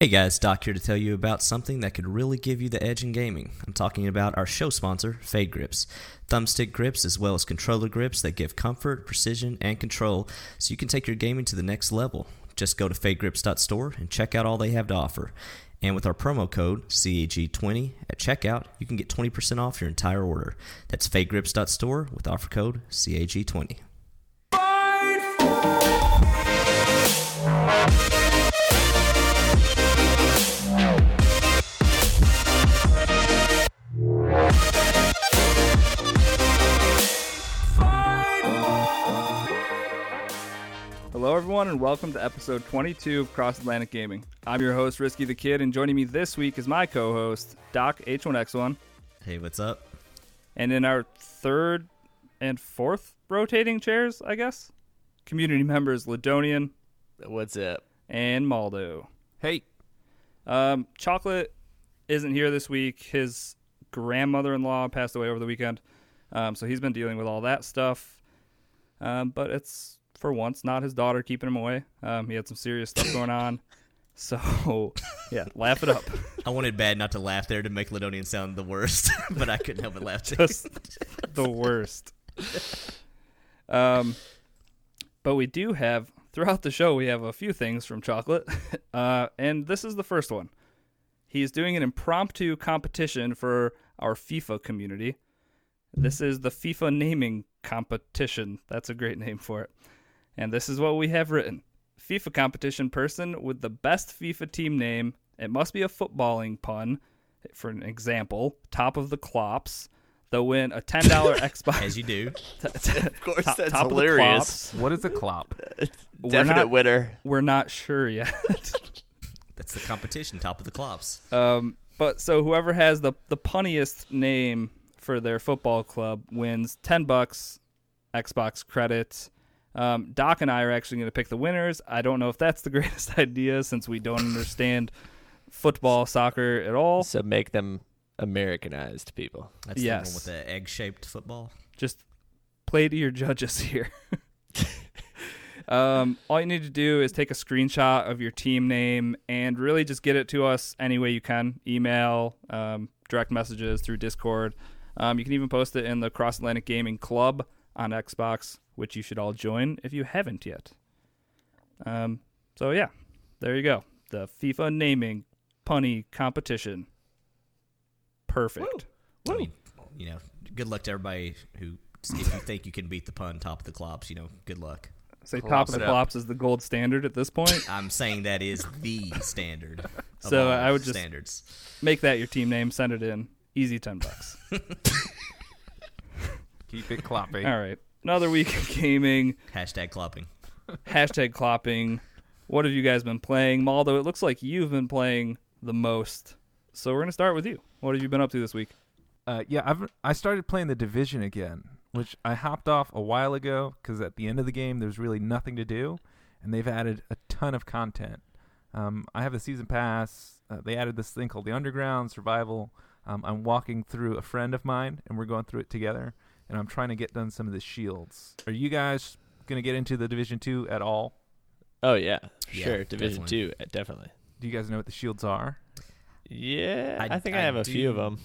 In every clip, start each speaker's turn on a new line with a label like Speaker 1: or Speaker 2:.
Speaker 1: Hey guys, Doc here to tell you about something that could really give you the edge in gaming. I'm talking about our show sponsor, Fade Grips. Thumbstick grips, as well as controller grips that give comfort, precision, and control so you can take your gaming to the next level. Just go to fadegrips.store and check out all they have to offer. And with our promo code CEG20 at checkout, you can get 20% off your entire order. That's fadegrips.store with offer code CAG20.
Speaker 2: Hello, everyone, and welcome to episode 22 of Cross Atlantic Gaming. I'm your host, Risky the Kid, and joining me this week is my co host, Doc H1X1.
Speaker 1: Hey, what's up?
Speaker 2: And in our third and fourth rotating chairs, I guess, community members Ladonian
Speaker 3: What's up?
Speaker 2: and Maldo.
Speaker 3: Hey.
Speaker 2: Um, Chocolate isn't here this week. His grandmother in law passed away over the weekend, um, so he's been dealing with all that stuff. Um, but it's for once not his daughter keeping him away. Um, he had some serious stuff going on, so yeah, laugh it up.
Speaker 1: I wanted bad not to laugh there to make Ladonian sound the worst, but I couldn't help but laugh. too.
Speaker 2: Just the worst. Um, but we do have throughout the show we have a few things from Chocolate, uh, and this is the first one. He's doing an impromptu competition for our FIFA community. This is the FIFA naming competition. That's a great name for it. And this is what we have written FIFA competition person with the best FIFA team name. It must be a footballing pun, for an example, top of the clops. They'll win a $10 Xbox.
Speaker 1: As you do.
Speaker 3: Of course,
Speaker 2: Top-
Speaker 3: that's
Speaker 2: top of the
Speaker 3: hilarious.
Speaker 4: What is a clop?
Speaker 2: We're
Speaker 3: Definite
Speaker 2: not,
Speaker 3: winner.
Speaker 2: we're not sure yet.
Speaker 1: That's the competition, top of the clops.
Speaker 2: um, but so whoever has the the punniest name for their football club wins ten bucks Xbox credits. Um, Doc and I are actually going to pick the winners. I don't know if that's the greatest idea since we don't understand football, soccer at all.
Speaker 3: So make them Americanized people.
Speaker 1: That's the
Speaker 2: Yes.
Speaker 1: one with the egg shaped football.
Speaker 2: just play to your judges here. um, all you need to do is take a screenshot of your team name and really just get it to us any way you can email, um, direct messages through Discord. Um, you can even post it in the Cross Atlantic Gaming Club on Xbox, which you should all join if you haven't yet. Um, so, yeah, there you go. The FIFA naming punny competition. Perfect.
Speaker 1: I mean, you know, good luck to everybody who, if you think you can beat the pun, top of the clops, you know, good luck.
Speaker 2: Say top
Speaker 4: Clops
Speaker 2: of the
Speaker 4: it up.
Speaker 2: flops is the gold standard at this point.
Speaker 1: I'm saying that is the standard. of
Speaker 2: So,
Speaker 1: all
Speaker 2: I would just-
Speaker 1: standards.
Speaker 2: Make that your team name. Send it in. Easy ten bucks.
Speaker 4: Keep it cloppy.
Speaker 2: All right. Another week of gaming.
Speaker 1: Hashtag clopping.
Speaker 2: Hashtag clopping. What have you guys been playing? Maldo, it looks like you've been playing the most. So we're gonna start with you. What have you been up to this week?
Speaker 4: Uh, yeah, I've I started playing the division again, which I hopped off a while ago because at the end of the game there's really nothing to do, and they've added a ton of content. Um, I have the season pass. Uh, they added this thing called the Underground Survival. Um, I'm walking through a friend of mine, and we're going through it together. And I'm trying to get done some of the shields. Are you guys gonna get into the Division Two at all?
Speaker 3: Oh yeah,
Speaker 1: Yeah,
Speaker 3: sure. Division
Speaker 1: definitely.
Speaker 3: two, uh, definitely.
Speaker 4: Do you guys know what the shields are?
Speaker 3: Yeah,
Speaker 1: I-
Speaker 3: I, think
Speaker 1: I
Speaker 3: I have a few of
Speaker 1: do-
Speaker 3: them.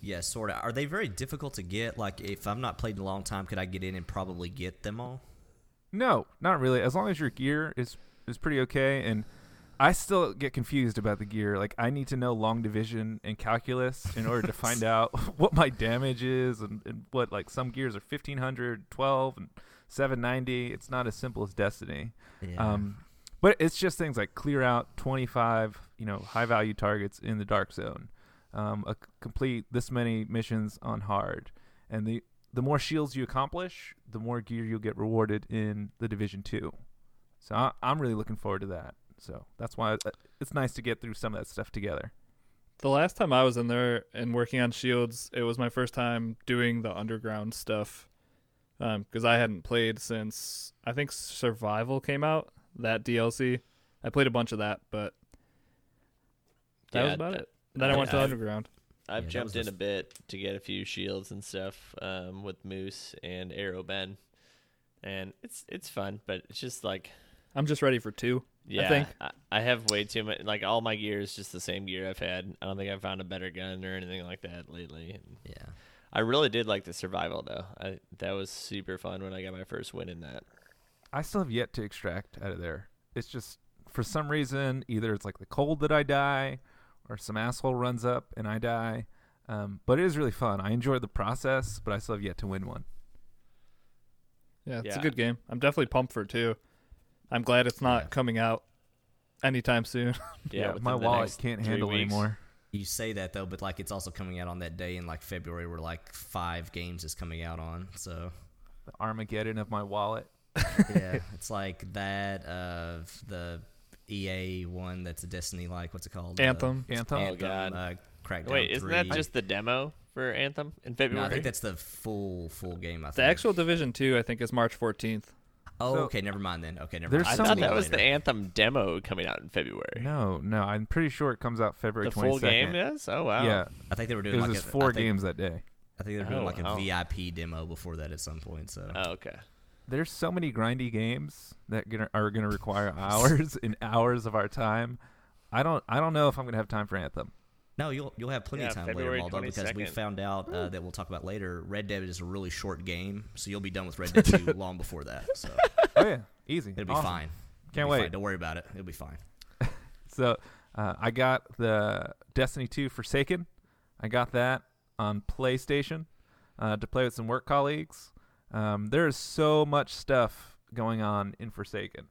Speaker 1: Yeah, sort of. Are they very difficult to get? Like, if I'm not played in a long time, could I get in and probably get them all?
Speaker 4: No, not really. As long as your gear is is pretty okay, and I still get confused about the gear. Like I need to know long division and calculus in order to find out what my damage is and, and what like some gears are 1500, 12, and 790. It's not as simple as Destiny.
Speaker 1: Yeah.
Speaker 4: Um, but it's just things like clear out 25, you know, high value targets in the dark zone, um, a, complete this many missions on hard, and the the more shields you accomplish, the more gear you'll get rewarded in the division two. So I, I'm really looking forward to that. So that's why uh, it's nice to get through some of that stuff together.
Speaker 5: The last time I was in there and working on shields, it was my first time doing the underground stuff because I hadn't played since I think Survival came out that DLC. I played a bunch of that, but that
Speaker 3: Yeah,
Speaker 5: was about
Speaker 3: I-
Speaker 5: it. Then I went to
Speaker 3: I-
Speaker 5: underground.
Speaker 1: Yeah, that
Speaker 3: I've
Speaker 1: was
Speaker 3: jumped
Speaker 1: the
Speaker 3: in a
Speaker 1: f-
Speaker 3: bit to get a few shields and stuff um, with Moose and Arrow Ben, and it's it's fun, but it's just like
Speaker 2: I'm just ready for two.
Speaker 3: Yeah, I,
Speaker 2: think.
Speaker 3: I, have way too much. Like all my gear is just the same gear I've had. I don't think I've found a better gun or anything like that lately. And
Speaker 1: Yeah.
Speaker 3: I really did like the survival though. I, that was super fun when I got my first win in that.
Speaker 4: I still have yet to extract out of there. It's just for some reason either it's like the cold that I die, or some asshole runs up and I die. Um, but it is really fun. I enjoyed the process, but I still have yet to win one.
Speaker 2: Yeah, it's
Speaker 3: Yeah.
Speaker 2: a good game. I'm definitely pumped for two. I'm glad it's not
Speaker 1: Yeah.
Speaker 2: coming out anytime soon.
Speaker 3: Yeah, within
Speaker 4: my
Speaker 3: the
Speaker 4: wallet
Speaker 3: next
Speaker 4: can't
Speaker 3: three
Speaker 4: handle
Speaker 3: weeks.
Speaker 4: anymore.
Speaker 1: You say that though, but like it's also coming out on that day in like February where like five games is coming out on. So
Speaker 4: The Armageddon of my wallet.
Speaker 1: yeah, it's like that of the EA one that's a Destiny like what's it called?
Speaker 2: Anthem.
Speaker 1: Uh,
Speaker 4: Anthem.
Speaker 1: Anthem.
Speaker 3: Oh, God.
Speaker 1: Uh, Crackdown.
Speaker 3: Wait, isn't that
Speaker 1: 3.
Speaker 3: just the demo for Anthem in
Speaker 1: No,
Speaker 3: February?
Speaker 1: I think that's the full full game. I think
Speaker 2: the actual Division Two, I think, is March 14th.
Speaker 1: Oh,
Speaker 4: So-
Speaker 1: okay. Never mind then. Okay, never
Speaker 4: There's
Speaker 1: mind.
Speaker 3: I
Speaker 4: so
Speaker 3: thought
Speaker 4: many
Speaker 3: that was the
Speaker 1: later.
Speaker 3: Anthem demo coming out in February.
Speaker 4: No, no, I'm pretty sure it comes out February
Speaker 3: the full
Speaker 4: 22nd.
Speaker 3: game is. Oh wow.
Speaker 4: Yeah,
Speaker 1: I think they were
Speaker 4: it
Speaker 1: doing
Speaker 4: was
Speaker 1: like
Speaker 4: just
Speaker 1: a, I
Speaker 4: four
Speaker 1: think-
Speaker 4: games that day.
Speaker 1: I think they were doing
Speaker 3: Oh,
Speaker 1: like a
Speaker 3: wow.
Speaker 1: VIP demo before that at some point. So
Speaker 3: Oh, okay.
Speaker 4: There's so many grindy games that gonna, are going to require hours and hours of our time. I don't, I don't know if I'm going to have time for Anthem.
Speaker 1: no, you'll you'll have plenty of
Speaker 3: Yeah,
Speaker 1: time
Speaker 3: February
Speaker 1: later, Maldo, because we
Speaker 3: 22nd.
Speaker 1: found out uh, that we'll talk about later. Red Dead is a really short game, so you'll be done with Red Dead 2 long before that. So
Speaker 4: Oh yeah, easy.
Speaker 1: it'll be
Speaker 4: Awesome.
Speaker 1: fine. It'll
Speaker 4: Can't
Speaker 1: be fine.
Speaker 4: wait.
Speaker 1: Don't worry about it. It'll be fine.
Speaker 4: So uh, I got the Destiny 2 Forsaken. I got that on PlayStation uh, to play with some work colleagues. Um, there is so much stuff going on in Forsaken.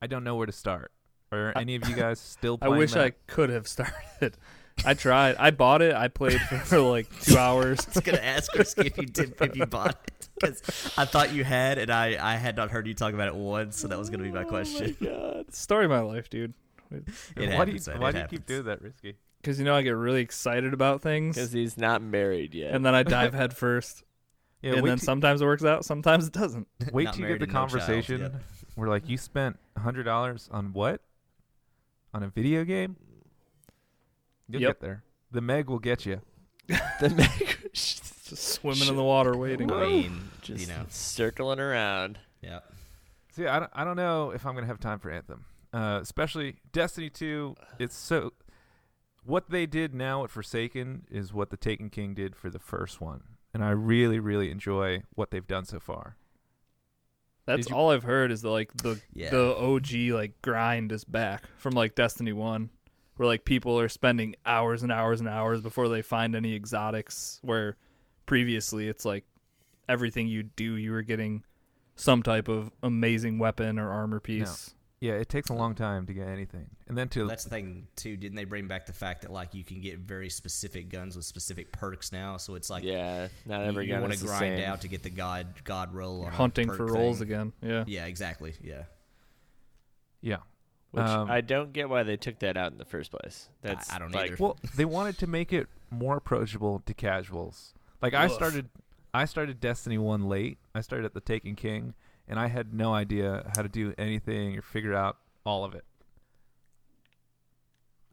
Speaker 4: I don't know where to start. Are any of you guys still
Speaker 2: I
Speaker 4: playing
Speaker 2: wish I
Speaker 4: that?
Speaker 2: could have started. I tried. I bought it. I played for, for like two hours.
Speaker 1: was gonna ask her if you did if you bought it because I thought you had, and I I had not heard you talk about it once, so that was gonna be my
Speaker 4: Oh,
Speaker 1: question.
Speaker 2: Oh Story of my life, dude.
Speaker 1: It
Speaker 4: why
Speaker 1: happens,
Speaker 4: do you,
Speaker 1: man,
Speaker 4: why
Speaker 1: it
Speaker 4: do you keep
Speaker 1: happens.
Speaker 4: doing that, Risky?
Speaker 2: Because you know I get really excited about
Speaker 3: Because
Speaker 2: things,
Speaker 3: he's not married yet.
Speaker 2: and then I dive head first,
Speaker 4: Yeah,
Speaker 2: and
Speaker 4: wait,
Speaker 2: then
Speaker 4: till-
Speaker 2: sometimes it works out, sometimes it doesn't.
Speaker 4: wait
Speaker 1: Not
Speaker 4: till you
Speaker 1: married
Speaker 4: get the
Speaker 1: and no child
Speaker 4: conversation.
Speaker 1: yet.
Speaker 4: We're like, you spent hundred dollars on what? On a video game? You'll
Speaker 2: Yep.
Speaker 4: get there. The Meg will get you.
Speaker 3: Then make- just
Speaker 2: Just swimming in the water, waiting.
Speaker 1: I mean, you
Speaker 3: just
Speaker 1: know,
Speaker 3: circling around.
Speaker 1: yeah.
Speaker 4: See, I don't, I don't know if I'm gonna have time for Anthem, uh, especially Destiny Two. It's so what they did now at Forsaken is what the Taken King did for the first one, and I really, really enjoy what they've done so far.
Speaker 2: That's
Speaker 4: Did you-
Speaker 2: all I've heard is that like the
Speaker 1: Yeah.
Speaker 2: the OG like grind is back from like Destiny One, where like people are spending hours and hours and hours before they find any exotics. Where previously it's like everything you do, you were getting some type of amazing weapon or armor piece.
Speaker 4: Yeah, it takes a long time to get anything, and then to
Speaker 1: That's the thing too. Didn't they bring back the fact that like you can get very specific guns with specific perks now? So it's like
Speaker 3: yeah, not
Speaker 1: you,
Speaker 3: every gun
Speaker 1: want
Speaker 3: is
Speaker 1: to
Speaker 3: the
Speaker 1: grind
Speaker 3: same.
Speaker 1: out to get the god god roll. On a
Speaker 2: Hunting for
Speaker 1: perk
Speaker 2: roles
Speaker 1: thing.
Speaker 2: again. Yeah.
Speaker 1: Yeah, exactly. Yeah,
Speaker 4: yeah,
Speaker 3: Which
Speaker 4: Um,
Speaker 3: I don't get why they took that out in the first place. That's
Speaker 1: I don't
Speaker 3: like,
Speaker 1: either.
Speaker 4: Well, they wanted to make it more approachable to casuals. Like I
Speaker 2: Woof.
Speaker 4: started, I started Destiny One late. I started at the Taken King, and I had no idea how to do anything or figure out all of it.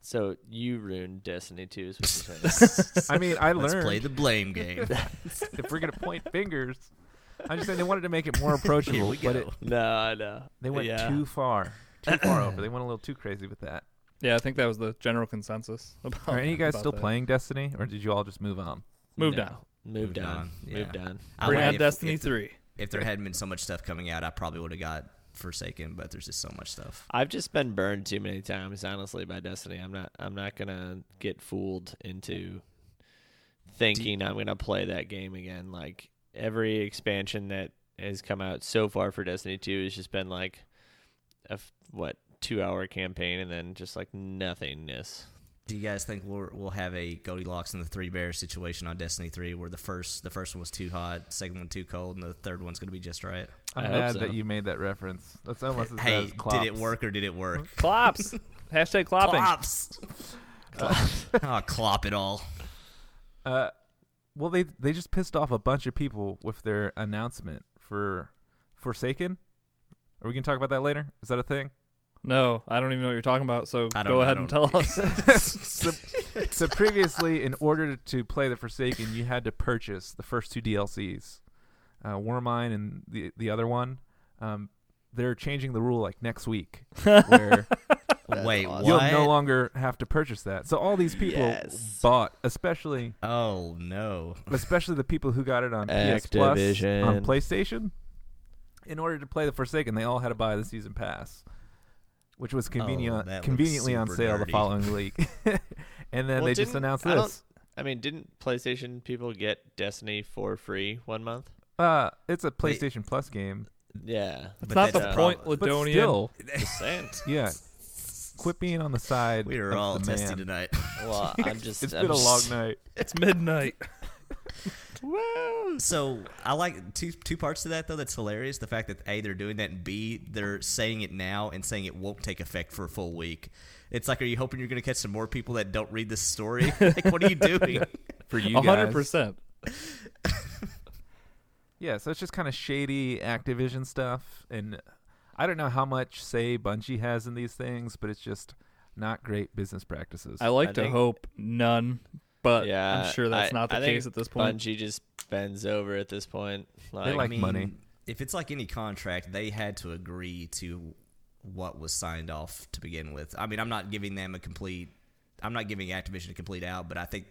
Speaker 3: So you ruined Destiny 2 is what you're saying.
Speaker 1: I
Speaker 4: I mean, I
Speaker 1: let's
Speaker 4: learned
Speaker 1: play the blame game.
Speaker 4: if we're gonna point fingers. I'm just saying they wanted to make it more approachable,
Speaker 1: we
Speaker 4: but
Speaker 1: go.
Speaker 4: it,
Speaker 3: no, I know.
Speaker 4: they went
Speaker 3: yeah.
Speaker 4: too far, too far over. They went a little too crazy with that.
Speaker 2: Yeah, I think that was the general consensus. About,
Speaker 4: Are any of you guys
Speaker 2: about
Speaker 4: still
Speaker 2: that.
Speaker 4: playing Destiny, or did you all just move on?
Speaker 2: Moved
Speaker 3: No.
Speaker 2: on.
Speaker 3: Moved,
Speaker 1: Moved
Speaker 3: on.
Speaker 1: on, yeah.
Speaker 3: Moved on.
Speaker 1: I
Speaker 2: Bring
Speaker 1: would-
Speaker 2: on
Speaker 1: if-
Speaker 2: Destiny
Speaker 1: if-
Speaker 2: Three.
Speaker 1: if there hadn't been so much stuff coming out, I probably would have got Forsaken, but there's just so much stuff.
Speaker 3: I've just been burned too many times, honestly, by Destiny. I'm not. I'm not gonna get fooled into thinking I'm gonna play that game again. Like every expansion that has come out so far for Destiny 2 has just been like a f- what two hour campaign and then just like nothingness.
Speaker 1: Do you guys think we'll we'll have a Goldilocks and the Three Bears situation on Destiny Three, where the first the first one was too hot, second one too cold, and the third one's gonna be just right?
Speaker 4: I'm
Speaker 3: I hope
Speaker 4: glad
Speaker 3: so.
Speaker 4: that you made that reference. That's almost as
Speaker 1: hey,
Speaker 4: bad as Klopp's.
Speaker 1: did it work or did it work?
Speaker 2: Clops. Hashtag clopping.
Speaker 1: Clops. oh, clop it all.
Speaker 4: Uh, well, they they just pissed off a bunch of people with their announcement for Forsaken. Are we gonna talk about that later? Is that a thing?
Speaker 2: No, I don't even know what you're talking about. So
Speaker 1: I don't-
Speaker 2: go
Speaker 1: I
Speaker 2: ahead and tell
Speaker 1: don't-
Speaker 2: us.
Speaker 4: so, so previously, in order to play the Forsaken, you had to purchase the first two DLCs, uh, Warmine and the the other one. Um, they're changing the rule like next week, where
Speaker 3: That's
Speaker 1: Wait,
Speaker 3: awesome.
Speaker 4: you'll
Speaker 1: what?
Speaker 4: no longer have to purchase that. So all these people
Speaker 3: Yes.
Speaker 4: bought, especially
Speaker 1: oh no.
Speaker 4: especially the people who got it on PS Plus on
Speaker 3: Activision.
Speaker 4: PlayStation. In order to play the Forsaken, they all had to buy the season pass, which
Speaker 3: Oh,
Speaker 4: was convenient,
Speaker 1: that looks
Speaker 4: conveniently on
Speaker 1: super
Speaker 4: sale the
Speaker 1: nerdy.
Speaker 4: following week. and then
Speaker 3: Well,
Speaker 4: they just
Speaker 3: didn't-
Speaker 4: announced
Speaker 3: I don't-
Speaker 4: this.
Speaker 3: I mean, didn't PlayStation people get Destiny for free one month?
Speaker 4: Uh, it's a
Speaker 1: Wait.
Speaker 4: PlayStation Plus game,
Speaker 3: Yeah.
Speaker 1: But
Speaker 5: not
Speaker 1: that's
Speaker 3: the
Speaker 1: a
Speaker 5: point,
Speaker 1: problem.
Speaker 4: but
Speaker 5: Ladonian.
Speaker 4: still,
Speaker 3: Just saying.
Speaker 4: yeah. Quit being on the side.
Speaker 1: We are
Speaker 4: of
Speaker 1: all
Speaker 4: the
Speaker 1: testy
Speaker 4: man.
Speaker 1: tonight.
Speaker 3: Well, I'm just.
Speaker 4: It's
Speaker 3: I'm
Speaker 4: been a long
Speaker 3: just-
Speaker 4: night.
Speaker 5: It's midnight.
Speaker 1: so I like two two parts to that though. That's hilarious. The fact that a they're doing that, and b they're saying it now and saying it won't take effect for a full week. It's like, are you hoping you're going to catch some more people that don't read this story? like, what are you doing?
Speaker 4: For you
Speaker 5: A hundred
Speaker 4: guys.
Speaker 5: percent.
Speaker 4: Yeah, so it's just kind of shady Activision stuff, and I don't know how much say Bungie has in these things, but it's just not great business practices.
Speaker 5: I like
Speaker 3: I
Speaker 5: to
Speaker 3: think-
Speaker 5: hope none, but
Speaker 3: Yeah.
Speaker 5: I'm sure that's
Speaker 3: I-
Speaker 5: not the
Speaker 3: I think
Speaker 5: case at this point.
Speaker 3: Bungie just bends over at this point. Like,
Speaker 4: like- money.
Speaker 1: If it's like any contract, they had to agree to what was signed off to begin with. I mean, I'm not giving them a complete. I'm not giving Activision a complete out, but I think,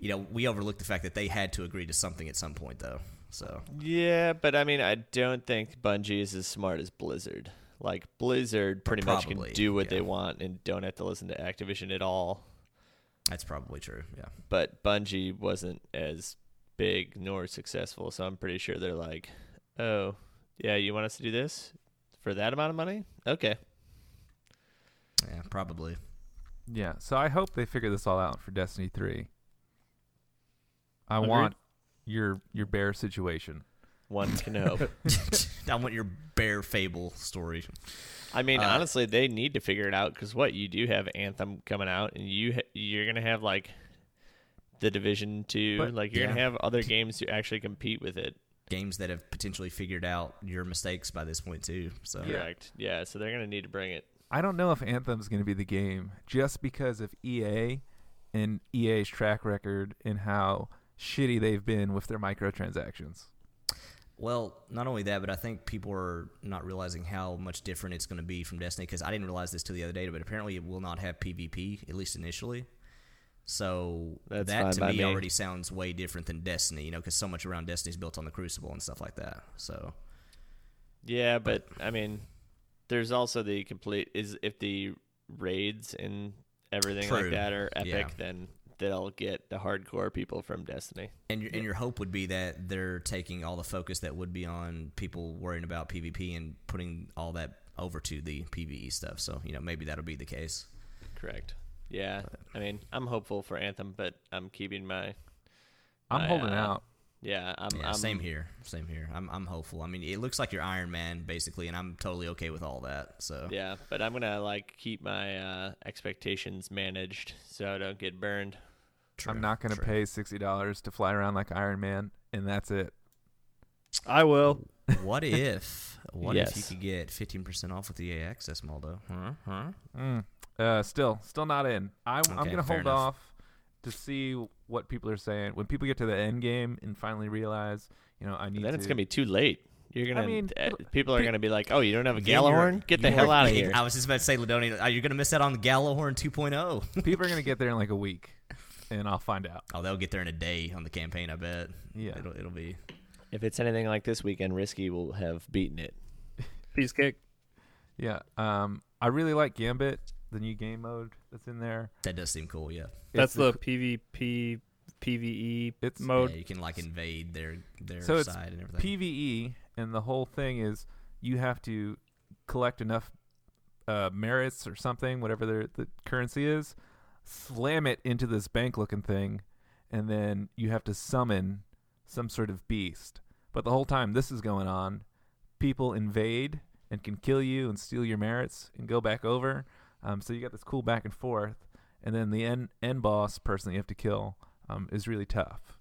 Speaker 1: you know, we overlooked the fact that they had to agree to something at some point, though. So
Speaker 3: yeah, but I mean, I don't think Bungie is as smart as Blizzard. Like Blizzard, pretty much
Speaker 1: Probably,
Speaker 3: can do what
Speaker 1: yeah.
Speaker 3: they want and don't have to listen to Activision at all.
Speaker 1: that's probably true. Yeah.
Speaker 3: But Bungie wasn't as big nor successful, so I'm pretty sure they're like, "Oh, yeah, you want us to do this for that amount of money? Okay."
Speaker 1: Yeah, probably.
Speaker 4: yeah, so I hope they figure this all out for Destiny Three. I
Speaker 5: Agreed.
Speaker 4: want your your bear situation.
Speaker 3: One can hope.
Speaker 1: I want your bear fable story.
Speaker 3: I mean,
Speaker 1: Uh,
Speaker 3: honestly, they need to figure it out because what you do have Anthem coming out, and you ha- you're gonna have like the Division Two,
Speaker 4: But-
Speaker 3: like you're gonna
Speaker 1: yeah.
Speaker 3: have other games to actually compete with it.
Speaker 1: Games that have potentially figured out your mistakes by this point too. So
Speaker 4: Yeah.
Speaker 3: Correct. Yeah. So they're gonna need to bring it.
Speaker 4: I don't know if Anthem's going to be the game just because of EA and EA's track record and how shitty they've been with their microtransactions.
Speaker 1: Well, not only that, but I think people are not realizing how much different it's going to be from Destiny because I didn't realize this till the other day, but apparently it will not have PvP at least initially. So
Speaker 3: That's
Speaker 1: that
Speaker 3: fine
Speaker 1: to
Speaker 3: by
Speaker 1: me,
Speaker 3: me.
Speaker 1: already sounds way different than Destiny, you know, because so much around Destiny's built on the Crucible and stuff like that. So
Speaker 3: Yeah, but I mean, there's also the complete is if the raids and everything
Speaker 1: True.
Speaker 3: like that are epic,
Speaker 1: Yeah.
Speaker 3: then they'll get the hardcore people from Destiny.
Speaker 1: And your, and your hope would be that they're taking all the focus that would be on people worrying about PvP and putting all that over to the PvE stuff. So, you know, maybe that'll be the case.
Speaker 3: Correct. Yeah. I mean, I'm hopeful for Anthem, but I'm keeping my
Speaker 4: I'm
Speaker 3: I,
Speaker 4: holding
Speaker 3: uh,
Speaker 4: out.
Speaker 3: yeah. I'm,
Speaker 1: Yeah,
Speaker 3: I'm
Speaker 1: same here. Same here. I'm, I'm hopeful. I mean, it looks like you're Iron Man, basically, and I'm totally okay with all that. So,
Speaker 3: Yeah, but I'm gonna like keep my uh, expectations managed so I don't get burned.
Speaker 4: I'm not going to
Speaker 1: true.
Speaker 4: pay sixty dollars to fly around like Iron Man, and that's it.
Speaker 5: I will.
Speaker 1: What if, what if you
Speaker 3: Yes.
Speaker 1: could get 15% off with E EA Access, Maldo? Huh? Huh?
Speaker 4: Mm. Uh, still, still not in. I, I'm
Speaker 1: Okay,
Speaker 4: gonna
Speaker 1: fair
Speaker 4: hold
Speaker 1: enough.
Speaker 4: off to see what people are saying when people get to the end game and finally realize, you know, I need.
Speaker 3: Then
Speaker 4: to,
Speaker 3: it's gonna be too late. You're gonna
Speaker 4: mean,
Speaker 3: eh,
Speaker 4: it'll-
Speaker 3: people are gonna be like, "Oh, you don't have a
Speaker 1: Then you're-
Speaker 3: Gjallarhorn? Get the
Speaker 1: you
Speaker 3: hell
Speaker 1: are
Speaker 3: out of
Speaker 1: big-
Speaker 3: here!"
Speaker 1: I was just about to say, Ladonian, are you going to miss out on the Gallowhorn 2.0?
Speaker 4: people are gonna get there in like a week, and I'll find out.
Speaker 1: oh, they'll get there in a day on the campaign, I bet.
Speaker 4: Yeah.
Speaker 1: It'll, it'll be.
Speaker 3: If it's anything like this weekend, Risky will have beaten it.
Speaker 5: Peace cake.
Speaker 4: Yeah. Um, I really like Gambit, the new game mode that's in there.
Speaker 1: That does seem cool, yeah.
Speaker 5: That's
Speaker 4: It's
Speaker 5: the PvP PvE
Speaker 4: It's-
Speaker 5: mode.
Speaker 1: Yeah, you can like invade their their
Speaker 4: So it's
Speaker 1: side and everything.
Speaker 4: PVE, E, and the whole thing is you have to collect enough uh, merits or something, whatever their, the currency is, slam it into this bank looking thing, and then you have to summon some sort of beast. But the whole time this is going on, people invade and can kill you and steal your merits and go back over. Um, so you got this cool back and forth, and then the end end boss person you have to kill um, is really tough,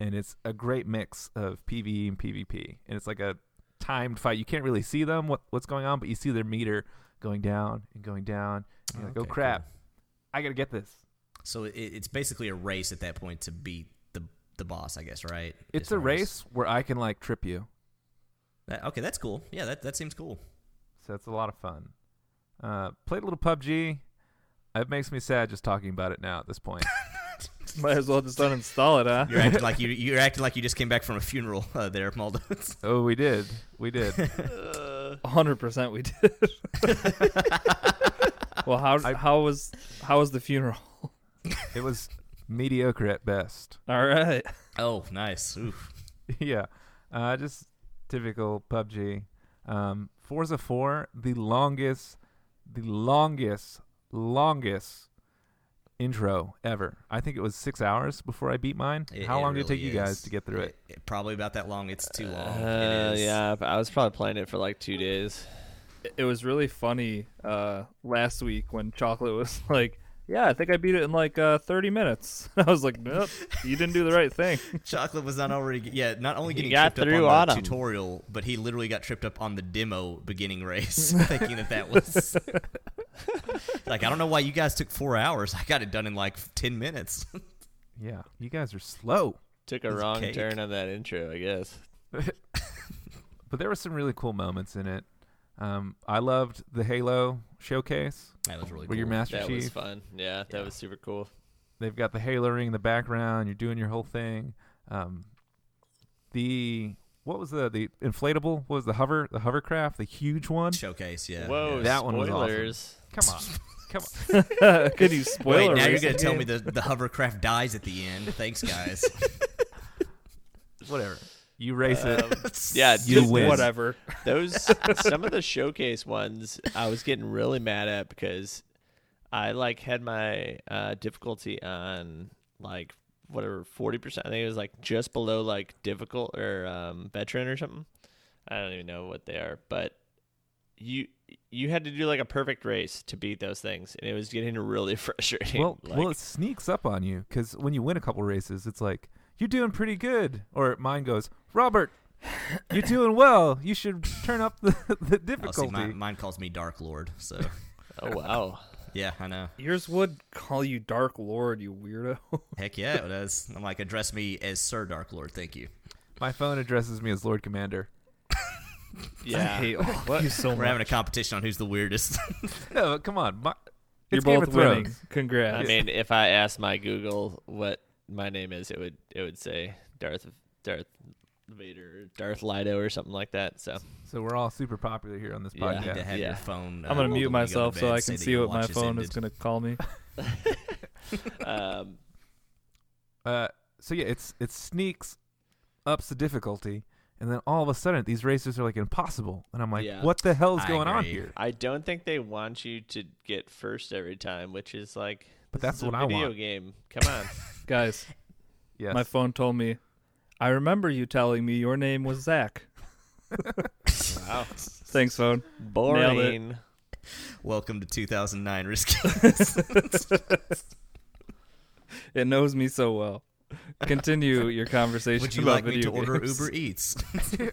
Speaker 4: and it's a great mix of PVE and PvP, and it's like a timed fight. You can't really see them what what's going on, but you see their meter going down and going down. And you're like, oh
Speaker 1: Okay,
Speaker 4: crap,
Speaker 1: cool.
Speaker 4: I gotta get this.
Speaker 1: So it, it's basically a race at that point to beat the the boss, I guess, right?
Speaker 4: It's
Speaker 1: As
Speaker 4: a
Speaker 1: far as-
Speaker 4: race where I can like trip you.
Speaker 1: That- okay, that's cool. Yeah, that that seems cool.
Speaker 4: So it's a lot of fun. Uh, played a little PUBG. It makes me sad just talking about it now at this point.
Speaker 5: Might as well just uninstall it, huh?
Speaker 1: You're acting like you you're acting like you just came back from a funeral uh, there, Maldo. uh.
Speaker 4: oh, we did. We did.
Speaker 5: hundred percent, we did. well, how
Speaker 4: I-
Speaker 5: how was how was the funeral?
Speaker 4: it was mediocre at best.
Speaker 5: All right,
Speaker 1: oh, nice. Oof.
Speaker 4: yeah. Uh, just typical PUBG. Um, Forza 4, the longest, the longest, longest intro ever. I think it was six hours before I beat mine.
Speaker 1: It-
Speaker 4: How
Speaker 1: it
Speaker 4: long did it
Speaker 1: really
Speaker 4: take you guys
Speaker 1: is.
Speaker 4: to get through it?
Speaker 1: It- probably about that long. It's too long.
Speaker 3: Uh,
Speaker 1: it is.
Speaker 3: yeah, but I was probably playing it for like two days.
Speaker 5: It- it was really funny uh, last week when Chocolate was like, "Yeah, I think I beat it in like uh, thirty minutes." I was like, "Nope, you didn't do the right thing."
Speaker 1: Chocolate was not already yeah. Not only
Speaker 3: He
Speaker 1: getting
Speaker 3: got
Speaker 1: tripped
Speaker 3: through
Speaker 1: up on
Speaker 3: on
Speaker 1: the
Speaker 3: 'em.
Speaker 1: tutorial, but he literally got tripped up on the demo beginning race, thinking that that was like I don't know why you guys took four hours. I got it done in like ten minutes.
Speaker 4: Yeah. You guys are slow.
Speaker 3: Took a
Speaker 1: It's
Speaker 3: wrong
Speaker 1: cake.
Speaker 3: turn on that intro, I guess.
Speaker 4: But there were some really cool moments in it. Um, I loved the Halo showcase
Speaker 1: that was really
Speaker 4: where your
Speaker 1: cool.
Speaker 4: Master
Speaker 3: That
Speaker 4: Chief.
Speaker 3: was fun. Yeah, that
Speaker 1: Yeah.
Speaker 3: was super cool.
Speaker 4: they've got the halo ring in the background you're doing your whole thing um, the what was the the inflatable what was the hover the hovercraft the huge one
Speaker 1: showcase. Yeah.
Speaker 3: Whoa,
Speaker 1: yeah.
Speaker 4: That one was awesome.
Speaker 3: spoilers.
Speaker 4: come on come on
Speaker 5: Could you
Speaker 1: Wait,
Speaker 5: spoil
Speaker 1: now
Speaker 5: it?
Speaker 1: you're gonna tell me the, the hovercraft dies at the end. Thanks, guys.
Speaker 4: whatever you race it
Speaker 3: Yeah,
Speaker 4: You
Speaker 3: just
Speaker 4: win.
Speaker 5: Whatever.
Speaker 3: Those some of the showcase ones I was getting really mad at because I like had my uh, difficulty on like whatever forty percent. I think it was like just below like difficult or um, veteran or something. I don't even know what they are, but you you had to do like a perfect race to beat those things, and it was getting really frustrating.
Speaker 4: well
Speaker 3: like,
Speaker 4: well it sneaks up on you because when you win a couple races it's like you're doing pretty good or mine goes robert you're doing well you should turn up the, the
Speaker 1: Oh, see,
Speaker 4: difficulty
Speaker 1: mine, mine calls me Dark Lord. So
Speaker 3: oh wow,
Speaker 1: yeah, I know.
Speaker 5: Yours would call you Dark Lord, you weirdo.
Speaker 1: Heck yeah, it is. I'm like address me as Sir Dark Lord. Thank you.
Speaker 4: my phone addresses me as lord commander
Speaker 3: yeah.
Speaker 5: I hate all of you so
Speaker 1: We're
Speaker 5: much.
Speaker 1: having a competition on who's the weirdest.
Speaker 4: no but come on my,
Speaker 5: You're
Speaker 4: it's Game
Speaker 5: both
Speaker 4: of
Speaker 5: winning.
Speaker 4: Thrones.
Speaker 5: Congrats.
Speaker 3: I mean, if I asked my Google what my name is, it would it would say Darth Darth Vader, Darth Lido, or something like that. So
Speaker 4: so we're all super popular here on this
Speaker 3: Yeah.
Speaker 1: You
Speaker 4: podcast
Speaker 1: need to have
Speaker 3: Yeah.
Speaker 1: your phone. uh,
Speaker 5: I'm gonna mute
Speaker 1: while we go to
Speaker 5: myself so
Speaker 1: bed,
Speaker 5: I
Speaker 1: say
Speaker 5: can
Speaker 1: that
Speaker 5: see
Speaker 1: your
Speaker 5: what my
Speaker 1: watch is
Speaker 5: phone is
Speaker 1: ended.
Speaker 5: gonna call me.
Speaker 3: um,
Speaker 4: Uh, so yeah, it's it sneaks ups the difficulty, and then all of a sudden these races are like impossible, and I'm like,
Speaker 3: Yeah.
Speaker 4: what the hell is
Speaker 1: I
Speaker 4: going on
Speaker 1: agree.
Speaker 4: here?
Speaker 3: I don't think they want you to get first every time, which is like.
Speaker 4: But
Speaker 3: this
Speaker 4: that's
Speaker 3: is a
Speaker 4: what I
Speaker 3: video
Speaker 4: want.
Speaker 3: game. Come on.
Speaker 5: Guys,
Speaker 4: Yes.
Speaker 5: my phone told me, I remember you telling me your name was Zach.
Speaker 3: wow.
Speaker 5: Thanks, phone.
Speaker 3: Boring.
Speaker 1: Welcome to 2009, Risky.
Speaker 5: It knows me so well. Continue your conversation
Speaker 1: Would you
Speaker 5: about
Speaker 1: like me to
Speaker 5: video
Speaker 1: order
Speaker 5: games.
Speaker 1: Uber Eats?
Speaker 4: Do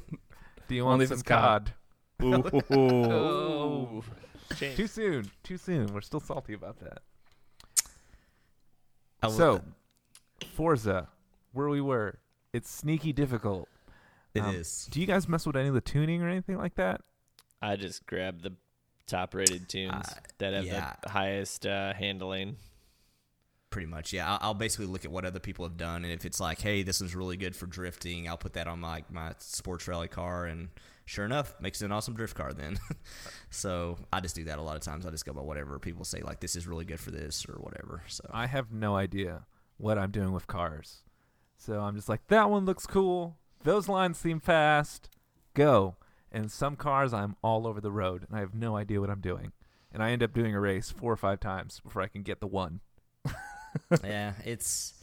Speaker 4: you want
Speaker 5: Only if
Speaker 4: some
Speaker 5: it's cod.
Speaker 4: cod?
Speaker 5: Ooh.
Speaker 3: Oh.
Speaker 4: Too soon. Too soon. We're still salty about that.
Speaker 1: I will-
Speaker 4: So, Forza, where we were, it's sneaky difficult.
Speaker 1: it
Speaker 4: um,
Speaker 1: is.
Speaker 4: Do you guys mess with any of the tuning or anything like that?
Speaker 3: I just grabbed the top rated tunes
Speaker 1: Uh,
Speaker 3: that have
Speaker 1: yeah.
Speaker 3: the highest uh, handling.
Speaker 1: Pretty much, yeah. I'll, I'll basically look at what other people have done, and if it's like, hey, this one's really good for drifting, I'll put that on my my sports rally car, and sure enough, makes it an awesome drift car. Then, so I just do that a lot of times. I just go by whatever people say, like this is really good for this or whatever. So
Speaker 4: I have no idea what I'm doing with cars. So I'm just like, that one looks cool. Those lines seem fast. Go. And some cars, I'm all over the road and I have no idea what I'm doing. And I end up doing a race four or five times before I can get the one.
Speaker 1: yeah, it's.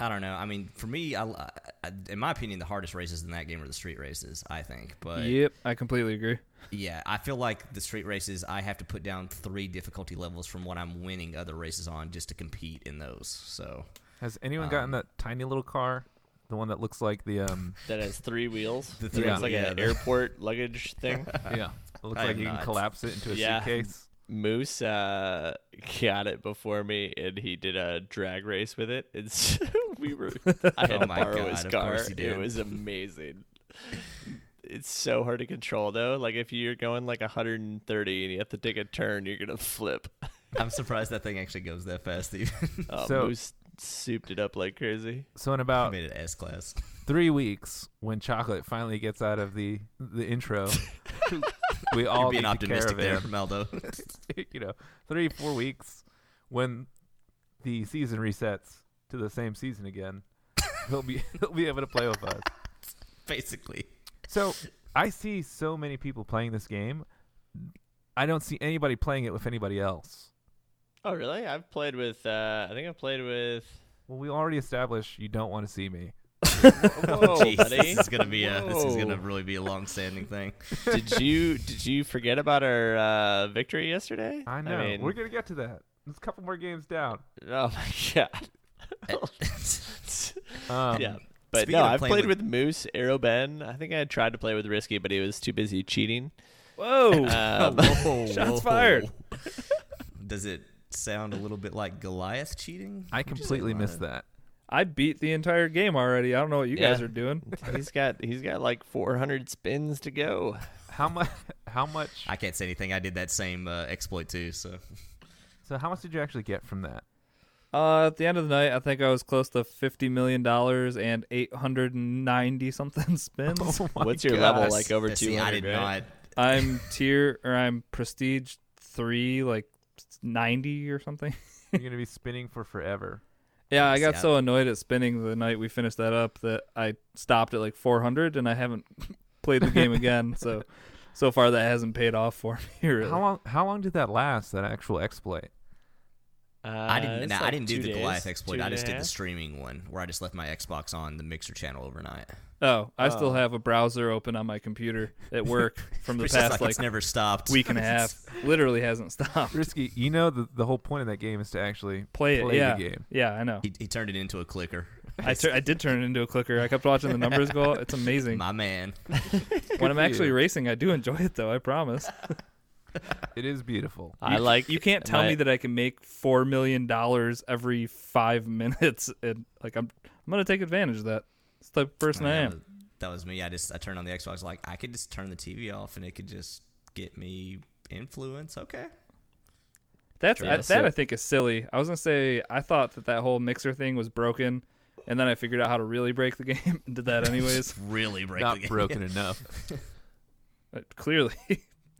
Speaker 1: I don't know. I mean, for me, I, I, in my opinion, the hardest races in that game are the street races. I think, but
Speaker 5: Yep, I completely agree.
Speaker 1: yeah, I feel like the street races I have to put down three difficulty levels from what I'm winning other races on just to compete in those. So
Speaker 4: Has anyone gotten
Speaker 1: Um,
Speaker 4: that tiny little car? The one that looks like the um
Speaker 3: That has three wheels.
Speaker 1: The
Speaker 3: The
Speaker 1: three-
Speaker 3: like
Speaker 1: yeah,
Speaker 3: an
Speaker 1: the-
Speaker 3: airport luggage thing.
Speaker 4: yeah, it looks
Speaker 1: I
Speaker 4: like
Speaker 1: have
Speaker 4: you can
Speaker 1: not.
Speaker 4: collapse it into a
Speaker 3: Yeah.
Speaker 4: suitcase.
Speaker 3: Moose uh, got it before me, and he did a drag race with it. And so we were, I had
Speaker 1: Oh
Speaker 3: to
Speaker 1: my
Speaker 3: borrow
Speaker 1: God,
Speaker 3: his
Speaker 1: of
Speaker 3: car.
Speaker 1: course you did.
Speaker 3: It was amazing. it's so hard to control though. Like if you're going like 130 and you have to take a turn, you're gonna flip.
Speaker 1: I'm surprised that thing actually goes that fast. Even
Speaker 3: Oh,
Speaker 4: So-
Speaker 3: Moose souped it up like crazy.
Speaker 4: So in about
Speaker 1: made it S class.
Speaker 4: three weeks, when chocolate finally gets out of the the
Speaker 1: Oh.
Speaker 4: intro, we all
Speaker 1: You're being
Speaker 4: get to care
Speaker 1: optimistic
Speaker 4: of
Speaker 1: there,
Speaker 4: him.
Speaker 1: Maldo.
Speaker 4: you know, three, four weeks when the season resets to the same season again, he'll be he'll be able to play with us.
Speaker 1: Basically,
Speaker 4: So I see so many people playing this game. I don't see anybody playing it with anybody else.
Speaker 3: Oh really? I've played with. Uh, I think I've played with.
Speaker 4: Well, we already established you don't want to see me.
Speaker 3: Whoa,
Speaker 1: Jeez,
Speaker 3: buddy.
Speaker 1: this is gonna be a this is
Speaker 3: Whoa.
Speaker 1: gonna really be a long-standing thing.
Speaker 3: did you did you forget about our uh, victory yesterday?
Speaker 4: I know.
Speaker 3: mean,
Speaker 4: We're gonna get to that. There's a couple more games down.
Speaker 3: Oh my god.
Speaker 4: Um,
Speaker 3: yeah. But
Speaker 1: Eh. Speaking
Speaker 3: no,
Speaker 1: of
Speaker 3: I've
Speaker 1: playing
Speaker 3: played
Speaker 1: with-
Speaker 3: with, Moose, Arrow Ben. I think I tried to play with Risky, but he was too busy cheating.
Speaker 2: Whoa.
Speaker 1: Oh,
Speaker 3: Um,
Speaker 2: Shots fired.
Speaker 1: Does it sound a little bit like Goliath cheating?
Speaker 4: I
Speaker 1: Would you say
Speaker 4: completely missed
Speaker 1: Goliath?
Speaker 4: that.
Speaker 2: I beat the entire game already. I don't know what you guys
Speaker 3: Yeah.
Speaker 2: are doing.
Speaker 3: he's got he's got like 400 spins to go.
Speaker 4: How much? How much?
Speaker 1: I can't say anything. I did that same uh, exploit too. So
Speaker 4: So how much did you actually get from that?
Speaker 2: Uh, at the end of the night, I think I was close to fifty million dollars and eight hundred and ninety something spins.
Speaker 4: Oh my
Speaker 3: What's your
Speaker 4: God.
Speaker 3: level like over
Speaker 1: Yeah,
Speaker 3: 200?
Speaker 1: see, I did
Speaker 3: right?
Speaker 1: not.
Speaker 2: I'm tier or I'm prestige three, like ninety or something.
Speaker 4: You're gonna be spinning for forever.
Speaker 2: Yeah, I
Speaker 1: See,
Speaker 2: got
Speaker 1: I-
Speaker 2: so annoyed at spinning the night we finished that up that I stopped at like 400 and I haven't played the game again. So so far that hasn't paid off for me. Really.
Speaker 4: How long? How long did that last? That actual exploit?
Speaker 3: Uh,
Speaker 1: I didn't.
Speaker 3: it's
Speaker 1: no, I
Speaker 3: like
Speaker 1: didn't do
Speaker 3: two
Speaker 1: the
Speaker 3: days,
Speaker 1: Goliath
Speaker 3: two
Speaker 1: exploit.
Speaker 3: and
Speaker 1: I
Speaker 3: a
Speaker 1: just did the
Speaker 3: half.
Speaker 1: streaming one where I just left my Xbox on the mixer channel overnight.
Speaker 2: oh, I
Speaker 4: Oh.
Speaker 2: still have a browser open on my computer at work from the
Speaker 1: Which is
Speaker 2: past
Speaker 1: like,
Speaker 2: like
Speaker 1: it's never stopped.
Speaker 2: week and a half. Literally hasn't stopped.
Speaker 4: Risky. You know the the whole point of that game is to actually
Speaker 2: Play it.
Speaker 4: Play the
Speaker 2: yeah.
Speaker 4: game.
Speaker 2: Yeah, I know.
Speaker 1: He, he turned it into a clicker.
Speaker 2: I, tur- I did turn it into a clicker. I kept watching the numbers go. up. It's amazing.
Speaker 1: My man.
Speaker 2: When I'm
Speaker 4: for
Speaker 2: actually
Speaker 4: you.
Speaker 2: racing, I do enjoy it though. I promise.
Speaker 4: it is beautiful.
Speaker 3: I
Speaker 2: You-
Speaker 3: like.
Speaker 2: You can't tell
Speaker 3: my-
Speaker 2: me that I can make four million dollars every five minutes, and like I'm, I'm gonna take advantage of that. It's the type of person I
Speaker 1: Yeah,
Speaker 2: am.
Speaker 1: That was me. I just I turned on the Xbox. Like I could just turn the TV off and it could just get me influence. Okay.
Speaker 2: That's
Speaker 1: True.
Speaker 2: I,
Speaker 3: So-
Speaker 2: that I think is silly. I was gonna say I thought that that whole mixer thing was broken, and then I figured out how to really break the game and did that anyways.
Speaker 1: Really break
Speaker 4: Not
Speaker 1: the game.
Speaker 4: broken enough.
Speaker 2: But clearly,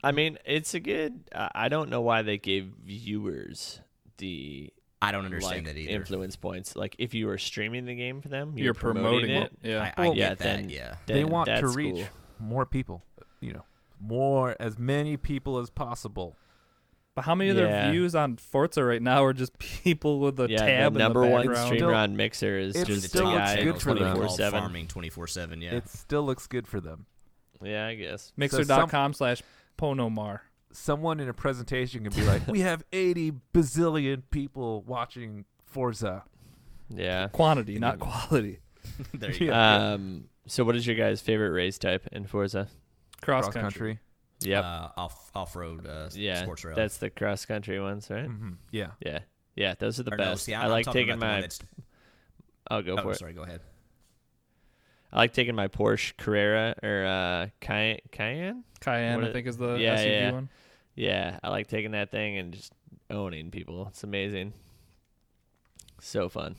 Speaker 3: I mean, it's a good. I I don't know why they gave viewers the
Speaker 1: I don't understand
Speaker 3: like,
Speaker 1: that either.
Speaker 3: influence points. Like if you are streaming the game for them, you're,
Speaker 2: you're, promoting, it. Yeah,
Speaker 1: I, I
Speaker 4: Well,
Speaker 1: get
Speaker 3: yeah,
Speaker 1: that.
Speaker 3: then-
Speaker 1: yeah.
Speaker 3: That-
Speaker 4: they want to
Speaker 3: that's
Speaker 4: reach
Speaker 3: cool.
Speaker 4: more people. You know, more as many people as possible.
Speaker 2: but how many of
Speaker 3: Yeah.
Speaker 2: their views on Forza right now are just people with a
Speaker 3: yeah,
Speaker 2: tab
Speaker 3: the
Speaker 2: in
Speaker 3: number
Speaker 2: the
Speaker 3: one
Speaker 2: background?
Speaker 3: streamer
Speaker 4: Still-
Speaker 3: on Mixer is
Speaker 4: it's
Speaker 3: just
Speaker 4: still
Speaker 3: a
Speaker 4: looks
Speaker 3: guy
Speaker 4: good for them.
Speaker 1: Called
Speaker 3: 24/7.
Speaker 1: Farming twenty four seven. Yeah.
Speaker 4: It still looks good for them.
Speaker 3: Yeah, I guess.
Speaker 2: Mixer.com slash Ponomar.
Speaker 4: Someone in a presentation can be like, "We have 80 bazillion people watching Forza."
Speaker 3: Yeah.
Speaker 2: Quantity, not quality.
Speaker 1: there you go.
Speaker 3: Um. So, what is your guys' favorite race type in Forza?
Speaker 2: Cross,
Speaker 4: Cross
Speaker 2: country.
Speaker 4: country.
Speaker 3: Yep.
Speaker 1: Uh, off off road uh,
Speaker 3: yeah.
Speaker 1: sports rail.
Speaker 3: That's the cross country ones, right?
Speaker 4: hmm Yeah.
Speaker 3: Yeah. Yeah. Those are the
Speaker 1: Or no,
Speaker 3: best.
Speaker 1: see,
Speaker 3: I,
Speaker 1: I'm
Speaker 3: like
Speaker 1: talking
Speaker 3: taking
Speaker 1: about the one
Speaker 3: my.
Speaker 1: that's-
Speaker 3: I'll go
Speaker 1: oh,
Speaker 3: for it.
Speaker 1: sorry, go ahead.
Speaker 3: I like taking my Porsche Carrera or uh, Cay- Cayenne.
Speaker 2: Cayenne,
Speaker 3: What
Speaker 2: I
Speaker 3: it-
Speaker 2: think, is the
Speaker 3: yeah,
Speaker 2: SUV
Speaker 3: yeah.
Speaker 2: one.
Speaker 3: Yeah, I like taking that thing and just owning people. It's amazing. So fun.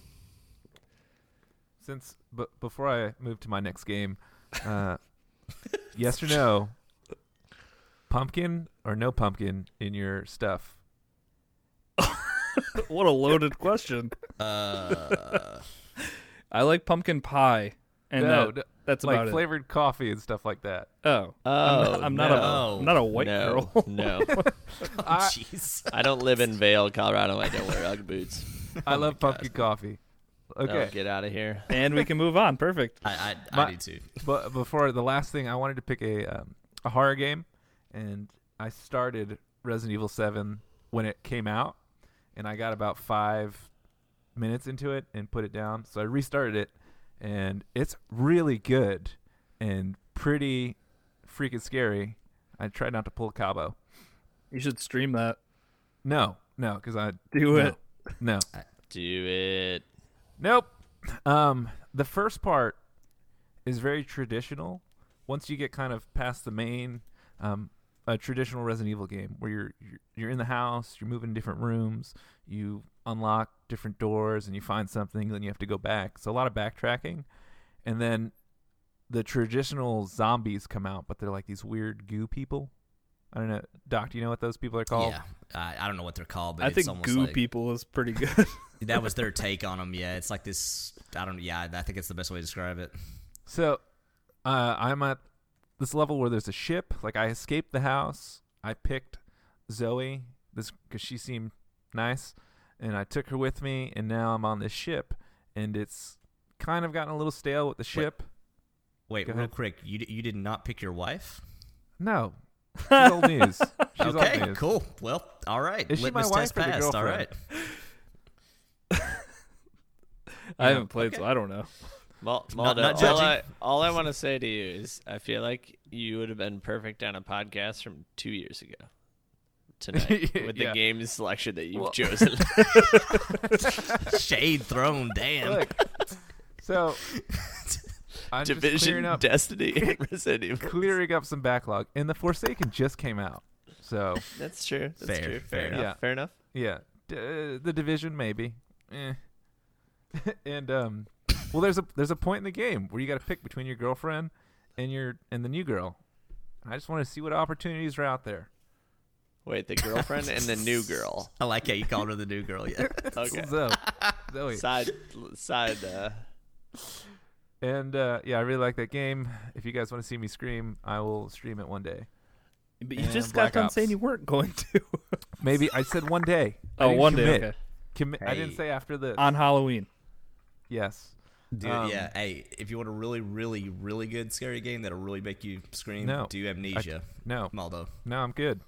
Speaker 4: Since but before I move to my next game, uh, yes or no, pumpkin or no pumpkin in your stuff?
Speaker 2: what a loaded question.
Speaker 1: Uh,
Speaker 2: I like pumpkin pie, and
Speaker 4: no,
Speaker 2: that-
Speaker 4: no,
Speaker 2: that's
Speaker 4: like
Speaker 2: about
Speaker 4: flavored coffee and stuff like that.
Speaker 2: it. Oh,
Speaker 3: Oh,
Speaker 2: I'm not, I'm
Speaker 3: no.
Speaker 2: not a I'm not a white
Speaker 3: no,
Speaker 2: girl.
Speaker 3: no,
Speaker 4: I,
Speaker 1: jeez.
Speaker 3: I don't live in Vale, Colorado. I don't wear Ugg boots.
Speaker 2: Oh
Speaker 4: I love pumpkin coffee.
Speaker 3: No,
Speaker 4: Okay,
Speaker 3: get out of here.
Speaker 2: and we can move on. Perfect.
Speaker 1: I I,
Speaker 4: My-
Speaker 1: I do too.
Speaker 4: but before the last thing, I wanted to pick a um, a horror game, and I started Resident Evil Seven when it came out, and I got about five minutes into it and put it down. So I restarted it, and it's really good and pretty freaking scary. I tried not to pull Cabo.
Speaker 2: You should stream that.
Speaker 4: No, no, because I
Speaker 2: Do
Speaker 4: no,
Speaker 2: it.
Speaker 4: No,
Speaker 3: Do it.
Speaker 4: Nope. Um, the first part is very traditional, once you get kind of past the main, um, a traditional Resident Evil game where you're, you're you're in the house, you're moving to different rooms, you unlock different doors, and you find something, then you have to go back. So a lot of backtracking, and then the traditional zombies come out, but they're like these weird goo people. I don't know, Doc. Do you know what those people are called?
Speaker 1: Yeah, I, I don't know what they're called, but
Speaker 2: I
Speaker 1: it's
Speaker 2: think
Speaker 1: almost
Speaker 2: goo
Speaker 1: like,
Speaker 2: people is pretty good.
Speaker 1: that was their take on them. Yeah, it's like this. I don't. Yeah, I think it's the best way to describe it.
Speaker 4: So uh, I'm at this level where there's a ship. Like I escaped the house. I picked Zoe this because she seemed nice, and I took her with me. And now I'm on this ship, and it's kind of gotten a little stale with the ship.
Speaker 1: Wait,
Speaker 4: Go
Speaker 1: real
Speaker 4: ahead.
Speaker 1: quick, you d- you did not pick your wife.
Speaker 4: No, she's old news. She's
Speaker 1: okay,
Speaker 4: old news.
Speaker 1: cool. Well, all right.
Speaker 4: Is she
Speaker 1: Litmus
Speaker 4: my
Speaker 1: test
Speaker 4: wife or the
Speaker 1: passed. All
Speaker 4: girlfriend?
Speaker 1: right.
Speaker 2: I haven't played, so I don't know.
Speaker 3: Mal-
Speaker 1: Not-
Speaker 3: Maldo,
Speaker 1: not
Speaker 3: all
Speaker 1: judging.
Speaker 3: I, all I want to say to you is I feel like you would have been perfect on a podcast from two years ago tonight with
Speaker 4: Yeah.
Speaker 3: the game selection that you've
Speaker 4: Well-
Speaker 3: chosen.
Speaker 1: Shade thrown. Damn.
Speaker 4: Look, so I'm just
Speaker 3: Division,
Speaker 4: clearing up,
Speaker 3: Destiny, and Resident Evil.
Speaker 4: clearing up some backlog, and the Forsaken just came out. So
Speaker 3: That's true. That's
Speaker 1: Fair,
Speaker 3: true. Fair,
Speaker 1: fair
Speaker 3: enough.
Speaker 4: enough.
Speaker 3: Fair enough.
Speaker 4: Yeah, D- uh, the division maybe. Eh. and um, well, there's a there's a point in the game where you got to pick between your girlfriend and your and the new girl. And I just want to see what opportunities are out there.
Speaker 3: Wait, the girlfriend and the new girl.
Speaker 1: I like how you called her the new girl. Yeah.
Speaker 3: Okay.
Speaker 4: So, Zoe.
Speaker 3: Side, side. Uh,
Speaker 4: and uh, yeah, I really like that game. If you guys want to see me scream, I will stream it one day.
Speaker 2: But
Speaker 4: you just got done saying you
Speaker 2: weren't going to.
Speaker 4: Maybe I said one day. I
Speaker 2: oh,
Speaker 4: didn't
Speaker 2: one day.
Speaker 4: commit.
Speaker 2: Okay. Uh,
Speaker 4: Commi- I didn't
Speaker 1: Hey.
Speaker 4: say after this.
Speaker 2: On Halloween.
Speaker 4: yes.
Speaker 1: Dude,
Speaker 4: Um,
Speaker 1: yeah. Hey, if you want a really, really, really good scary game that'll really make you scream,
Speaker 4: No.
Speaker 1: do amnesia,
Speaker 4: No.
Speaker 1: Maldo.
Speaker 4: No, I'm good.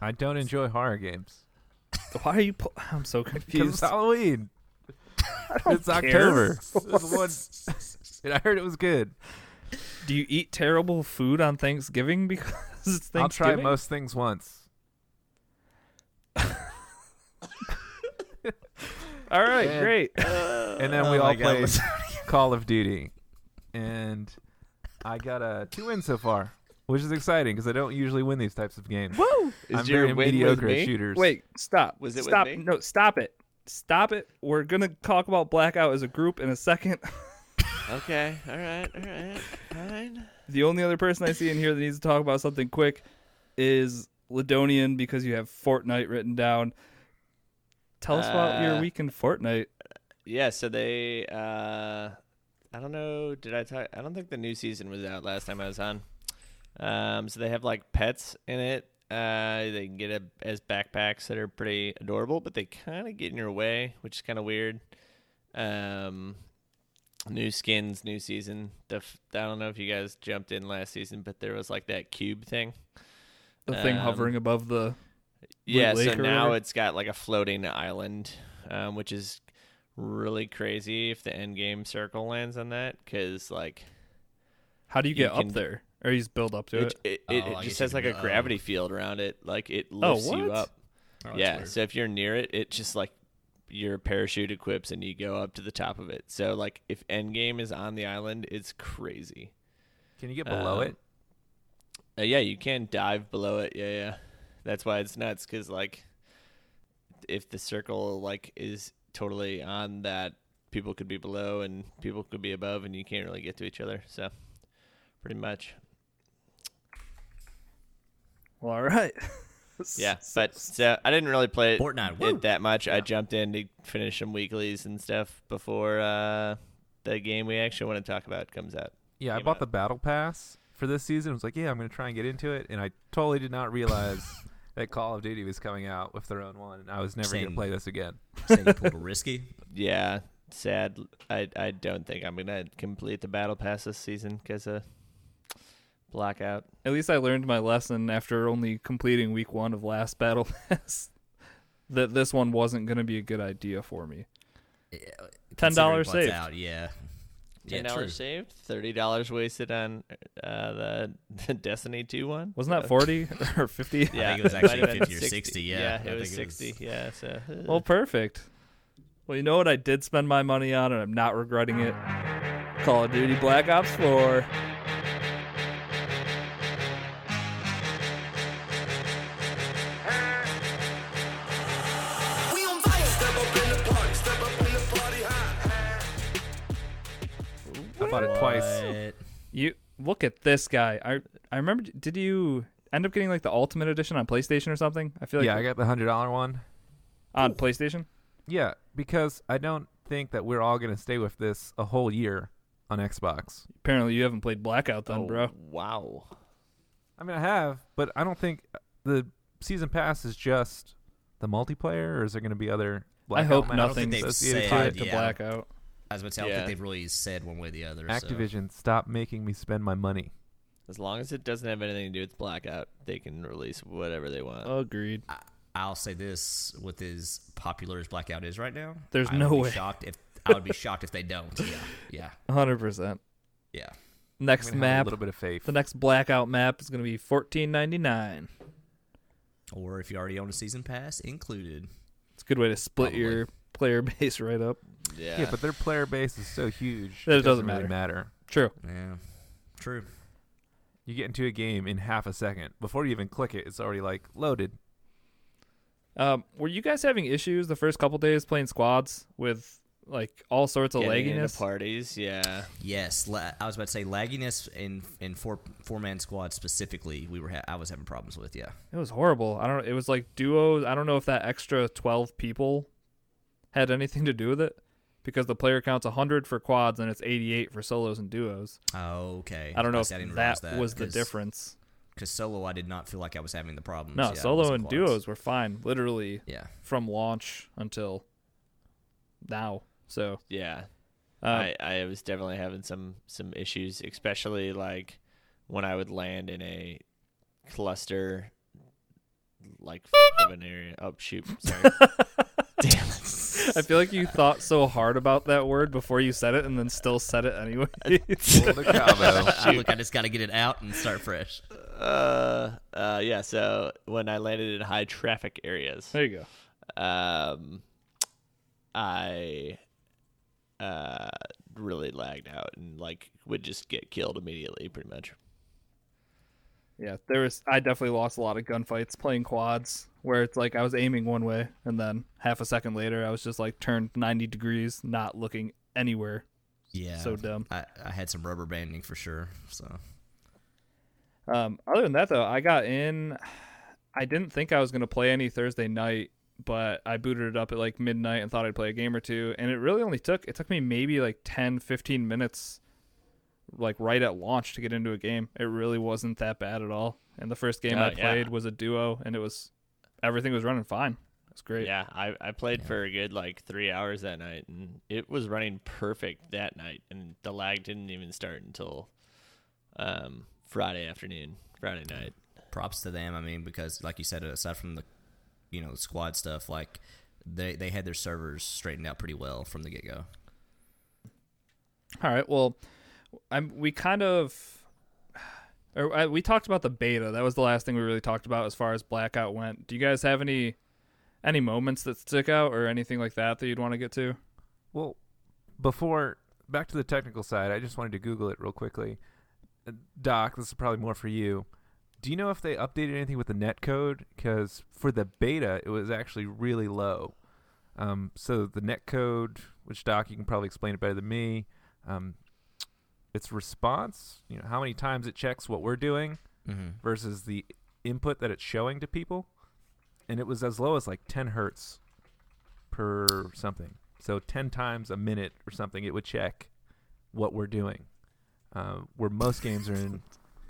Speaker 4: I don't enjoy horror games.
Speaker 2: Why are you? Po- I'm so
Speaker 4: Because it's
Speaker 2: confused.
Speaker 4: Halloween. it's October. It's one- and I heard it was good.
Speaker 2: Do you eat terrible food on Thanksgiving because it's
Speaker 4: I'll
Speaker 2: Thanksgiving?
Speaker 4: try most things once.
Speaker 2: All right,
Speaker 4: Yeah.
Speaker 2: great.
Speaker 4: And then
Speaker 1: Oh
Speaker 4: we
Speaker 1: my
Speaker 4: all
Speaker 1: God,
Speaker 4: played
Speaker 1: listen-
Speaker 4: Call of Duty. And I got a two wins so far, which is exciting because I don't usually win these types of games.
Speaker 2: Woo!
Speaker 3: is
Speaker 4: I'm
Speaker 3: your
Speaker 4: very
Speaker 3: win
Speaker 4: mediocre
Speaker 3: with
Speaker 4: at
Speaker 3: me?
Speaker 4: shooters.
Speaker 2: Wait, stop.
Speaker 3: Was it with
Speaker 2: stop?
Speaker 3: me?
Speaker 2: No, stop it. Stop it. We're gonna talk about blackout as a group in a second.
Speaker 3: Okay. All right. All right. Fine.
Speaker 2: The only other person I see in here that needs to talk about something quick is Ladonian because you have Fortnite written down. Tell us about
Speaker 3: Uh,
Speaker 2: your week in Fortnite.
Speaker 3: Yeah. So they. Uh, I don't know. Did I talk? I don't think the new season was out last time I was on. Um, so they have like pets in it. Uh, they can get it as backpacks that are pretty adorable, but they kind of get in your way, which is kind of weird. Um, new skins, new season. The f- I don't know if you guys jumped in last season, but there was like that cube thing.
Speaker 2: The thing
Speaker 3: um,
Speaker 2: hovering above the
Speaker 3: Yeah,
Speaker 2: Lake
Speaker 3: so
Speaker 2: or
Speaker 3: now
Speaker 2: whatever?
Speaker 3: it's got like a floating island, um, which is really crazy if the end game circle lands on that because like
Speaker 2: How do you
Speaker 3: you
Speaker 2: get
Speaker 3: can-
Speaker 2: up there? Or you just build up to
Speaker 3: it
Speaker 2: it?
Speaker 3: it,
Speaker 1: Oh, I
Speaker 3: it,
Speaker 1: guess
Speaker 3: just
Speaker 1: you
Speaker 3: has like
Speaker 1: can
Speaker 3: a
Speaker 1: go-
Speaker 3: gravity field around it, like it lifts you
Speaker 2: what?
Speaker 3: up.
Speaker 1: Oh, that's
Speaker 3: yeah,
Speaker 1: weird.
Speaker 3: so if you're near it, it just like your parachute equips and you go up to the top of it. So like if end game is on the island, it's crazy.
Speaker 4: Can you get below
Speaker 3: Um,
Speaker 4: it?
Speaker 3: Uh, yeah, you can dive below it. Yeah, yeah. That's why it's nuts because like, if the circle like is totally on that, people could be below and people could be above, and you can't really get to each other. So, pretty much.
Speaker 2: Well, all right.
Speaker 3: Yeah, but so I didn't really play it,
Speaker 1: Fortnite. Woo.
Speaker 3: it that much. I jumped in to finish some weeklies and stuff before uh, the game we actually want to talk about comes out.
Speaker 4: Yeah, I
Speaker 3: came
Speaker 4: bought
Speaker 3: out.
Speaker 4: the battle pass for this season. I was like, yeah, I'm going to try and get into it. And I totally did not realize that Call of Duty was coming out with their own one. And I was never going to
Speaker 1: Same.
Speaker 4: play this again.
Speaker 1: Saying you pulled a risky.
Speaker 3: Yeah, sad. I I don't think I'm gonna complete the battle pass this season because of blackout.
Speaker 2: At least I learned my lesson after only completing week one of last battle pass that this one wasn't going to be a good idea for me.
Speaker 1: Yeah,
Speaker 2: $10
Speaker 1: considering what's
Speaker 2: saved.
Speaker 1: Out, yeah. Yeah,
Speaker 3: Ten dollars
Speaker 1: true.
Speaker 3: saved, thirty dollars wasted on uh, the, the Destiny two one.
Speaker 2: Wasn't that
Speaker 3: Uh,
Speaker 2: forty or fifty?
Speaker 1: I think it was
Speaker 3: that
Speaker 1: actually
Speaker 3: might have been
Speaker 1: 50 or 60, yeah. I
Speaker 3: yeah, it was
Speaker 1: think it was-
Speaker 3: sixty. Yeah, so
Speaker 2: Well, perfect. Well, you know what? I did spend my money on, and I'm not regretting it. Call of Duty Black Ops Four.
Speaker 4: bought it twice.
Speaker 1: What?
Speaker 2: You look at this guy. I I remember. Did you end up getting like the Ultimate Edition on PlayStation or something? I feel like
Speaker 4: Yeah, I got the hundred dollar one.
Speaker 2: on PlayStation.
Speaker 4: Yeah, because I don't think that we're all gonna stay with this a whole year on Xbox.
Speaker 2: Apparently, you haven't played Blackout then,
Speaker 3: Oh,
Speaker 2: bro.
Speaker 3: Wow.
Speaker 4: I mean, I have, but I don't think uh, the season pass is just the multiplayer, or is there gonna be other?
Speaker 2: I hope
Speaker 4: Blackout maps
Speaker 1: think
Speaker 2: nothing's
Speaker 1: they've
Speaker 4: associated
Speaker 1: said-
Speaker 4: with
Speaker 2: tied
Speaker 4: it?
Speaker 2: to
Speaker 1: yeah.
Speaker 2: Blackout.
Speaker 1: I was about to say, I don't
Speaker 3: Yeah.
Speaker 1: think they've really said one way or the other. so-
Speaker 4: Activision, stop making me spend my money.
Speaker 3: As long as it doesn't have anything to do with blackout, they can release whatever they want.
Speaker 2: Agreed.
Speaker 1: I, I'll say this: with as popular as Blackout is right now,
Speaker 2: There's
Speaker 1: I
Speaker 2: no
Speaker 1: would be
Speaker 2: way.
Speaker 1: Shocked if I would be shocked if they don't. Yeah, yeah,
Speaker 2: hundred percent.
Speaker 1: yeah.
Speaker 4: I'm
Speaker 2: Next
Speaker 4: gonna have a
Speaker 2: map.
Speaker 4: little bit of faith.
Speaker 2: The next Blackout map is going to be fourteen ninety nine.
Speaker 1: Or if you already own a season pass, included.
Speaker 2: It's a good way to split
Speaker 1: Probably.
Speaker 2: your player base right up.
Speaker 3: yeah.
Speaker 4: yeah. but their player base is so huge.
Speaker 2: That it doesn't
Speaker 4: really matter.
Speaker 2: True.
Speaker 1: Yeah, true.
Speaker 4: You get into a game in half a second before you even click it. It's already like loaded.
Speaker 2: Um, were you guys having issues the first couple days playing squads with like all sorts of
Speaker 3: Getting into
Speaker 2: lagginess?
Speaker 3: parties, yeah.
Speaker 1: Yes, la- I was about to say lagginess in in four four man squad specifically. We were ha- I was having problems with. Yeah,
Speaker 2: It was horrible. I don't. It was like duos. I don't know if that extra twelve people had anything to do with it, because the player count's hundred for quads and it's eighty-eight for solos and duos.
Speaker 1: okay.
Speaker 2: I don't know
Speaker 1: Guess
Speaker 2: if
Speaker 1: I didn't
Speaker 2: that,
Speaker 1: realize
Speaker 2: was the
Speaker 1: 'cause-
Speaker 2: difference.
Speaker 1: Cause solo, I did not feel like mm, I was having the problems.
Speaker 2: No,
Speaker 1: Yeah, it
Speaker 2: solo
Speaker 1: wasn't
Speaker 2: and
Speaker 1: quads.
Speaker 2: duos were fine, literally
Speaker 1: Yeah,
Speaker 2: from launch until now. So
Speaker 3: Yeah.
Speaker 2: um,
Speaker 3: I, I was definitely having some some issues, especially like when I would land in a cluster like of an area. Oh shoot, sorry. Damn it.
Speaker 2: I feel like you thought so hard about that word before you said it, and then still said it anyway.
Speaker 4: Boulder Cabo.
Speaker 1: I look, I just got to get it out and start fresh.
Speaker 3: Uh, uh, yeah. So when I landed in high traffic areas,
Speaker 2: there you go.
Speaker 3: um, I uh really lagged out and like would just get killed immediately, pretty much.
Speaker 2: Yeah, there was. I definitely lost a lot of gunfights playing quads, where it's like I was aiming one way, and then half a second later, I was just like turned ninety degrees, not looking anywhere.
Speaker 1: Yeah,
Speaker 2: So dumb.
Speaker 1: I, I had some rubber banding for sure. So
Speaker 2: Um, other than that, though, I got in. I didn't think I was gonna play any Thursday night, but I booted it up at like midnight and thought I'd play a game or two, and it really only took it took me maybe like 10, 15 minutes, like right at launch to get into a game. It really wasn't that bad at all. And the first game
Speaker 3: Oh,
Speaker 2: I
Speaker 3: yeah.
Speaker 2: played was a duo, and it was everything was running fine. It's great.
Speaker 3: Yeah, I, I played
Speaker 1: Yeah.
Speaker 3: for a good like three hours that night, and it was running perfect that night, and the lag didn't even start until um, Friday afternoon, Friday night.
Speaker 1: props to them. I mean, because like you said, aside from the you know squad stuff, like they they had their servers straightened out pretty well from the get go.
Speaker 2: All right. Well, I'm, we kind of or I, we talked about the beta. That was the last thing we really talked about as far as blackout went. Do you guys have any any moments that stick out or anything like that that you'd want to get to?
Speaker 4: Well, before back to the technical side, I just wanted to Google it real quickly. Uh, Doc, this is probably more for you. Do you know if they updated anything with the net code? Because for the beta, it was actually really low. Um, so the net code, which Doc, you can probably explain it better than me. Um, its response, you know, how many times it checks what we're doing
Speaker 1: Mm-hmm.
Speaker 4: versus the input that it's showing to people, and it was as low as like 10 hertz per something. So 10 times a minute or something, it would check what we're doing. Uh, where most games are in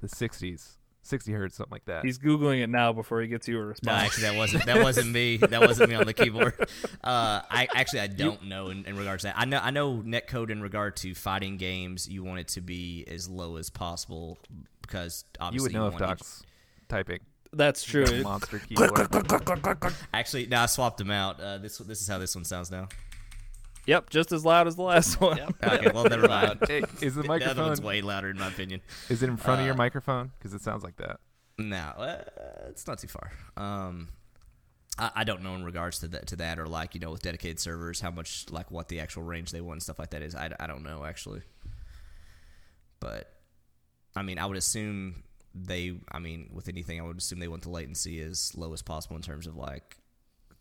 Speaker 4: the 60s, 60 hertz, something like that.
Speaker 2: He's googling it now before he gets you a
Speaker 1: No,
Speaker 2: response.
Speaker 1: actually, that wasn't that wasn't me. That wasn't me on the keyboard. Uh, I actually I don't know in, in regards to that. I know I know netcode in regard to fighting games. You want it to be as low as possible because
Speaker 4: you
Speaker 1: obviously
Speaker 4: would know if
Speaker 1: want each-
Speaker 4: Doc's typing
Speaker 2: That's true.
Speaker 4: a monster keyboard.
Speaker 1: Actually, no, I swapped them out. Uh, this this is how this one sounds now.
Speaker 2: yep, just as loud as the last one.
Speaker 3: Yep.
Speaker 1: Okay, well never mind.
Speaker 4: Hey, is the
Speaker 1: The other one's
Speaker 4: microphone
Speaker 1: way louder in my opinion.
Speaker 4: is it in front of your microphone? Because it sounds like that.
Speaker 1: No, uh, it's not too far. Um, I, I don't know in regards to that, to that, or like you know, with dedicated servers, how much like what the actual range they want and stuff like that is. I, I don't know actually, but I mean, I would assume they. I mean, with anything, I would assume they want the latency as low as possible in terms of like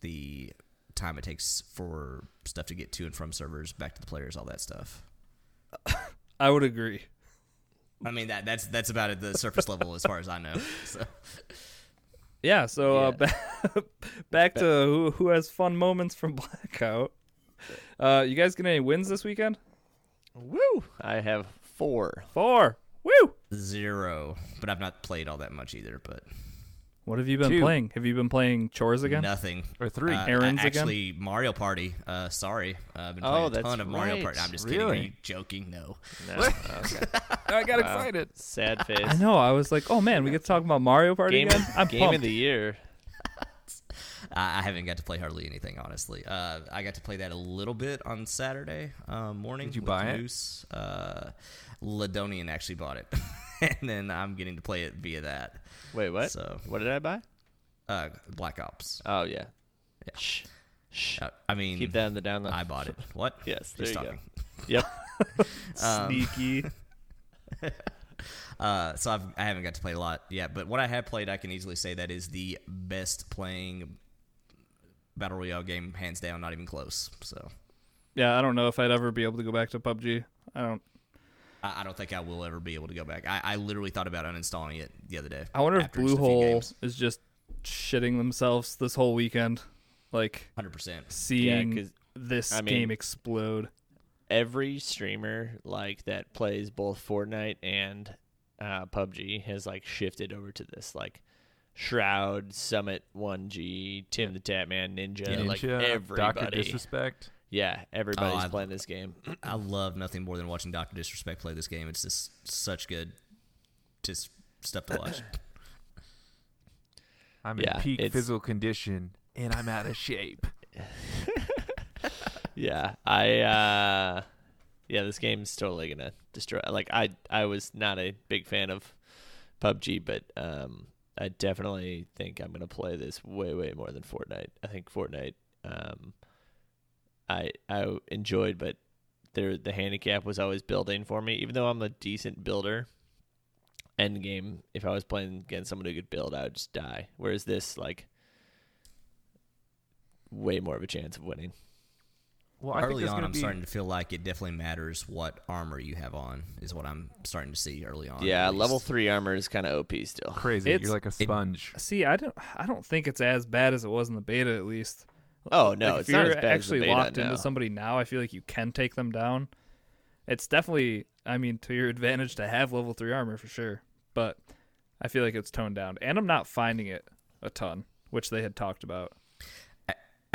Speaker 1: the time it takes for stuff to get to and from servers back to the players, all that stuff.
Speaker 6: I would agree.
Speaker 1: I mean that that's that's about at the surface level as far as I know. So
Speaker 6: Yeah. So Uh,
Speaker 3: Yeah.
Speaker 6: back, back to who who has fun moments from Blackout. Uh, you guys get any wins this weekend?
Speaker 3: Woo! I have four.
Speaker 6: Four. Woo.
Speaker 1: zero, but I've not played all that much either. But
Speaker 6: What have you been
Speaker 4: Two.
Speaker 6: playing? Have you been playing chores again?
Speaker 1: nothing.
Speaker 4: or three.
Speaker 1: Uh,
Speaker 6: errands
Speaker 1: I-
Speaker 6: again?
Speaker 1: actually Mario Party. Uh, sorry, uh, I've been
Speaker 3: Oh,
Speaker 1: playing a
Speaker 3: that's
Speaker 1: ton of Mario
Speaker 3: right.
Speaker 1: Party. I'm just kidding. Are
Speaker 4: Really?
Speaker 1: you joking? No.
Speaker 3: No, okay.
Speaker 4: I got
Speaker 3: Wow.
Speaker 4: excited.
Speaker 3: Sad face.
Speaker 6: I know. I was like, oh man, we get to talk about Mario Party
Speaker 3: Game,
Speaker 6: again. I'm
Speaker 3: of, game
Speaker 6: pumped.
Speaker 3: of the year.
Speaker 1: I I haven't got to play hardly anything, honestly. Uh, I got to play that a little bit on Saturday uh, morning.
Speaker 4: Did you
Speaker 1: with
Speaker 4: buy it?
Speaker 1: Moose. Uh, Ladonian actually bought it, and then I'm getting to play it via that.
Speaker 3: Wait, what?
Speaker 1: So
Speaker 3: What did I buy?
Speaker 1: uh, Black Ops.
Speaker 3: Oh yeah. Shh. Shh.
Speaker 1: Uh, I mean,
Speaker 3: Keep that in the download.
Speaker 1: I bought it. What?
Speaker 3: Yes,
Speaker 1: Who's
Speaker 3: there you go. Um,
Speaker 1: talking?
Speaker 3: Yep.
Speaker 6: Sneaky.
Speaker 1: Uh, so I've, I haven't got to play a lot yet, but what I have played, I can easily say that is the best playing battle royale game, hands down. Not even close. So
Speaker 2: Yeah, I don't know if I'd ever be able to go back to PUBG. I don't.
Speaker 1: I, I don't think I will ever be able to go back. I, I literally thought about uninstalling it the other day.
Speaker 2: I wonder if
Speaker 1: after just a few
Speaker 2: Bluehole
Speaker 1: games.
Speaker 2: is just shitting themselves this whole weekend, like
Speaker 1: 100%.
Speaker 2: seeing
Speaker 3: 'cause,
Speaker 2: this
Speaker 3: I mean-
Speaker 2: game explode.
Speaker 3: Every streamer like that plays both Fortnite and uh, PUBG has like shifted over to this like Shroud, Summit, One G, Tim the Tatman, Ninja,
Speaker 4: Ninja,
Speaker 3: like
Speaker 4: Doctor
Speaker 3: everybody.
Speaker 4: uh, Disrespect.
Speaker 3: Yeah, everybody's
Speaker 1: I-
Speaker 3: playing this game.
Speaker 1: I love nothing more than watching Dr. Disrespect play this game. It's just such good just stuff to watch.
Speaker 4: I'm
Speaker 3: Yeah,
Speaker 4: in peak
Speaker 3: it's-
Speaker 4: physical condition and I'm out of shape.
Speaker 3: Yeah, I uh yeah, this game's totally going to destroy like I I was not a big fan of PUBG, but um I definitely think I'm going to play this way way more than Fortnite. I think Fortnite um I I enjoyed but there the handicap was always building for me even though I'm a decent builder. End game, if I was playing against someone who could build, I would just die. Whereas this like way more of a chance of winning.
Speaker 4: Well, I think
Speaker 1: early
Speaker 4: there's
Speaker 1: on,
Speaker 4: gonna
Speaker 1: I'm
Speaker 4: be,
Speaker 1: starting to feel like it definitely matters what armor you have on, is what I'm starting to see early on.
Speaker 3: Yeah,
Speaker 1: at
Speaker 3: level
Speaker 1: least.
Speaker 3: three armor is kind of OP still.
Speaker 4: crazy.
Speaker 2: It's-
Speaker 4: You're like a sponge.
Speaker 2: See, I don't. I don't think it's as bad as it was in the beta, at least.
Speaker 3: Oh no,
Speaker 2: Like,
Speaker 3: it's
Speaker 2: if
Speaker 3: not
Speaker 2: you're
Speaker 3: as bad
Speaker 2: actually
Speaker 3: as the beta
Speaker 2: locked
Speaker 3: now.
Speaker 2: into somebody now, I feel like you can take them down. It's definitely, I mean, to your advantage to have level three armor for sure, but I feel like it's toned down, and I'm not finding it a ton, which they had talked about.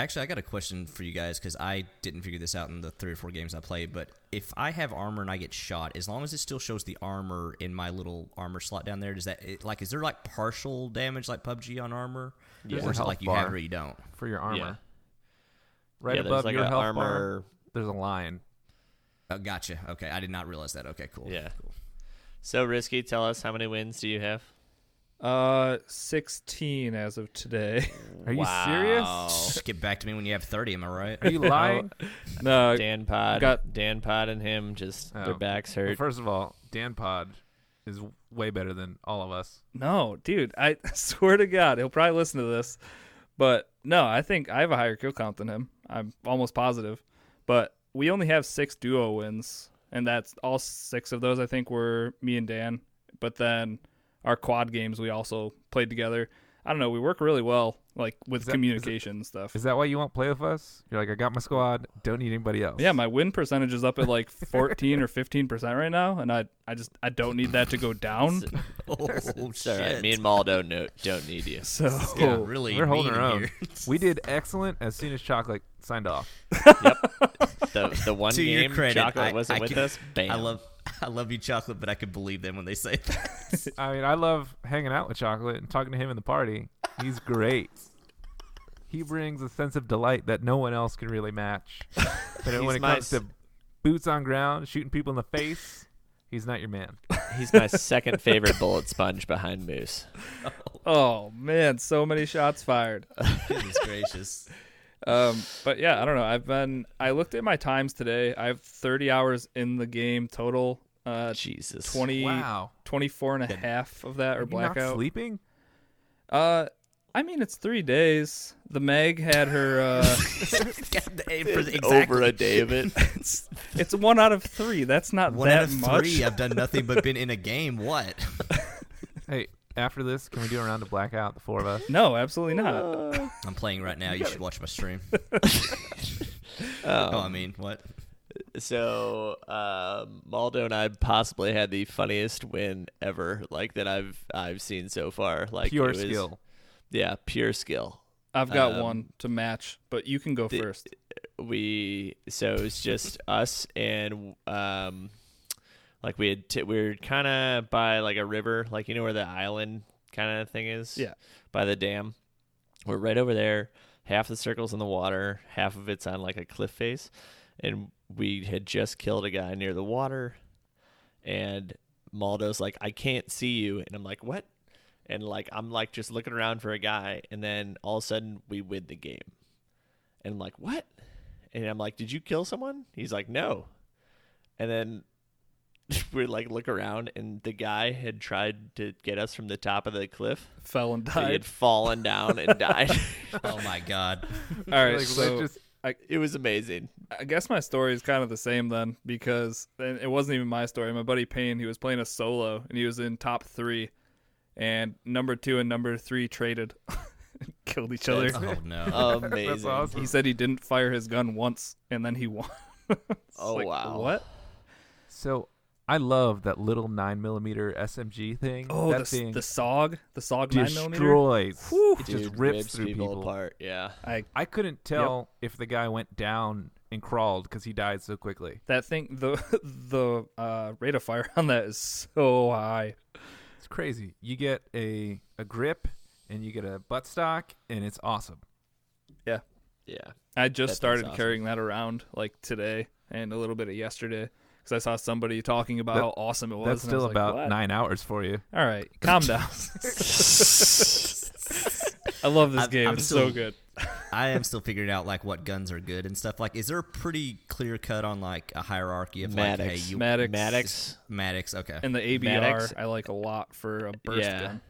Speaker 1: Actually, I got a question for you guys because I didn't figure this out in the three or four games I played. But if I have armor and I get shot, as long as it still shows the armor in my little armor slot down there, does that it, like is there like partial damage like PUBG on armor,
Speaker 4: There's
Speaker 1: or is
Speaker 4: a
Speaker 1: it
Speaker 4: health
Speaker 1: like you have
Speaker 4: bar.
Speaker 1: it or you don't?
Speaker 4: for your
Speaker 3: Yeah.
Speaker 4: armor. Right
Speaker 3: yeah, there's
Speaker 4: above
Speaker 3: like
Speaker 4: your
Speaker 3: a
Speaker 4: health bar,
Speaker 3: armor.
Speaker 4: there's a line.
Speaker 1: Oh, gotcha. Okay, I did not realize that. Okay, cool.
Speaker 3: Yeah.
Speaker 1: cool.
Speaker 3: So risky. Tell us how many wins do you have?
Speaker 2: Uh, sixteen as of today.
Speaker 4: Are you
Speaker 3: Wow.
Speaker 4: serious?
Speaker 1: Just get Oh, back to me when you have thirty. Am I right?
Speaker 4: Are you lying?
Speaker 2: no,
Speaker 3: Dan Pod,
Speaker 2: got-
Speaker 3: Dan Pod, and him just
Speaker 4: Oh.
Speaker 3: their backs
Speaker 4: Well,
Speaker 3: hurt.
Speaker 4: first of all, Dan Pod is way better than all of us.
Speaker 2: no, dude, I swear to God, he'll probably listen to this, but no, I think I have a higher kill count than him. I'm almost positive, but we only have six duo wins, and that's all six of those I think were me and Dan. But then our quad games we also played together. I don't know, we work really well, like with
Speaker 4: that- is it-
Speaker 2: communication and stuff.
Speaker 4: Is that why you won't play with us? You're like, I got my squad. Don't need anybody else.
Speaker 2: Yeah, my win percentage is up at like 14 or 15% right now and I I just I don't need that to go down.
Speaker 1: oh
Speaker 3: It's all right.
Speaker 1: shit!
Speaker 3: Me and Maul don't know, don't need you.
Speaker 2: So
Speaker 1: Yeah, really,
Speaker 4: We're holding
Speaker 1: mean
Speaker 4: our
Speaker 1: in
Speaker 4: own.
Speaker 1: here.
Speaker 4: We did excellent as soon as Chocolate signed off.
Speaker 3: The the one
Speaker 1: To your
Speaker 3: game
Speaker 1: credit,
Speaker 3: chocolate
Speaker 1: I-
Speaker 3: wasn't
Speaker 1: I
Speaker 3: with
Speaker 1: can-
Speaker 3: us. Bam.
Speaker 1: I love, I love you, chocolate, but I could believe them when they say that.
Speaker 4: I mean, I love hanging out with Chocolate and talking to him in the party. He's great. He brings a sense of delight that no one else can really match. But
Speaker 3: He's
Speaker 4: when it
Speaker 3: my
Speaker 4: comes
Speaker 3: s-
Speaker 4: to boots on ground, shooting people in the face, he's not your man.
Speaker 3: He's my second favorite bullet sponge behind Moose.
Speaker 2: Oh man, so many shots fired.
Speaker 1: Goodness gracious.
Speaker 2: Um, but yeah, I don't know. I've been. I looked at my times today. I have 30 hours in the game total. Uh,
Speaker 3: Jesus.
Speaker 2: 20,
Speaker 4: Wow.
Speaker 2: 24 and a half of that
Speaker 4: Are
Speaker 2: or
Speaker 4: you not
Speaker 2: blackout.
Speaker 4: sleeping?
Speaker 2: Uh, I mean, it's three days. The Meg had her. Uh,
Speaker 1: God, the- for the-
Speaker 3: Over a
Speaker 1: exactly.
Speaker 3: day of it.
Speaker 1: It's
Speaker 2: it's one out of three. That's not
Speaker 1: One
Speaker 2: that
Speaker 1: out of
Speaker 2: much.
Speaker 1: three. uh, I've done nothing but been in a game. What?
Speaker 4: Hey, after this, can we do a round of blackout, the four of us?
Speaker 2: No, absolutely not.
Speaker 1: I'm playing right now. You should watch my stream.
Speaker 3: Um,
Speaker 1: Oh,
Speaker 2: Um,
Speaker 1: I mean, what?
Speaker 3: So um, Maldo and I possibly had the funniest win ever, like that I've I've seen so far. Like
Speaker 4: Pure
Speaker 3: it was-
Speaker 4: skill.
Speaker 3: yeah, pure skill.
Speaker 2: I've got
Speaker 3: Um,
Speaker 2: one to match, but you can go
Speaker 3: the-
Speaker 2: first.
Speaker 3: We so it was just us and um, like we had t- we were kind of by like a river, like you know where the island kind of thing is.
Speaker 2: Yeah.
Speaker 3: by the dam. We're right over there. Half the circle's in the water, half of it's on like a cliff face. And we had just killed a guy near the water. And Maldo's like, I can't see you. And I'm like, what? And like, I'm like just looking around for a guy. And then all of a sudden, we win the game. And I'm like, what? And I'm like, did you kill someone? He's like, no. And then we like look around, and the guy had tried to get us from the top of the cliff.
Speaker 2: Fell and
Speaker 3: He
Speaker 2: died.
Speaker 3: had fallen down and died.
Speaker 1: Oh my God.
Speaker 2: All right,
Speaker 4: Like,
Speaker 2: so
Speaker 4: just-
Speaker 3: it was amazing.
Speaker 2: I guess my story is kind of the same then because and it wasn't even my story. My buddy Payne, he was playing a solo and he was in top three, and number two and number three traded, killed each other.
Speaker 1: Oh no.
Speaker 3: Amazing.
Speaker 4: That's awesome.
Speaker 2: He said he didn't fire his gun once, and then he won. It's
Speaker 3: Oh,
Speaker 2: like,
Speaker 3: wow.
Speaker 2: What?
Speaker 4: So I love that little nine millimeter SMG thing.
Speaker 2: Oh,
Speaker 4: that
Speaker 2: the,
Speaker 4: thing
Speaker 2: the SOG, the SOG nine millimeter.
Speaker 4: destroys. It
Speaker 3: Dude,
Speaker 4: just rips,
Speaker 3: rips
Speaker 4: through people.
Speaker 3: apart. Yeah.
Speaker 2: I
Speaker 4: I couldn't tell if the guy went down and crawled because he died so quickly.
Speaker 2: that thing the the uh, rate of fire on that is so high.
Speaker 4: It's crazy. You get a a grip and you get a butt stock and it's awesome.
Speaker 3: Yeah.
Speaker 2: I just
Speaker 3: That thing's
Speaker 2: started
Speaker 3: awesome.
Speaker 2: carrying that around like today and a little bit of yesterday because I saw somebody talking about
Speaker 4: That-
Speaker 2: how awesome it was.
Speaker 4: That's
Speaker 2: and I was
Speaker 4: still
Speaker 2: like,
Speaker 4: about
Speaker 2: "What?"
Speaker 4: nine hours for you.
Speaker 2: All right, calm down. I love this
Speaker 1: I'm-
Speaker 2: game.
Speaker 1: I'm
Speaker 2: it's
Speaker 1: still-
Speaker 2: so good.
Speaker 1: I am still figuring out like what guns are good and stuff. Like, is there a pretty clear cut on like a hierarchy of like, hey,
Speaker 3: Maddox.
Speaker 1: you
Speaker 2: Maddox,
Speaker 3: Maddox.
Speaker 1: Maddox? Okay.
Speaker 2: and the ABR
Speaker 3: Maddox.
Speaker 2: I like a lot for a burst
Speaker 3: Yeah.
Speaker 2: gun.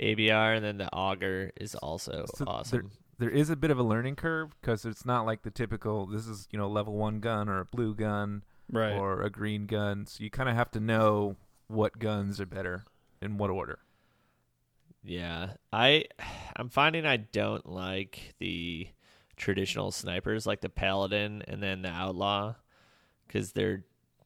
Speaker 3: ABR and then the auger is also
Speaker 4: So there-
Speaker 3: awesome.
Speaker 4: There is a bit of a learning curve because it's not like the typical. This is you know level one gun or a blue gun
Speaker 2: Right.
Speaker 4: or a green gun. So you kind of have to know what guns are better in what order.
Speaker 3: Yeah. I I'm finding I don't like the traditional snipers like the paladin and then the outlaw cuz they're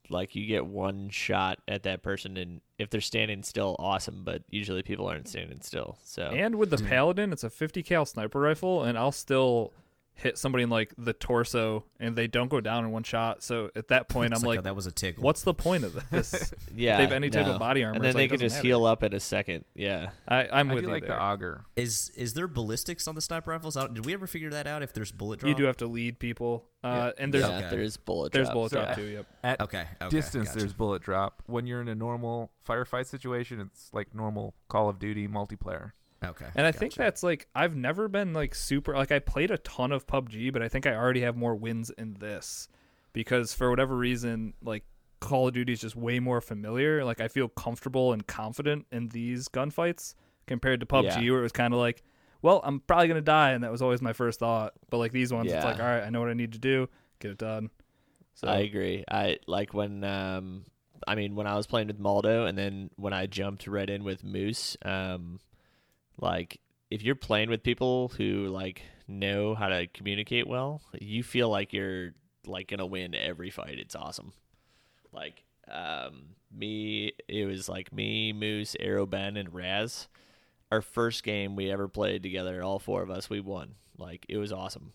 Speaker 3: like you get one shot at that person and if they're standing still awesome, but usually people aren't standing still. So
Speaker 2: And with the Paladin, it's a 50 cal sniper rifle, and I'll still hit somebody in like the torso, and they don't go down in one shot. So at that point, I'm
Speaker 1: It's
Speaker 2: like,
Speaker 1: oh, that was a tickle.
Speaker 2: what's the point of this?
Speaker 3: yeah,
Speaker 2: they have any type
Speaker 3: no.
Speaker 2: of body armor,
Speaker 3: and then
Speaker 2: it's
Speaker 3: they
Speaker 2: like,
Speaker 3: can
Speaker 2: it doesn't
Speaker 3: just heal up in a second. Yeah,
Speaker 2: I, I'm
Speaker 4: I
Speaker 2: with
Speaker 4: do
Speaker 2: you
Speaker 4: like the
Speaker 2: there.
Speaker 4: auger.
Speaker 1: Is is there ballistics on the sniper rifles? I don't, did we ever figure that out? If there's bullet drop,
Speaker 2: You do have to lead people, uh, and there's
Speaker 3: yeah,
Speaker 1: Okay.
Speaker 3: there's bullet.
Speaker 2: there's
Speaker 3: drop.
Speaker 2: bullet
Speaker 4: So-
Speaker 2: drop too. Yep.
Speaker 4: At
Speaker 1: Okay, okay,
Speaker 4: distance,
Speaker 1: gotcha.
Speaker 4: there's bullet drop. When you're in a normal firefight situation, it's like normal Call of Duty multiplayer.
Speaker 1: Okay.
Speaker 2: And I think
Speaker 1: gotcha.
Speaker 2: that's like I've never been like super like I played a ton of PUBG, but I think I already have more wins in this because for whatever reason, like Call of Duty is just way more familiar. Like I feel comfortable and confident in these gunfights compared to PUBG,
Speaker 3: Yeah.
Speaker 2: where it was kind of like, well, I'm probably gonna die, and that was always my first thought. But like these ones, it's
Speaker 3: Yeah.
Speaker 2: like, all right, I know what I need to do, get it done. So
Speaker 3: I agree. I like when um I mean when I was playing with Maldo and then when I jumped right in with Moose, um like if you're playing with people who like know how to communicate well, you feel like you're like gonna win every fight. It's awesome. Like um me it was like me, Moose, Arrow Ben and Raz. Our first game we ever played together, all four of us, we won. Like it was awesome.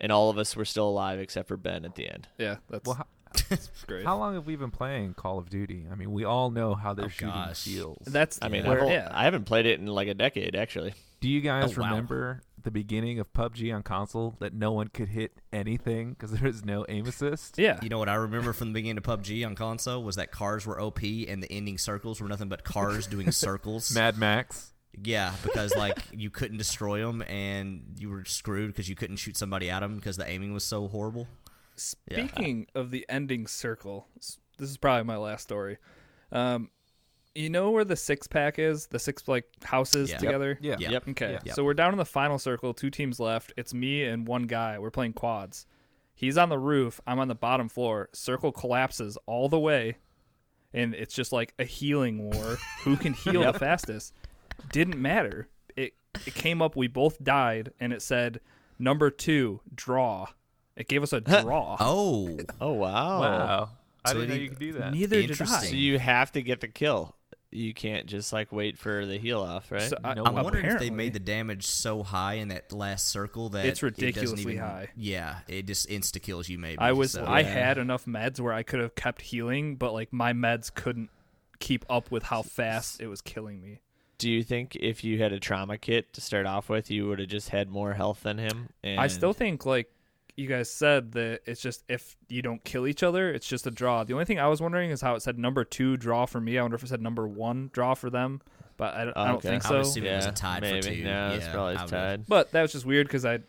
Speaker 3: And all of us were still alive except for Ben at the end.
Speaker 2: yeah, that's
Speaker 4: Well, how,
Speaker 2: great.
Speaker 4: how long have we been playing Call of Duty? I mean, we all know how their
Speaker 1: Oh,
Speaker 4: shooting
Speaker 1: gosh.
Speaker 4: feels.
Speaker 2: that's
Speaker 3: I mean,
Speaker 2: where-
Speaker 3: I've, al-
Speaker 2: yeah.
Speaker 3: I haven't played it in like a decade, actually.
Speaker 4: Do you guys
Speaker 1: Oh, wow.
Speaker 4: remember the beginning of PUBG on console that no one could hit anything because there was no aim assist?
Speaker 2: yeah.
Speaker 1: You know what I remember from the beginning of PUBG on console was that cars were OP and the ending circles were nothing but cars doing circles.
Speaker 4: Mad Max.
Speaker 1: Yeah, because like you couldn't destroy them and you were screwed because you couldn't shoot somebody at them because the aiming was so horrible.
Speaker 2: Speaking of the ending circle, s- this is probably my last story. Um, You know where the six pack is? The six like houses
Speaker 1: Yeah. Yep.
Speaker 2: together.
Speaker 4: Yeah.
Speaker 1: Yeah.
Speaker 3: Yep.
Speaker 2: Okay.
Speaker 1: Yeah.
Speaker 2: So we're down in the final circle, two teams left. It's me and one guy. We're playing quads. He's on the roof, I'm on the bottom floor. Circle collapses all the way and it's just like a healing war. Who can heal the fastest? Didn't matter. It it came up we both died and it said number 2 draw. It gave us a draw.
Speaker 1: Oh,
Speaker 3: Oh wow.
Speaker 4: Wow. I
Speaker 1: So
Speaker 4: didn't know
Speaker 1: it-
Speaker 4: you could do that.
Speaker 2: Neither did I.
Speaker 1: Interesting.
Speaker 3: So you have to get the kill. You can't just like wait for the heal off, right?
Speaker 2: So I,
Speaker 4: No
Speaker 1: I'm
Speaker 4: way.
Speaker 1: wondering if
Speaker 2: apparently,
Speaker 1: they made the damage so high in that last circle that
Speaker 2: It's
Speaker 1: it doesn't
Speaker 2: ridiculously
Speaker 1: even-
Speaker 2: high.
Speaker 1: Yeah, it just insta kills you. Maybe
Speaker 2: I was
Speaker 1: so-
Speaker 2: I had enough meds where I could have kept healing, but like my meds couldn't keep up with how fast it was killing me.
Speaker 3: Do you think if you had a trauma kit to start off with, you would have just had more health than him? And
Speaker 2: I still think like you guys said that it's just if you don't kill each other, it's just a draw. The only thing I was wondering is how it said number two draw for me. I wonder if it said number one draw for them, but I, don't- I don't
Speaker 3: Okay.
Speaker 2: think
Speaker 1: I would
Speaker 2: so.
Speaker 1: assume it was a tied
Speaker 3: maybe.
Speaker 1: for two.
Speaker 3: No, it's
Speaker 1: Yeah,
Speaker 3: probably
Speaker 1: I would-
Speaker 3: tied.
Speaker 2: But that was just weird because I,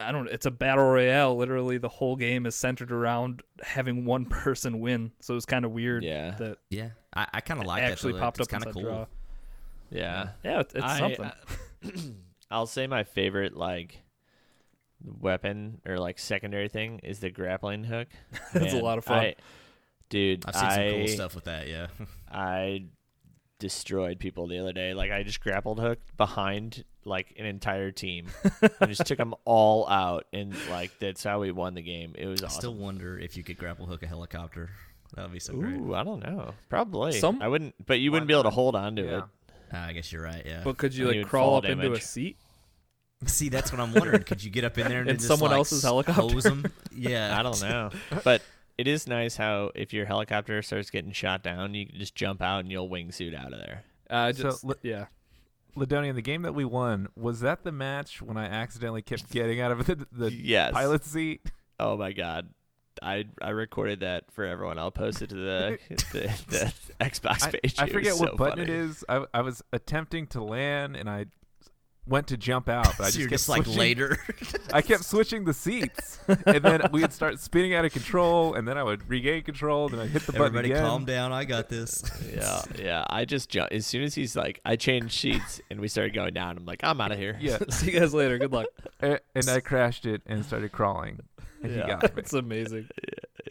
Speaker 2: I don't. It's a battle royale. Literally, the whole game is centered around having one person win. So it was kind of weird.
Speaker 3: Yeah.
Speaker 2: That
Speaker 1: Yeah, I, I kind of like that.
Speaker 2: actually
Speaker 1: though.
Speaker 2: popped
Speaker 1: it's
Speaker 2: up
Speaker 1: kind of
Speaker 2: and
Speaker 1: cool.
Speaker 2: said draw.
Speaker 3: Yeah.
Speaker 2: Yeah, it's, it's
Speaker 3: I-
Speaker 2: something.
Speaker 3: I'll say my favorite like weapon or like secondary thing is the grappling hook.
Speaker 2: That's a
Speaker 3: Man,
Speaker 2: lot of fun.
Speaker 3: I- dude,
Speaker 1: I've seen some
Speaker 3: I-
Speaker 1: cool stuff with that. Yeah,
Speaker 3: I destroyed people the other day. Like I just grappled hooked behind like an entire team and just took them all out. And like that's how we won the game. It was
Speaker 1: I
Speaker 3: awesome.
Speaker 1: still wonder if you could grapple hook a helicopter. That would be so great.
Speaker 3: Ooh, I don't know. Probably.
Speaker 2: Some-
Speaker 3: I wouldn't, but you wouldn't be able to hold on to it.
Speaker 4: Yeah.
Speaker 1: Uh, I guess you're right. Yeah.
Speaker 2: but could you
Speaker 3: And
Speaker 2: like
Speaker 3: you would
Speaker 2: crawl
Speaker 3: fall
Speaker 2: up into a
Speaker 3: damage.
Speaker 2: seat?
Speaker 1: See, that's what I'm wondering. Could you get up in there and
Speaker 2: In
Speaker 1: just,
Speaker 2: someone
Speaker 1: like,
Speaker 2: else's
Speaker 1: s-
Speaker 2: helicopter?
Speaker 1: hose 'em? Yeah,
Speaker 3: I don't know. but it is nice how if your helicopter starts getting shot down, you can just jump out and you'll wingsuit out of there.
Speaker 2: Uh,
Speaker 4: So,
Speaker 2: just
Speaker 4: li-
Speaker 2: yeah.
Speaker 4: Ladonia, the game that we won was that the match when I accidentally kept getting out of the, the
Speaker 3: Yes.
Speaker 4: pilot seat.
Speaker 3: Oh my god. I, I recorded that for everyone. I'll post it to the the, the Xbox
Speaker 4: I,
Speaker 3: page.
Speaker 4: I
Speaker 3: It was
Speaker 4: forget what
Speaker 3: so
Speaker 4: button
Speaker 3: funny.
Speaker 4: it is. I, I was attempting to land and I went to jump out, but I
Speaker 1: So
Speaker 4: just
Speaker 1: you're
Speaker 4: kept
Speaker 1: just like
Speaker 4: switching-
Speaker 1: later.
Speaker 4: I kept switching the seats, and then we'd start spinning out of control, and then I would regain control, then I'd hit the button
Speaker 1: Everybody,
Speaker 4: again.
Speaker 1: calm down. I got this.
Speaker 3: Yeah, yeah. I just jumped as soon as he's like, I changed sheets and we started going down. I'm like, I'm out of here.
Speaker 4: Yeah,
Speaker 2: See you guys later. Good luck.
Speaker 4: a- eh, and I crashed it and started crawling, and he got me.
Speaker 2: It's amazing.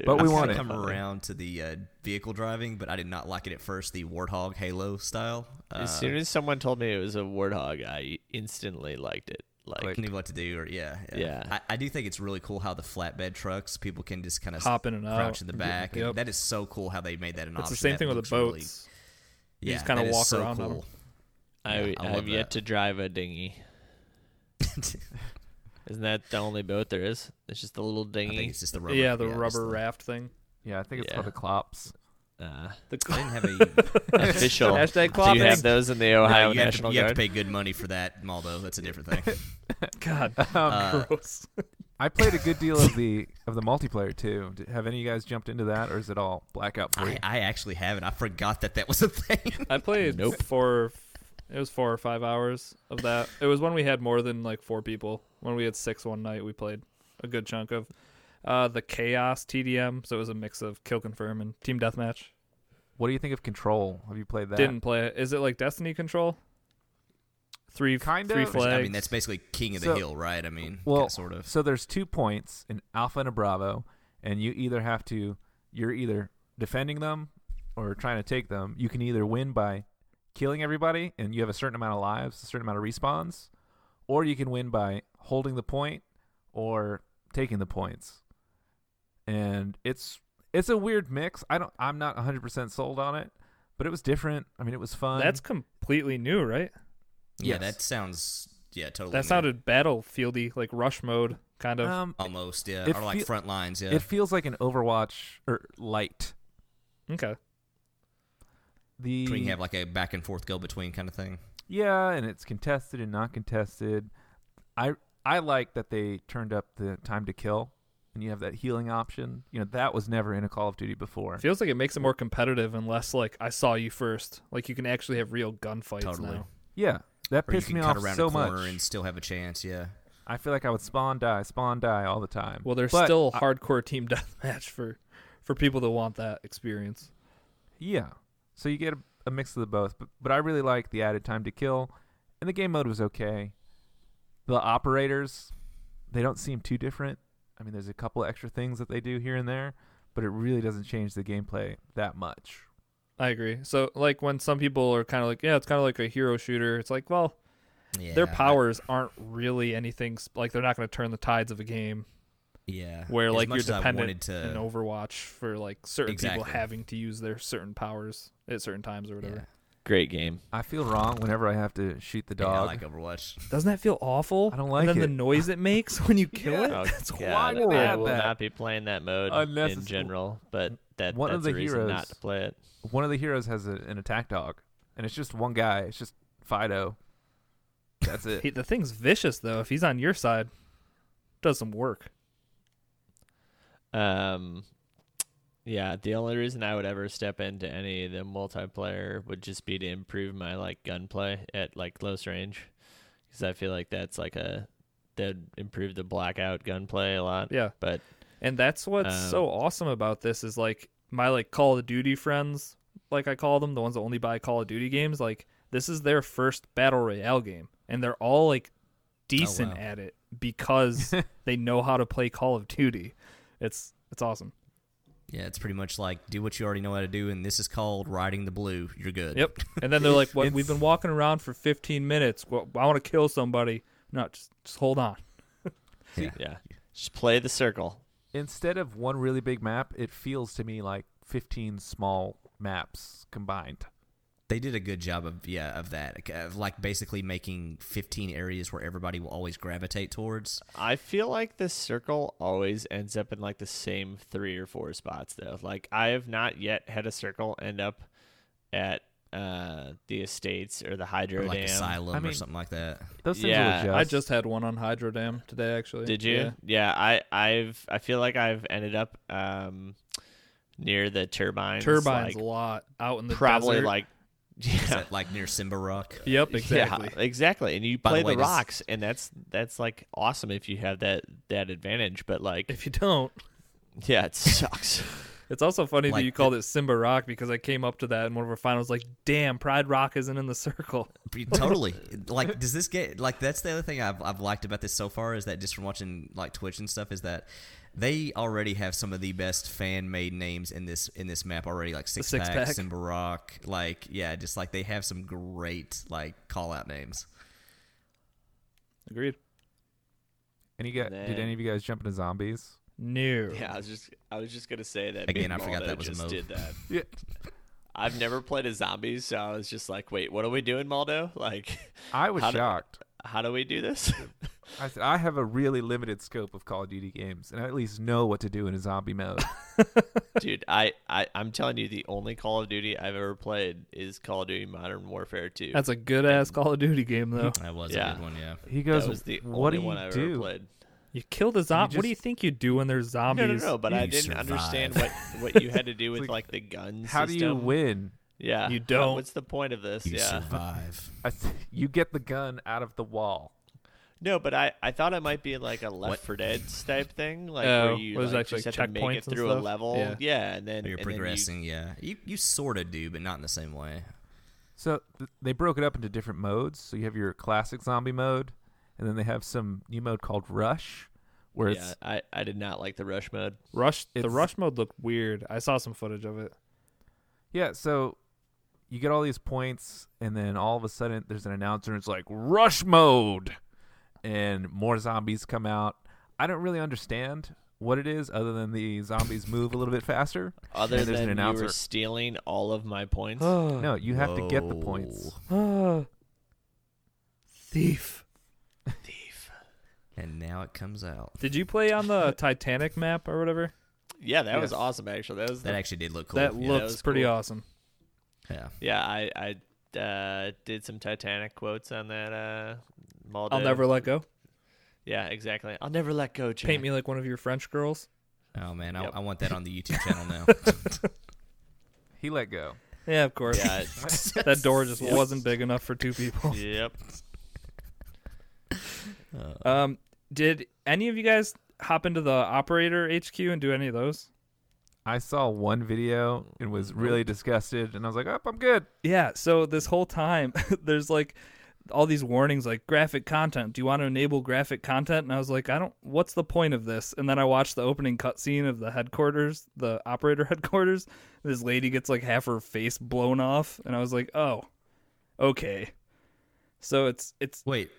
Speaker 4: But we
Speaker 1: I
Speaker 4: won
Speaker 1: kinda
Speaker 4: it.
Speaker 1: come around to the uh, vehicle driving, but I did not like it at first. The Warthog Halo style. Uh,
Speaker 3: As soon as someone told me it was a warthog, I instantly liked it. Like,
Speaker 1: I didn't even know what to do. Or yeah, yeah.
Speaker 3: Yeah.
Speaker 1: I, I do think it's really cool how the flatbed trucks people can just kind of
Speaker 2: Hop in and out.
Speaker 1: crouch in the back. and
Speaker 2: Yep.
Speaker 1: That is so cool how they made that an
Speaker 2: It's
Speaker 1: option.
Speaker 2: the same
Speaker 1: That
Speaker 2: thing with the
Speaker 1: looks really-
Speaker 2: boats.
Speaker 1: yeah,
Speaker 2: just kinda
Speaker 1: that is
Speaker 2: walk
Speaker 1: so
Speaker 2: around on 'em.
Speaker 1: cool.
Speaker 3: I,
Speaker 1: Yeah, I
Speaker 3: I
Speaker 1: love
Speaker 3: have yet
Speaker 1: that.
Speaker 3: to drive a dinghy. Isn't that the only boat there is? It's just a little
Speaker 1: I think
Speaker 3: dinghy.
Speaker 1: it's just the rubber.
Speaker 2: yeah, the
Speaker 1: just
Speaker 2: rubber raft thing.
Speaker 4: Yeah, I think it's
Speaker 3: Yeah.
Speaker 4: called the clops.
Speaker 3: Uh,
Speaker 2: The
Speaker 1: I didn't have a. Oh.
Speaker 3: official.
Speaker 2: Hashtag
Speaker 3: Do you
Speaker 2: clopping.
Speaker 3: have those in the Ohio
Speaker 1: no, you have, to,
Speaker 3: National
Speaker 1: you have to
Speaker 3: Guard?
Speaker 1: pay good money for that, Maldo. That's a different thing.
Speaker 2: God,
Speaker 1: Uh,
Speaker 2: gross.
Speaker 4: I played a good deal of the of the multiplayer too. D- Have any of you guys jumped into that, or is it all blackout free?
Speaker 1: I, I actually haven't. I forgot that that was a thing.
Speaker 2: I played
Speaker 3: Nope.
Speaker 2: four. It was four or five hours of that. It was when we had more than like four people. When we had six one night, we played a good chunk of uh, the chaos TDM. So it was a mix of kill confirm and team deathmatch.
Speaker 4: what do you think of Control? Have you played that?
Speaker 2: Didn't play it. Is it like Destiny Control? Three
Speaker 4: Kinda.
Speaker 2: three
Speaker 4: I mean,
Speaker 2: flags.
Speaker 1: I mean, that's basically king of the
Speaker 4: So-
Speaker 1: hill, right? I mean,
Speaker 4: Well,
Speaker 1: kinda sort of.
Speaker 4: So there's two points, an alpha and a bravo, and you either have to you're either defending them or trying to take them. You can either win by killing everybody and you have a certain amount of lives, a certain amount of respawns, or you can win by holding the point or taking the points. And it's it's a weird mix. I don't I'm not 100% sold on it, but it was different. I mean, it was fun.
Speaker 2: that's completely new, right?
Speaker 1: Yeah,
Speaker 4: yes.
Speaker 1: that sounds. Yeah, totally. new.
Speaker 2: That
Speaker 1: Uh,
Speaker 2: sounded battlefieldy, like rush mode kind of.
Speaker 4: um
Speaker 1: almost. Yeah,
Speaker 4: it
Speaker 1: or like
Speaker 4: feel-
Speaker 1: front lines. Oh, Yeah,
Speaker 4: it feels like an Overwatch or light.
Speaker 2: okay.
Speaker 4: The
Speaker 1: Between you have like a back and forth go between kind of thing.
Speaker 4: Yeah, and it's contested and not contested. I I like that they turned up the time to kill and you have that healing option. You know, that was never in a Call of Duty before.
Speaker 2: Feels like it makes it more competitive and less like I saw you first. Like you can actually have real gunfights
Speaker 1: Totally.
Speaker 2: now.
Speaker 4: Yeah. That
Speaker 1: Or you
Speaker 4: pissed
Speaker 1: can
Speaker 4: me
Speaker 1: cut
Speaker 4: off
Speaker 1: around
Speaker 4: so
Speaker 1: a corner
Speaker 4: much.
Speaker 1: and still have a chance. Yeah,
Speaker 4: I feel like I would spawn die, spawn die all the time.
Speaker 2: Well, there's
Speaker 4: But
Speaker 2: still
Speaker 4: I-
Speaker 2: hardcore team deathmatch for for people that want that experience.
Speaker 4: yeah. So you get a, a mix of the both, but but I really like the added time to kill, and the game mode was okay. The operators, they don't seem too different. I mean, there's a couple extra things that they do here and there, but it really doesn't change the gameplay that much.
Speaker 2: I agree. So like when some people are kind of like, yeah, it's kind of like a hero shooter. It's like, well,
Speaker 1: Yeah,
Speaker 2: their
Speaker 1: I-
Speaker 2: powers aren't really anything sp- like they're not going to turn the tides of a game
Speaker 1: Yeah,
Speaker 2: where
Speaker 1: As
Speaker 2: like
Speaker 1: much
Speaker 2: you're
Speaker 1: as I
Speaker 2: dependent
Speaker 1: wanted to-
Speaker 2: in Overwatch for like certain
Speaker 1: Exactly.
Speaker 2: people having to use their certain powers at certain times or
Speaker 1: yeah.
Speaker 2: whatever.
Speaker 3: Great game.
Speaker 4: I feel wrong whenever I have to shoot the
Speaker 1: Yeah, I
Speaker 4: dog.
Speaker 1: like Overwatch.
Speaker 2: Doesn't that feel awful?
Speaker 4: I don't
Speaker 2: And
Speaker 4: like
Speaker 2: then
Speaker 4: it.
Speaker 2: the noise it makes when you kill it.
Speaker 3: Oh,
Speaker 4: That's
Speaker 3: God,
Speaker 4: horrible.
Speaker 3: I will
Speaker 4: Bad.
Speaker 3: not be playing that mode in
Speaker 4: Unnecessary.
Speaker 3: general, but that,
Speaker 4: One
Speaker 3: that's
Speaker 4: of
Speaker 3: a
Speaker 4: the
Speaker 3: reason not
Speaker 4: heroes-
Speaker 3: to play it.
Speaker 4: One of the heroes has a, an attack dog, and it's just one guy. It's just Fido. That's it.
Speaker 2: He, the thing's vicious though. If he's on your side, does some work.
Speaker 3: Um, yeah, the only reason I would ever step into any of the multiplayer would just be to improve my like gunplay at like close range, because I feel like that's like a that'd improve the blackout gunplay a lot.
Speaker 2: Yeah.
Speaker 3: But
Speaker 2: And that's what's
Speaker 1: Uh,
Speaker 3: Um,
Speaker 2: so awesome about this is like my like Call of Duty friends, like I call them, the ones that only buy Call of Duty games, like this is their first battle royale game and they're all like decent
Speaker 1: Oh, wow.
Speaker 2: at it because they know how to play Call of Duty. It's it's awesome.
Speaker 1: Yeah, it's pretty much like do what you already know how to do, and this is called riding the blue. You're good.
Speaker 2: Yep. And then they're like, "What? We've
Speaker 4: It's-
Speaker 2: been walking around for 15 minutes. Well, I want to kill somebody." No, just just hold on.
Speaker 1: Yeah.
Speaker 3: yeah, just play the circle.
Speaker 4: Instead of one really big map, it feels to me like 15 small maps combined.
Speaker 1: They did a good job of yeah of that of like basically making 15 areas where everybody will always gravitate towards.
Speaker 3: I feel like the circle always ends up in like the same three or four spots though. Like I have not yet had a circle end up at uh the estates or the hydro
Speaker 1: or like
Speaker 3: dam.
Speaker 1: asylum
Speaker 4: I
Speaker 1: or
Speaker 4: mean-
Speaker 1: something like that.
Speaker 4: Those things
Speaker 3: Yeah,
Speaker 4: will adjust.
Speaker 2: I just had one on Hydro Dam today actually.
Speaker 3: Did you?
Speaker 2: Yeah.
Speaker 3: Yeah. I I've I feel like I've ended up um near the turbines.
Speaker 2: Turbines
Speaker 3: like,
Speaker 2: a lot out in the
Speaker 3: probably
Speaker 2: desert.
Speaker 3: like
Speaker 1: Is
Speaker 3: yeah.
Speaker 1: that like near Simba Rock?
Speaker 2: Yep, exactly.
Speaker 3: Yeah, exactly. And you
Speaker 1: By the
Speaker 3: play
Speaker 1: way,
Speaker 3: the
Speaker 1: does-
Speaker 3: rocks and that's that's like awesome if you have that that advantage, but like
Speaker 2: If you don't,
Speaker 3: yeah, it sucks.
Speaker 2: It's also funny
Speaker 1: Like
Speaker 2: that you
Speaker 1: the-
Speaker 2: called it Simba Rock because I came up to that in one of our finals like, damn, Pride Rock isn't in the circle.
Speaker 1: totally like does this get like that's the other thing I've, I've liked about this so far is that just from watching like twitch and stuff is that they already have some of the best fan made names in this in this map already like six,
Speaker 2: Six
Speaker 1: pack,
Speaker 2: Pack.
Speaker 1: Simba Rock, like yeah just like they have some great like call out names
Speaker 2: Agreed.
Speaker 4: Any guy,
Speaker 3: Then-
Speaker 4: did any of you guys jump into zombies?
Speaker 2: No.
Speaker 3: Yeah, I was just I was just gonna say that.
Speaker 1: Again,
Speaker 3: Big
Speaker 1: I
Speaker 3: Mall
Speaker 1: forgot that was a
Speaker 3: just
Speaker 1: move.
Speaker 3: did that.
Speaker 4: Yeah.
Speaker 3: I've never played a zombies, so I was just like, wait, what are we doing, Maldo? Like,
Speaker 4: I was
Speaker 3: How do-
Speaker 4: shocked.
Speaker 3: how do we do this?
Speaker 4: I said I have a really limited scope of Call of Duty games, and I at least know what to do in a zombie mode.
Speaker 3: Dude, I, I I'm telling you, the only Call of Duty I've ever played is Call of Duty Modern Warfare 2.
Speaker 2: That's a good ass Call of Duty game though.
Speaker 1: that was a
Speaker 3: Yeah.
Speaker 1: good one yeah
Speaker 4: He
Speaker 3: that
Speaker 4: goes,
Speaker 3: was the
Speaker 4: "What
Speaker 3: only
Speaker 4: do you
Speaker 3: one I've ever
Speaker 4: do?"
Speaker 3: played.
Speaker 2: You kill the zombie. What do
Speaker 4: just-
Speaker 2: you think you do when there's zombies?
Speaker 3: No, no, no. But I
Speaker 1: You
Speaker 3: didn't
Speaker 1: survive.
Speaker 3: understand what what you had to do with
Speaker 4: like,
Speaker 3: like, the guns.
Speaker 4: How do you win?
Speaker 3: Yeah,
Speaker 2: You don't.
Speaker 3: What's the point of this?
Speaker 1: you
Speaker 3: yeah.
Speaker 1: survive
Speaker 4: I s- you get the gun out of the wall.
Speaker 3: No, but I, I thought it might be like a Left for Dead type thing, like where
Speaker 2: Oh,
Speaker 3: you
Speaker 2: what is
Speaker 3: like,
Speaker 2: that,
Speaker 3: just
Speaker 2: like
Speaker 3: have to make it
Speaker 2: checkpoints and
Speaker 3: through a
Speaker 2: stuff?
Speaker 3: level.
Speaker 2: Yeah.
Speaker 3: and then
Speaker 1: you're
Speaker 3: and then you-
Speaker 1: progressing yeah you you sort of do but not in the same way
Speaker 4: So th- they broke it up into different modes. So you have your classic zombie mode, and then they have some new mode called Rush, where
Speaker 3: yeah,
Speaker 4: it's
Speaker 3: I, I did not like the rush mode.
Speaker 2: Rush. The
Speaker 4: It's-
Speaker 2: rush mode looked weird. I saw some footage of it.
Speaker 4: yeah. So you get all these points, and then all of a sudden there's an announcer, and it's like Rush mode, and more zombies come out. I don't really understand what it is, other than the zombies move a little bit faster.
Speaker 3: Other
Speaker 4: and there's
Speaker 3: than
Speaker 4: an
Speaker 3: you
Speaker 4: announcer.
Speaker 3: were stealing all of my points.
Speaker 2: Uh,
Speaker 4: no, you have to get the points.
Speaker 1: Whoa.
Speaker 2: Thief.
Speaker 3: Thief.
Speaker 1: and now it comes out
Speaker 2: Did you play on the Titanic map or whatever?
Speaker 3: Yeah, that was
Speaker 2: Yes.
Speaker 3: awesome. Actually, that was
Speaker 1: that
Speaker 3: the,
Speaker 1: actually did look cool
Speaker 2: That
Speaker 1: yeah,
Speaker 2: looks
Speaker 3: was
Speaker 2: pretty
Speaker 3: cool.
Speaker 2: awesome.
Speaker 1: yeah
Speaker 3: yeah. I I uh, did some Titanic quotes on that. Uh, Maldo.
Speaker 2: I'll never let go.
Speaker 3: Yeah, exactly. I'll never let go. Jack.
Speaker 2: Paint me like one of your French girls.
Speaker 1: oh man I,
Speaker 3: Yep.
Speaker 1: I want that on the youtube channel now
Speaker 4: He let go.
Speaker 2: Yeah, of course.
Speaker 3: Yeah.
Speaker 2: that door just wasn't big enough for two people.
Speaker 3: yep.
Speaker 2: Um, did any of you guys hop into the operator HQ and do any of those?
Speaker 4: I saw one video and was really disgusted, and I was like, "Oh, I'm good."
Speaker 2: Yeah, so this whole time there's like all these warnings like graphic content. Do you want to enable graphic content? And I was like, I don't what's the point of this? And then I watched the opening cutscene of the headquarters, the operator headquarters. This lady gets like half her face blown off and I was like, "Oh. Okay." So it's it's
Speaker 1: Wait.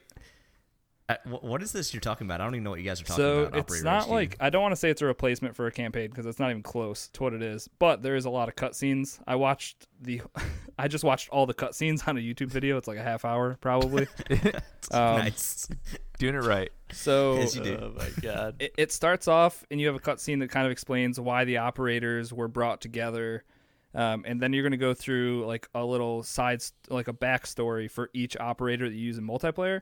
Speaker 1: Uh, wh- what is this you're talking about? I don't even know what you guys are talking
Speaker 2: so
Speaker 1: about. Operator
Speaker 2: it's not
Speaker 1: HQ.
Speaker 2: like I don't want to say it's a replacement for a campaign because it's not even close to what it is. But there is a lot of cutscenes. I watched the, I just watched all the cutscenes on a YouTube video. It's like a half hour probably. um,
Speaker 1: nice.
Speaker 4: Doing it right.
Speaker 2: So
Speaker 1: Yes, you do.
Speaker 3: Oh my god.
Speaker 2: it, it starts off and you have a cutscene that kind of explains why the operators were brought together um, and then you're going to go through like a little side st- like a backstory for each operator that you use in multiplayer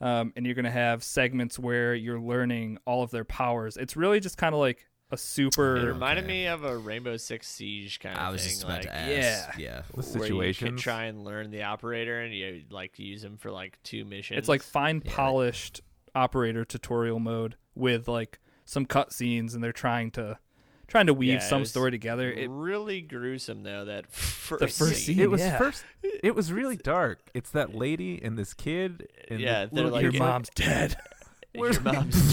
Speaker 2: um, and you're going to have segments where you're learning all of their powers it's really just kind of like a
Speaker 3: It
Speaker 2: super
Speaker 3: reminded
Speaker 1: Okay.
Speaker 3: me of a Rainbow Six Siege kind of
Speaker 1: Oh, I was
Speaker 3: thing.
Speaker 1: just about
Speaker 3: like,
Speaker 1: to ask.
Speaker 2: yeah.
Speaker 1: Yeah.
Speaker 4: The
Speaker 3: Where you could
Speaker 4: situations.
Speaker 3: try and learn the operator, and you like use him for like two missions.
Speaker 2: it's like fine
Speaker 1: Yeah, like-
Speaker 2: polished operator tutorial mode with like some cutscenes and they're trying to trying to weave
Speaker 3: Yeah, it
Speaker 2: some
Speaker 3: was
Speaker 2: story together it,
Speaker 3: really gruesome though. That first
Speaker 2: the first
Speaker 3: scene.
Speaker 2: scene
Speaker 4: It was
Speaker 2: yeah.
Speaker 4: first. It was really dark. It's that lady and this kid. And the
Speaker 3: Yeah, they're
Speaker 4: little
Speaker 3: like-
Speaker 2: your
Speaker 4: kid's
Speaker 2: mom's dead
Speaker 3: Your mom's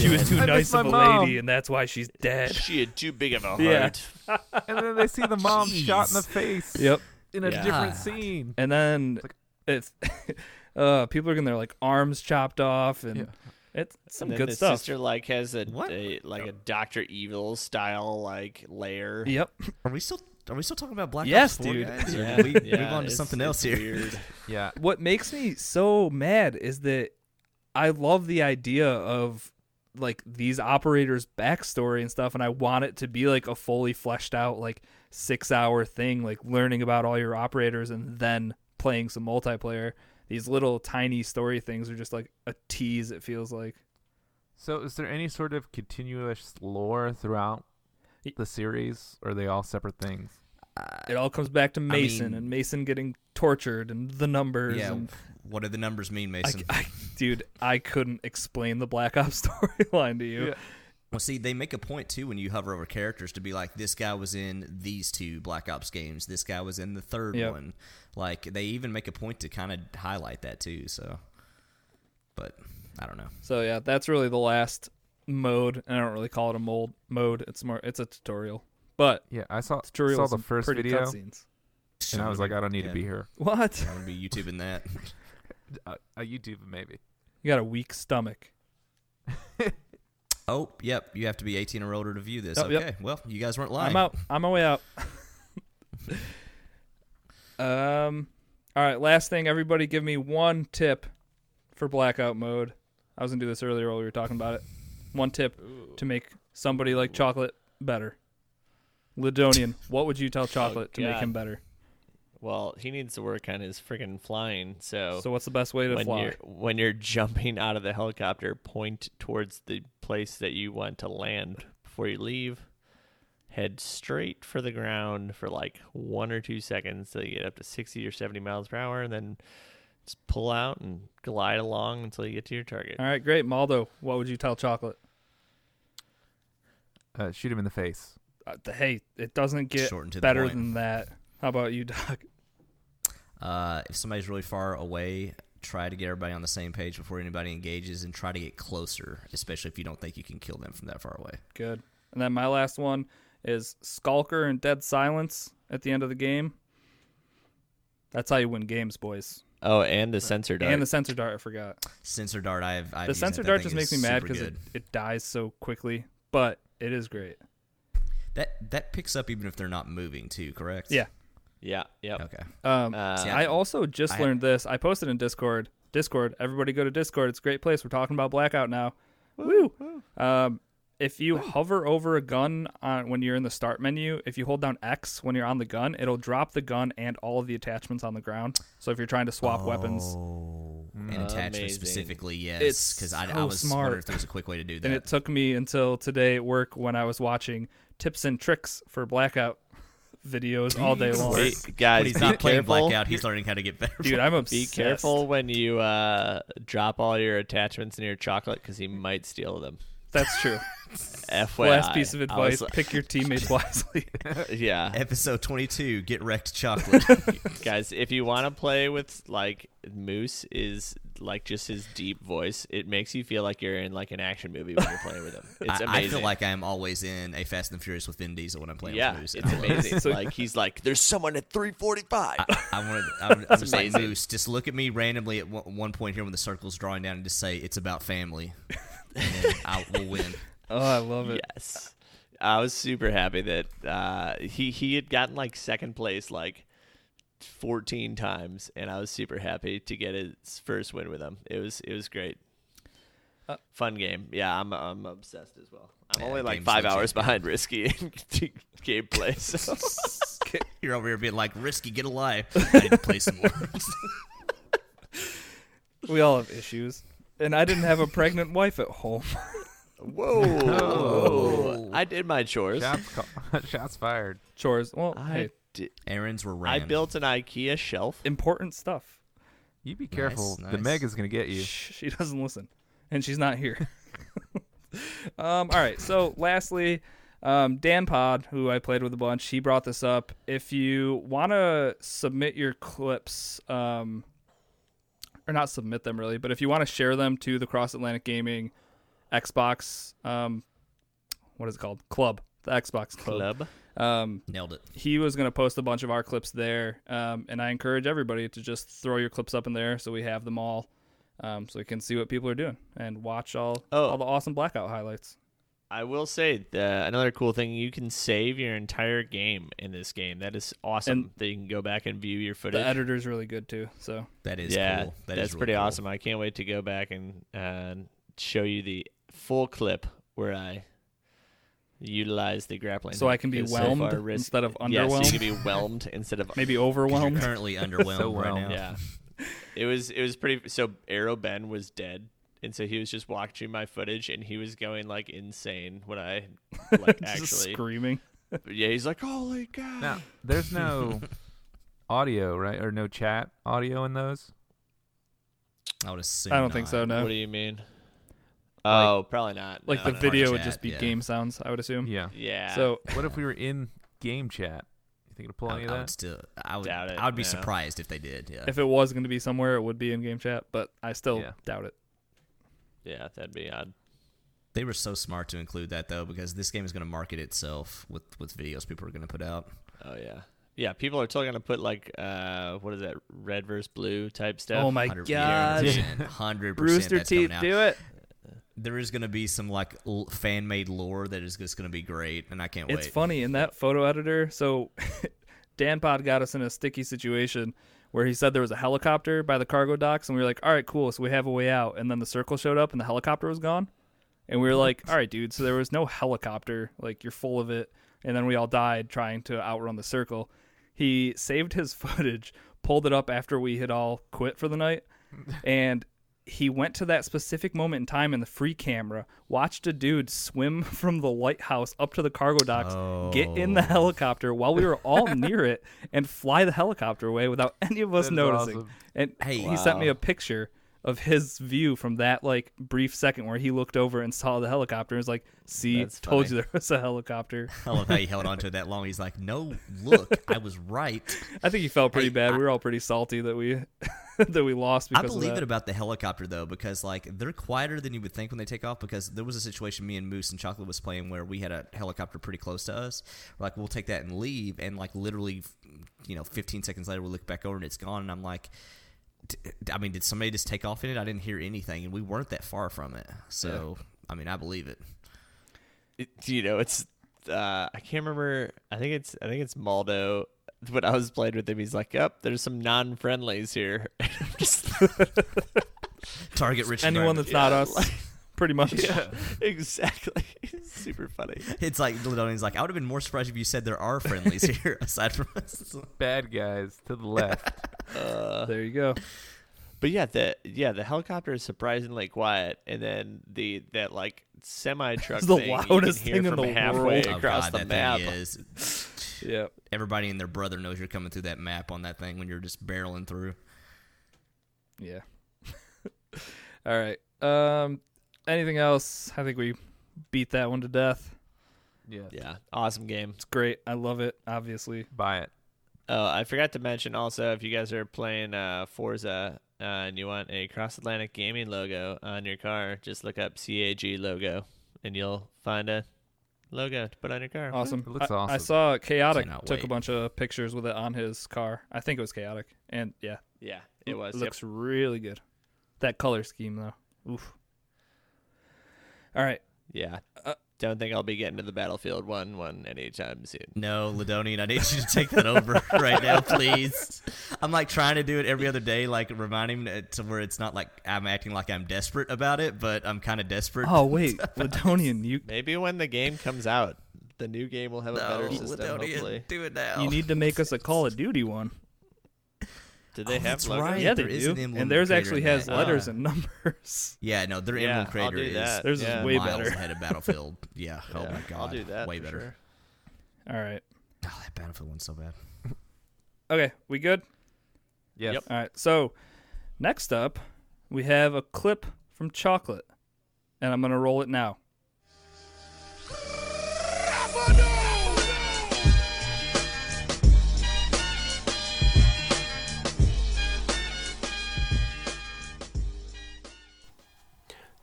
Speaker 2: She was
Speaker 3: dead.
Speaker 2: too
Speaker 4: I
Speaker 2: nice
Speaker 4: miss
Speaker 2: of a
Speaker 4: my mom.
Speaker 2: lady, and that's why she's dead.
Speaker 3: She had too big of a heart.
Speaker 2: Yeah.
Speaker 4: and then they see the mom shot in the face
Speaker 2: Yep.
Speaker 4: in a
Speaker 3: Yeah.
Speaker 4: different scene.
Speaker 2: And then it's uh, people are getting their like arms chopped off, and
Speaker 4: Yeah.
Speaker 2: it's some
Speaker 3: And then
Speaker 2: good
Speaker 3: the
Speaker 2: stuff.
Speaker 3: Sister like has a,
Speaker 1: What?
Speaker 3: a- like a Doctor Evil style like layer.
Speaker 2: Yep.
Speaker 1: Are we still are we still talking about Black
Speaker 2: Yes,
Speaker 1: Ops 4
Speaker 2: dude.
Speaker 1: guys? Or
Speaker 3: Yeah,
Speaker 1: did we
Speaker 3: yeah,
Speaker 1: move on to
Speaker 3: it's-
Speaker 1: something
Speaker 3: it's
Speaker 1: else here.
Speaker 3: weird.
Speaker 4: Yeah,
Speaker 2: What makes me so mad is that I love the idea of like these operators' backstory and stuff, and I want it to be like a fully fleshed out, like six hour thing, like learning about all your operators and then playing some multiplayer. These little tiny story things are just like a tease, it feels like.
Speaker 4: So, is there any sort of continuous lore throughout
Speaker 2: Y-
Speaker 4: the series, or are they all separate things?
Speaker 2: it all comes back to Mason
Speaker 1: mean-
Speaker 2: and Mason getting tortured and the numbers.
Speaker 1: Yeah.
Speaker 2: and
Speaker 1: What do the numbers mean,
Speaker 2: I,
Speaker 1: Mason?
Speaker 2: I- dude, I couldn't explain the Black Ops storyline to you.
Speaker 4: Yeah.
Speaker 1: Well, see, they make a point too when you hover over characters to be like, this guy was in these two Black Ops games, this guy was in the third
Speaker 2: Yep.
Speaker 1: one. Like they even make a point to kind of highlight that too. So, but I don't know.
Speaker 2: So yeah, that's really the last mode, and I don't really call it a mold mode. It's more, it's a tutorial, but
Speaker 4: Yeah, I saw
Speaker 2: tutorials
Speaker 4: saw the
Speaker 2: and
Speaker 4: first
Speaker 2: pretty
Speaker 4: video,
Speaker 2: cutscenes.
Speaker 4: and I was like, I don't need
Speaker 1: Yeah.
Speaker 4: to be here.
Speaker 2: What?
Speaker 1: I'm gonna be YouTubing that.
Speaker 4: Uh, uh, YouTube maybe.
Speaker 2: You got a weak stomach.
Speaker 1: Oh, yep. You have to be 18 or older to view this.
Speaker 2: Yep,
Speaker 1: okay.
Speaker 2: yep.
Speaker 1: Well, you guys weren't lying.
Speaker 2: I'm out. I'm my way out. um. All right. Last thing, everybody, give me one tip for blackout mode. I was gonna do this earlier while we were talking about it. One tip to make somebody like chocolate better. Ladonian, what would you tell chocolate to make
Speaker 3: God.
Speaker 2: him better?
Speaker 3: Well, he needs to work on his freaking flying. So,
Speaker 2: So, what's the best way to
Speaker 3: when
Speaker 2: fly?
Speaker 3: you're when you're jumping out of the helicopter, point towards the place that you want to land before you leave. Head straight for the ground for like one or two seconds till you get up to sixty or seventy miles per hour, and then just pull out and glide along until you get to your target.
Speaker 2: All right, great, Maldo. What would you tell chocolate?
Speaker 4: Uh, shoot him in the face.
Speaker 2: Uh, th- hey, it doesn't get
Speaker 1: Short and to the
Speaker 2: better
Speaker 1: point.
Speaker 2: than that. How about you, Doc?
Speaker 1: Uh, if somebody's really far away, try to get everybody on the same page before anybody engages, and try to get closer, especially if you don't think you can kill them from that far away.
Speaker 2: Good. And then my last one is Skulker and Dead Silence at the end of the game. That's how you win games, boys.
Speaker 3: Oh, and the sensor dart.
Speaker 2: And the sensor dart, I forgot.
Speaker 1: Sensor dart, I've, I've
Speaker 2: the
Speaker 1: used that.
Speaker 2: sensor
Speaker 1: That
Speaker 2: dart
Speaker 1: thing
Speaker 2: just
Speaker 1: is
Speaker 2: makes me mad
Speaker 1: super
Speaker 2: because it,
Speaker 1: good.
Speaker 2: it dies so quickly, but it is great.
Speaker 1: that that picks up even if they're not moving too. Correct?
Speaker 2: Yeah.
Speaker 3: yeah, yep.
Speaker 1: Okay.
Speaker 2: Um,
Speaker 3: Uh,
Speaker 1: See,
Speaker 2: I also just
Speaker 1: I-
Speaker 2: learned this. I posted in Discord. Discord, everybody go to Discord. It's a great place. We're talking about blackout now. Woo! Um, if you hover over a gun on, when you're in the start menu, if you hold down X when you're on the gun, it'll drop the gun and all of the attachments on the ground. So if you're trying to swap weapons,
Speaker 1: Oh, and attachment
Speaker 3: Amazing.
Speaker 1: specifically, yes,
Speaker 2: It's
Speaker 1: because I, I
Speaker 2: so
Speaker 1: was
Speaker 2: smart.
Speaker 1: wondering if there was a quick way to do that.
Speaker 2: and it took me until today at work when I was watching tips and tricks for blackout videos all day long.
Speaker 3: Hey,
Speaker 1: but
Speaker 3: guys,
Speaker 1: he's
Speaker 3: be
Speaker 1: not playing
Speaker 3: careful.
Speaker 1: blackout. He's learning how to get better.
Speaker 2: Dude, I'm obsessed.
Speaker 3: Be careful when you uh, drop all your attachments in your chocolate because he might steal them.
Speaker 2: That's true.
Speaker 3: FYI,
Speaker 2: Last piece of
Speaker 3: I was
Speaker 2: advice: pick your teammates wisely.
Speaker 3: like- yeah,
Speaker 1: Episode 22 Get Wrecked Chocolate.
Speaker 3: guys, if you want to play with like Moose is like just his deep voice, it makes you feel like you're in like an action movie when you're playing with him. It's
Speaker 1: I,
Speaker 3: amazing.
Speaker 1: I feel like I am always in a Fast and Furious with Vin Diesel when I'm playing
Speaker 3: yeah,
Speaker 1: with Moose.
Speaker 3: it's
Speaker 1: and I love it.
Speaker 3: amazing. like he's like, there's someone at 345.
Speaker 1: I wanted. I'm, I'm just like
Speaker 3: amazing.
Speaker 1: Moose. Just look at me randomly at one, one point here when the circle's drawing down, and just say it's about family. And I will win.
Speaker 2: Oh, I love it.
Speaker 3: yes, I was super happy that uh, he he had gotten like second place like 14 times, and I was super happy to get his first win with him. It was it was great.
Speaker 2: Uh,
Speaker 3: Fun game, yeah. I'm I'm obsessed as well. I'm
Speaker 1: Yeah,
Speaker 3: only like
Speaker 1: game's
Speaker 3: five
Speaker 1: legit.
Speaker 3: hours behind Risky in game play. So.
Speaker 1: You're over here being like risky. Get a life. I need to play some more.
Speaker 2: We all have issues, and I didn't have a pregnant wife at home.
Speaker 3: Whoa.
Speaker 1: Oh.
Speaker 3: I did my chores.
Speaker 4: Shots, ca- shots fired.
Speaker 2: Chores. Well,
Speaker 3: I
Speaker 2: hey,
Speaker 3: did,
Speaker 1: Errands were
Speaker 3: I
Speaker 1: ran.
Speaker 3: built an IKEA shelf.
Speaker 2: important stuff.
Speaker 4: You be careful. The
Speaker 1: nice.
Speaker 4: Meg is gonna get you.
Speaker 2: Shh, She doesn't listen, and she's not here. um, all right. So, lastly, um, Dan Pod, who I played with a bunch, he brought this up. If you want to submit your clips, um, or not submit them really, but if you want to share them to the Cross Atlantic Gaming Xbox, um, what is it called? Club. The Xbox Club.
Speaker 3: Club.
Speaker 2: Um,
Speaker 1: Nailed it.
Speaker 2: he was going to post a bunch of our clips there um, and i encourage everybody to just throw your clips up in there so we have them all um, so we can see what people are doing and watch all
Speaker 3: Oh.
Speaker 2: all the awesome blackout highlights
Speaker 3: I will say uh, another cool thing you can save your entire game in this game. That is awesome.
Speaker 2: And-
Speaker 3: that you can go back and view your
Speaker 2: the
Speaker 3: footage.
Speaker 2: editor's really good too so
Speaker 1: That is
Speaker 3: yeah,
Speaker 1: cool. That is
Speaker 3: that's
Speaker 1: really
Speaker 3: pretty
Speaker 1: cool.
Speaker 3: awesome. I can't wait to go back and uh, show you the full clip where I utilize the grappling.
Speaker 2: so i can be
Speaker 3: hook, 'cause so
Speaker 2: whelmed
Speaker 3: far risk-
Speaker 2: instead of
Speaker 3: Yeah, so
Speaker 2: underwhelmed
Speaker 3: you can be whelmed instead of
Speaker 2: maybe
Speaker 1: 'Cause You're
Speaker 2: overwhelmed
Speaker 1: currently underwhelmed
Speaker 4: So
Speaker 1: right now.
Speaker 4: whelmed.
Speaker 3: yeah it was it was pretty so arrow ben was dead and so he was just watching my footage and he was going like insane when i like
Speaker 2: just
Speaker 3: actually
Speaker 2: screaming
Speaker 3: yeah he's like holy god
Speaker 4: Now, there's no audio, right? Or no chat audio in those?
Speaker 1: I would assume.
Speaker 2: i don't think
Speaker 1: not.
Speaker 2: so no
Speaker 3: what do you mean oh probably not
Speaker 2: like
Speaker 3: No,
Speaker 2: the
Speaker 3: no.
Speaker 1: hard
Speaker 2: video would
Speaker 1: chat,
Speaker 2: just be
Speaker 1: yeah.
Speaker 2: game sounds i would assume
Speaker 4: Yeah.
Speaker 3: yeah
Speaker 2: so
Speaker 4: What if we were in game chat? You think it'll pull
Speaker 1: I,
Speaker 4: any
Speaker 1: I
Speaker 4: of
Speaker 1: would
Speaker 4: that?
Speaker 1: still. I would.
Speaker 3: Doubt it,
Speaker 1: I would be
Speaker 3: yeah.
Speaker 1: surprised if they did. Yeah.
Speaker 2: if it was going to be somewhere it would be in game chat but i still
Speaker 4: Yeah.
Speaker 2: doubt it
Speaker 3: yeah that'd be odd
Speaker 1: they were so smart to include that though, because this game is going to market itself with with videos people are going to put out.
Speaker 3: oh yeah yeah people are still gonna put like uh what is that red versus blue type stuff
Speaker 2: oh my
Speaker 1: 100%,
Speaker 2: god
Speaker 1: Hundred percent.
Speaker 2: rooster
Speaker 1: that's coming
Speaker 2: teeth
Speaker 1: out.
Speaker 2: do it
Speaker 1: there is going to be some like l- fan made lore that is just going to be great, and I can't
Speaker 2: It's
Speaker 1: wait.
Speaker 2: funny in that photo editor. So Dan Pod got us in a sticky situation where he said there was a helicopter by the cargo docks, and we were like, "All right, cool." So we have a way out. And then the circle showed up, and the helicopter was gone. And we were like, "All right, dude." So there was no helicopter. Like you're full of it. And then we all died trying to outrun the circle. He saved his footage, pulled it up after we had all quit for the night, and he went to that specific moment in time in the free camera, watched a dude swim from the lighthouse up to the cargo docks, get in the helicopter while we were all near it, and fly the helicopter away without any of us
Speaker 4: That is
Speaker 2: noticing.
Speaker 4: awesome.
Speaker 2: And
Speaker 1: Hey.
Speaker 2: he sent me a picture of his view from that like brief second where he looked over and saw the helicopter and was like, see,
Speaker 3: That's
Speaker 2: told
Speaker 3: funny.
Speaker 2: you there was a helicopter.
Speaker 1: I love how he held on to it that long. He's like, "No, look, I was right."
Speaker 2: I think he felt pretty
Speaker 1: Hey,
Speaker 2: bad.
Speaker 1: I-
Speaker 2: we were all pretty salty that we that we lost
Speaker 1: I
Speaker 2: because
Speaker 1: believe it
Speaker 2: of that.
Speaker 1: about the helicopter though, because like they're quieter than you would think when they take off. Because there was a situation me and Moose and Chocolate was playing where we had a helicopter pretty close to us. We're like, we'll take that and leave, and like literally, you know, 15 seconds later, we look back over and it's gone, and I'm like. "D- I mean, did somebody just take off in it? I didn't hear anything, and we weren't that far from it. So, I mean, I believe it.
Speaker 3: it, you know, it's uh, I can't remember. I think it's I think it's Maldo. When I was playing with him, he's like, "Up, there's some non-friendlies here." I'm just-
Speaker 1: Target rich
Speaker 2: anyone
Speaker 1: environment.
Speaker 2: that's not
Speaker 3: Yeah,
Speaker 2: us,
Speaker 3: like-
Speaker 2: pretty much.
Speaker 3: yeah, exactly. It's super funny.
Speaker 1: It's like Ladonian's like, I would have been more surprised if you said there are friendlies here aside from us.
Speaker 4: Bad guys to the left.
Speaker 3: Uh,
Speaker 2: There you go.
Speaker 3: but yeah, the yeah the helicopter is surprisingly quiet, and then the that like semi truck
Speaker 2: It's the
Speaker 3: thing, you
Speaker 2: loudest
Speaker 3: can hear
Speaker 2: thing in
Speaker 3: from
Speaker 2: the
Speaker 3: halfway
Speaker 2: world.
Speaker 1: Oh,
Speaker 3: across
Speaker 1: God,
Speaker 3: the
Speaker 1: that
Speaker 3: map.
Speaker 1: thing is.
Speaker 2: Yeah.
Speaker 1: Everybody and their brother knows you're coming through that map on that thing when you're just barreling through.
Speaker 2: Yeah. All right. Um anything else? I think we beat that one to death.
Speaker 4: Yeah.
Speaker 3: Yeah, awesome game.
Speaker 2: It's great. I love it. Obviously,
Speaker 4: Buy it.
Speaker 3: Oh, I forgot to mention also if you guys are playing uh, Forza uh, and you want a Cross Atlantic Gaming logo on your car, just look up CAG logo and you'll find a logo to put on your car.
Speaker 2: awesome.
Speaker 4: It looks
Speaker 2: I, I
Speaker 4: awesome.
Speaker 2: saw chaotic
Speaker 1: Cannot
Speaker 2: took a
Speaker 1: wait.
Speaker 2: bunch of pictures with it on his car. I think it was chaotic, and yeah,
Speaker 3: Yeah, it was. yep.
Speaker 2: looks really good. That color scheme though. Oof. All right.
Speaker 3: Yeah.
Speaker 2: Uh,
Speaker 3: Don't think I'll be getting to the Battlefield 1 one anytime soon.
Speaker 1: No, Ladonian, I need you to take that over right now, please. I'm like trying to do it every other day, like reminding him to where it's not like I'm acting like I'm desperate about it, but I'm kind of desperate.
Speaker 2: Oh wait, Ladonian, you
Speaker 3: Maybe when the game comes out, the new game will have a
Speaker 1: no,
Speaker 3: better system,
Speaker 1: Ladonian,
Speaker 3: hopefully.
Speaker 1: do it now.
Speaker 2: you need to make us a Call of Duty one.
Speaker 3: Did they
Speaker 1: Oh,
Speaker 3: have
Speaker 1: that's
Speaker 3: logos?
Speaker 1: right.
Speaker 2: Yeah,
Speaker 1: there
Speaker 2: they
Speaker 1: is an
Speaker 2: do.
Speaker 1: emblem
Speaker 2: and theirs
Speaker 1: creator
Speaker 2: actually
Speaker 1: in
Speaker 2: has
Speaker 1: that. Ah.
Speaker 2: letters and numbers.
Speaker 1: Yeah, no, their
Speaker 3: Yeah,
Speaker 1: emblem
Speaker 3: I'll
Speaker 1: creator
Speaker 3: do
Speaker 1: is
Speaker 3: that.
Speaker 2: Theirs
Speaker 3: Yeah.
Speaker 2: is way
Speaker 1: miles
Speaker 2: better.
Speaker 1: ahead of Battlefield. Yeah. Oh
Speaker 3: Yeah,
Speaker 1: my god.
Speaker 3: I'll do that.
Speaker 1: Way
Speaker 3: for
Speaker 1: better.
Speaker 3: sure.
Speaker 2: All right.
Speaker 1: Oh, that Battlefield one's so bad.
Speaker 2: Okay, we good?
Speaker 4: Yes.
Speaker 3: Yep.
Speaker 2: All right. So, next up, we have a clip from Chocolate, and I'm going to roll it now.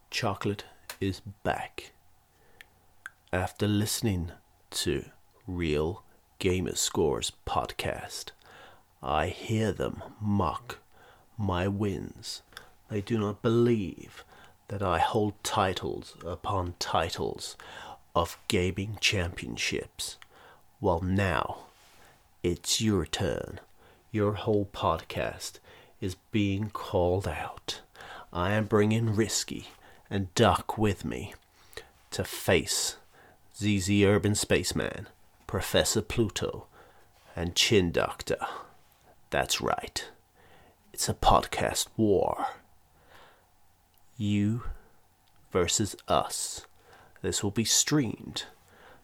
Speaker 7: Chocolate is back. After listening to Real Gamer Scores podcast, I hear them mock my wins. They do not believe that I hold titles upon titles of gaming championships. Well, now it's your turn. Your whole podcast is being called out. I am bringing Risky and Duck with me to face ZZ Urban Spaceman, Professor Pluto, and Chin Doctor. That's right. It's a podcast war. You versus us. This will be streamed.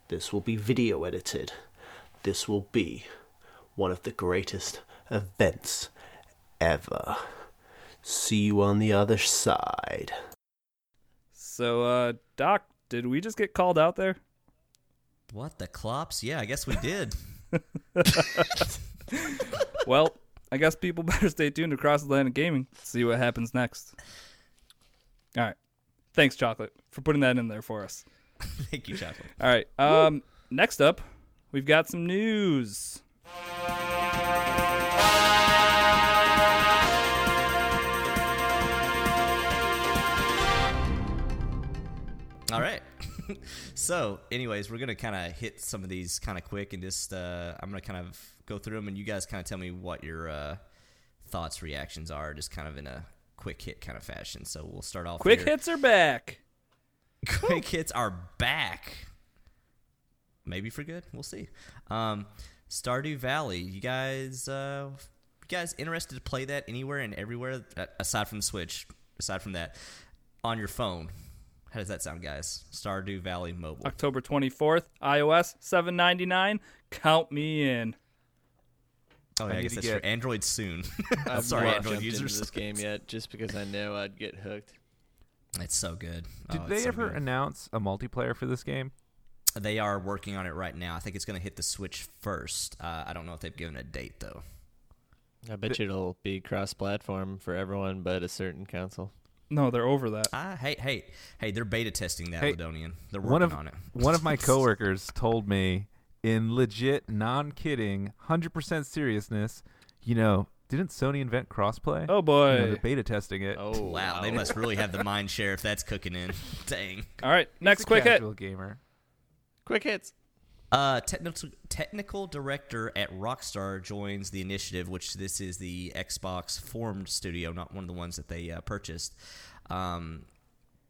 Speaker 7: This will be video edited. This will be one of the greatest events ever. See you on the other side.
Speaker 2: So, uh, Doc, did we just get called out there?
Speaker 1: What the clops? Yeah, I guess we did.
Speaker 2: Well, I guess people better stay tuned to Cross Atlantic Gaming to see what happens next. All right. Thanks, Chocolate, for putting that in there for us.
Speaker 1: Thank you, Chocolate.
Speaker 2: All right. Um, next up, we've got some news.
Speaker 1: All right. so, anyways, we're gonna kind of hit some of these kind of quick, and just uh, I'm gonna kind of go through them, and you guys kind of tell me what your uh, thoughts, reactions are, just kind of in a quick hit kind of fashion. So we'll start off.
Speaker 2: Quick
Speaker 1: here.
Speaker 2: hits are back.
Speaker 1: Quick hits are back. Maybe for good. We'll see. Um, Stardew Valley. You guys, uh, you guys interested to play that anywhere and everywhere uh, aside from the Switch? Aside from that, on your phone. How does that sound, guys? Stardew Valley mobile.
Speaker 2: October 24th, iOS 799. Count me in.
Speaker 1: Oh, yeah,
Speaker 4: I
Speaker 1: I,
Speaker 4: need
Speaker 1: guess
Speaker 4: to
Speaker 1: that's
Speaker 4: get-
Speaker 1: for Android soon.
Speaker 3: I've
Speaker 1: Sorry,
Speaker 3: not
Speaker 1: Android
Speaker 3: jumped into
Speaker 1: users.
Speaker 3: this game yet just because I know I'd get hooked.
Speaker 1: It's so good.
Speaker 4: Did
Speaker 1: Oh, it's
Speaker 4: they
Speaker 1: so
Speaker 4: ever
Speaker 1: good.
Speaker 4: announce a multiplayer for this game?
Speaker 1: They are working on it right now. I think it's going to hit the Switch first. Uh, I don't know if they've given a date though.
Speaker 3: I bet you it'll be cross-platform for everyone but a certain console.
Speaker 2: No, they're over that.
Speaker 1: Ah, hey, hey, hey! They're beta testing that
Speaker 4: Hey,
Speaker 1: Ladonian. They're working
Speaker 4: one of
Speaker 1: on it.
Speaker 4: one of my coworkers told me in legit non-kidding 100% seriousness, you know, didn't Sony invent crossplay?
Speaker 2: Oh,
Speaker 4: You know,
Speaker 2: boy.
Speaker 4: they're beta testing it.
Speaker 3: Oh,
Speaker 1: Wow, they must really have the mind share if that's cooking in. Dang.
Speaker 2: All right,
Speaker 4: He's
Speaker 2: next
Speaker 4: a
Speaker 2: quick hit.
Speaker 4: casual gamer.
Speaker 3: Quick hits.
Speaker 1: Uh, technical technical director at Rockstar joins the initiative, which this is the Xbox formed studio, not one of the ones that they uh, purchased. Um,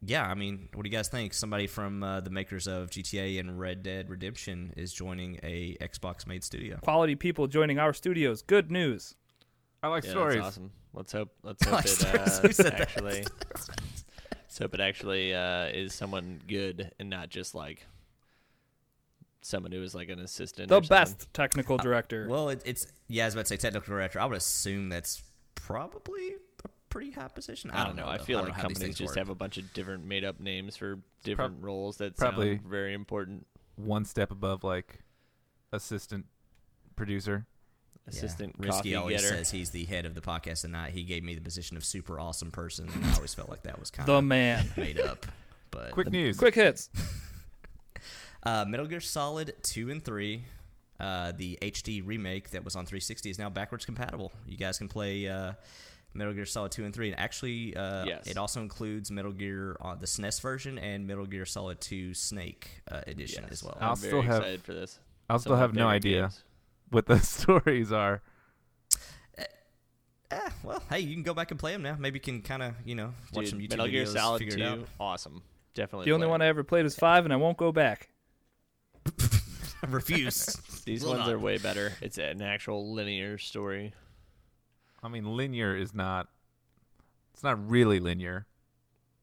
Speaker 1: yeah, I mean, what do you guys think? Somebody from uh, the makers of GTA and Red Dead Redemption is joining a Xbox made studio.
Speaker 2: Quality people joining our studios. Good news.
Speaker 4: I like
Speaker 3: Yeah,
Speaker 4: stories.
Speaker 3: That's awesome. Let's hope. Let's hope
Speaker 1: Like
Speaker 3: it
Speaker 1: stories. Who
Speaker 3: uh,
Speaker 1: said that?
Speaker 3: actually. let's hope it actually uh, is someone good and not just like someone who is like an assistant.
Speaker 2: The
Speaker 3: or something.
Speaker 2: best technical director.
Speaker 1: Well, it, it's yeah, I was about to say technical director. I would assume that's probably a pretty high position.
Speaker 3: I don't know. I
Speaker 1: though.
Speaker 3: feel
Speaker 1: don't
Speaker 3: like
Speaker 1: how these
Speaker 3: companies
Speaker 1: things
Speaker 3: just
Speaker 1: work.
Speaker 3: have a bunch of different made-up names for different roles that
Speaker 4: probably-
Speaker 3: sound very important.
Speaker 4: one step above like assistant producer.
Speaker 1: Yeah.
Speaker 3: Assistant
Speaker 1: Risky
Speaker 3: coffee
Speaker 1: always
Speaker 3: getter.
Speaker 1: says he's the head of the podcast tonight. He gave me the position of super awesome person, and I always felt like that was kind
Speaker 2: The
Speaker 1: of
Speaker 2: man.
Speaker 1: made up. But
Speaker 4: Quick news.
Speaker 2: Quick hits.
Speaker 1: Uh, Metal Gear Solid 2 and 3, uh, the HD remake that was on 360, is now backwards compatible. You guys can play uh, Metal Gear Solid 2 and 3. And actually, uh,
Speaker 3: Yes.
Speaker 1: it also includes Metal Gear on the SNES version and Metal Gear Solid 2 Snake uh, Edition
Speaker 3: Yes.
Speaker 1: as well.
Speaker 4: I'll
Speaker 3: I'm
Speaker 4: still
Speaker 3: very
Speaker 4: have-
Speaker 3: excited for this.
Speaker 4: I'll
Speaker 3: Some
Speaker 4: still
Speaker 3: of my
Speaker 4: have no
Speaker 3: favorite
Speaker 4: idea
Speaker 3: games.
Speaker 4: what the stories are.
Speaker 1: Eh, well, hey, you can go back and play them now. Maybe you can kind of, you know, watch
Speaker 3: Dude,
Speaker 1: some YouTube
Speaker 3: Metal Gear
Speaker 1: videos,
Speaker 3: Solid
Speaker 1: figure
Speaker 3: 2,
Speaker 1: it out.
Speaker 3: awesome. Definitely.
Speaker 2: The only
Speaker 3: play
Speaker 2: one
Speaker 3: it.
Speaker 2: I ever played was five, and I won't go back.
Speaker 1: I refuse.
Speaker 3: These
Speaker 1: Will
Speaker 3: ones
Speaker 1: not.
Speaker 3: are way better. It's an actual linear story.
Speaker 4: I mean, linear is not. It's not really linear.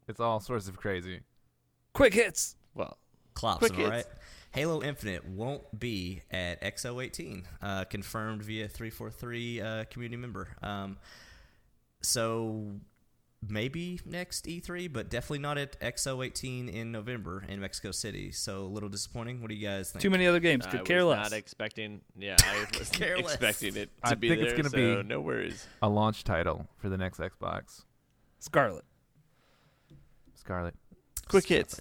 Speaker 4: It's all sorts of crazy.
Speaker 2: Quick hits.
Speaker 3: Well,
Speaker 1: Clops,
Speaker 3: Quick
Speaker 1: am I
Speaker 3: hits.
Speaker 1: right? Halo Infinite won't be at XO18, uh, confirmed via 343 uh, community member. Um, so maybe next E3, but definitely not at XO18 in November in Mexico City. So a little disappointing. What do you guys think?
Speaker 2: Too many other games.
Speaker 3: I
Speaker 2: Could
Speaker 3: was
Speaker 2: care less.
Speaker 3: Not expecting. Yeah, I was
Speaker 1: care less.
Speaker 3: expecting it to
Speaker 4: I
Speaker 3: be
Speaker 4: think it's
Speaker 3: there.
Speaker 4: gonna
Speaker 3: so
Speaker 4: be-
Speaker 3: no worries.
Speaker 4: A launch title for the next Xbox
Speaker 2: Scarlet.
Speaker 4: Scarlet.
Speaker 3: Quick hits.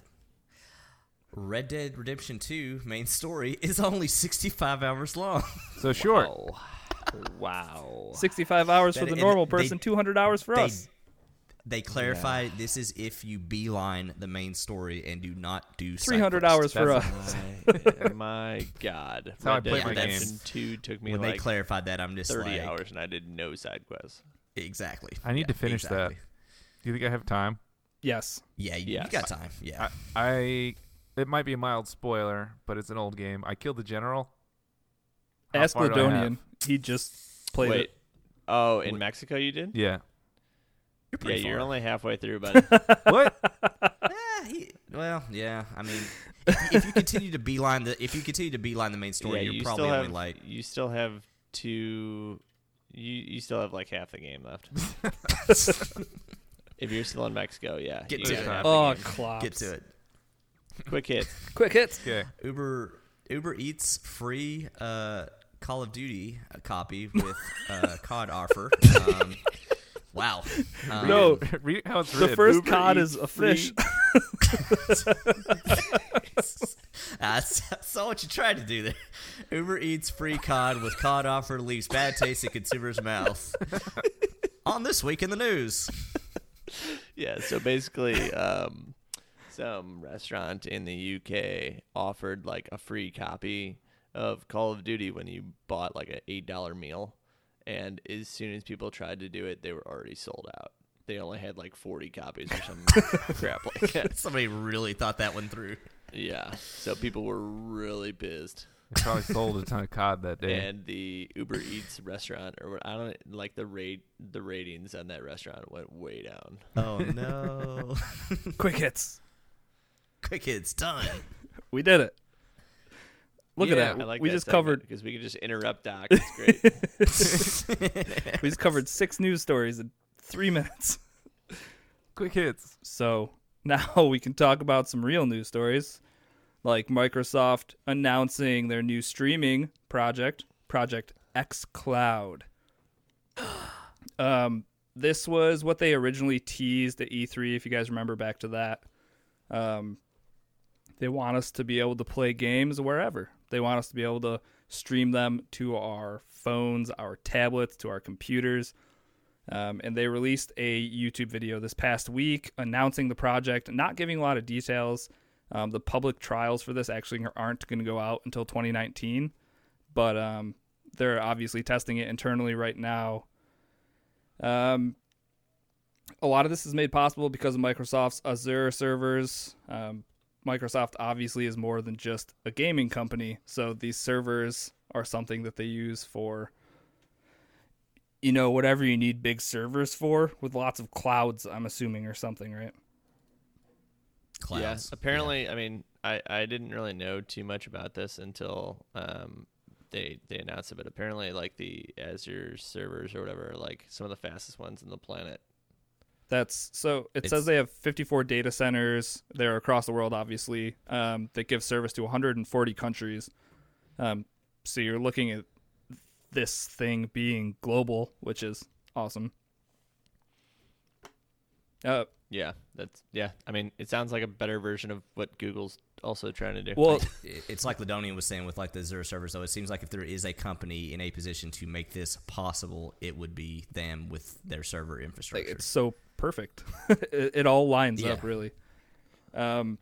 Speaker 1: Red Dead Redemption 2 main story is only 65 hours long.
Speaker 4: So short.
Speaker 3: Oh, wow.
Speaker 2: 65 hours
Speaker 1: That-
Speaker 2: for the
Speaker 1: and
Speaker 2: normal
Speaker 1: they-
Speaker 2: person, 200 hours for
Speaker 1: they,
Speaker 2: us.
Speaker 1: they clarify this is if you beeline the main story and do not do side
Speaker 2: 300
Speaker 1: quests.
Speaker 2: hours for
Speaker 4: That's
Speaker 2: us.
Speaker 3: my, Oh my God. That's
Speaker 4: how I play
Speaker 1: my
Speaker 3: Redemption
Speaker 1: games.
Speaker 3: Two took me
Speaker 1: When they
Speaker 3: like
Speaker 1: clarified that, I'm just
Speaker 3: thirty
Speaker 1: like,
Speaker 3: hours, and I did no side quests.
Speaker 1: Exactly.
Speaker 4: I need
Speaker 1: Yeah,
Speaker 4: to finish
Speaker 1: exactly.
Speaker 4: that. Do you think I have time?
Speaker 2: Yes.
Speaker 1: Yeah, you,
Speaker 3: Yes.
Speaker 1: you got time. Yeah.
Speaker 4: I, I. It might be a mild spoiler, but it's an old game. I killed the general. How
Speaker 2: Ask
Speaker 4: far do I have?
Speaker 2: Ladonian. He just played
Speaker 3: Wait.
Speaker 2: it.
Speaker 3: Oh, in Mexico you did?
Speaker 1: you're
Speaker 4: Yeah.
Speaker 3: yeah,
Speaker 1: pretty
Speaker 3: you're
Speaker 1: far.
Speaker 3: only halfway through, buddy.
Speaker 4: What?
Speaker 1: Eh, he- well, yeah. I mean, if, if you continue to beeline the if you continue to beeline the main
Speaker 3: yeah,
Speaker 1: story, you're
Speaker 3: you
Speaker 1: probably
Speaker 3: still
Speaker 1: only
Speaker 3: have
Speaker 1: like
Speaker 3: you still have two. You you still have like half the game left. if you're still in Mexico, yeah.
Speaker 1: Get
Speaker 3: you
Speaker 1: to
Speaker 3: got
Speaker 1: it.
Speaker 3: half the
Speaker 2: Oh,
Speaker 3: game.
Speaker 2: Clops.
Speaker 1: get to it.
Speaker 3: quick hits.
Speaker 2: Quick hits.
Speaker 4: okay.
Speaker 1: Uber Uber Eats free uh, Call of Duty uh, copy with uh, COD offer. Um, wow. Um,
Speaker 2: No,
Speaker 4: Read how it's
Speaker 2: the
Speaker 4: written.
Speaker 2: first
Speaker 3: Uber
Speaker 2: cod
Speaker 3: Eats
Speaker 2: is a fish.
Speaker 1: I s- I saw what you tried to do there. Uber Eats free cod with cod offer leaves bad taste in consumers' mouths. On this week in the news,
Speaker 3: Yeah, so basically, um, some restaurant in the UK offered like a free copy of Call of Duty when you bought like an eight dollar meal, and as soon as people tried to do it, they were already sold out. They only had like forty copies or some crap like that.
Speaker 1: somebody really thought that one through.
Speaker 3: Yeah, so people were really pissed,
Speaker 4: They probably sold a ton of cod that day.
Speaker 3: and the Uber Eats restaurant or what- I don't like the rate the ratings on that restaurant went way down.
Speaker 1: Oh no!
Speaker 2: Quick hits.
Speaker 1: Quick hits done.
Speaker 2: We did it. Look
Speaker 3: Yeah,
Speaker 2: at that.
Speaker 3: I like
Speaker 2: we
Speaker 3: that
Speaker 2: just
Speaker 3: segment,
Speaker 2: covered
Speaker 3: because we could just interrupt Doc. It's great.
Speaker 2: we just covered six news stories in three minutes.
Speaker 4: Quick hits.
Speaker 2: So now we can talk about some real news stories, like Microsoft announcing their new streaming project, Project X Cloud. Um, this was what they originally teased at E3, if you guys remember back to that. Um, they want us to be able to play games wherever. They want us to be able to stream them to our phones, our tablets, to our computers. Um, and they released a YouTube video this past week announcing the project, not giving a lot of details. Um, the public trials for this actually aren't going to go out until 2019, but um, they're obviously testing it internally right now. Um, a lot of this is made possible because of Microsoft's Azure servers. Um, Microsoft obviously is more than just a gaming company, so these servers are something that they use for you know, whatever you need big servers for with lots of clouds, I'm assuming, or something, right?
Speaker 1: Clouds.
Speaker 3: Yeah, apparently, I mean, I, I didn't really know too much about this until um, they they announced it. But apparently, like the Azure servers or whatever, are, like some of the fastest ones in the planet.
Speaker 2: That's so. It
Speaker 1: It's-
Speaker 2: says they have 54 data centers. They're across the world, obviously. Um, that give service to 140 countries. Um, so you're looking at this thing being global, which is awesome. Uh,
Speaker 3: Yeah, that's yeah. I mean, it sounds like a better version of what Google's also trying to do.
Speaker 2: well,
Speaker 1: It- It's like Ladonian was saying with like the Azure servers, though. It seems like if there is a company in a position to make this possible, it would be them with their server
Speaker 2: like,
Speaker 1: infrastructure.
Speaker 2: it's so perfect. it, it all lines
Speaker 1: Yeah.
Speaker 2: up really. Um,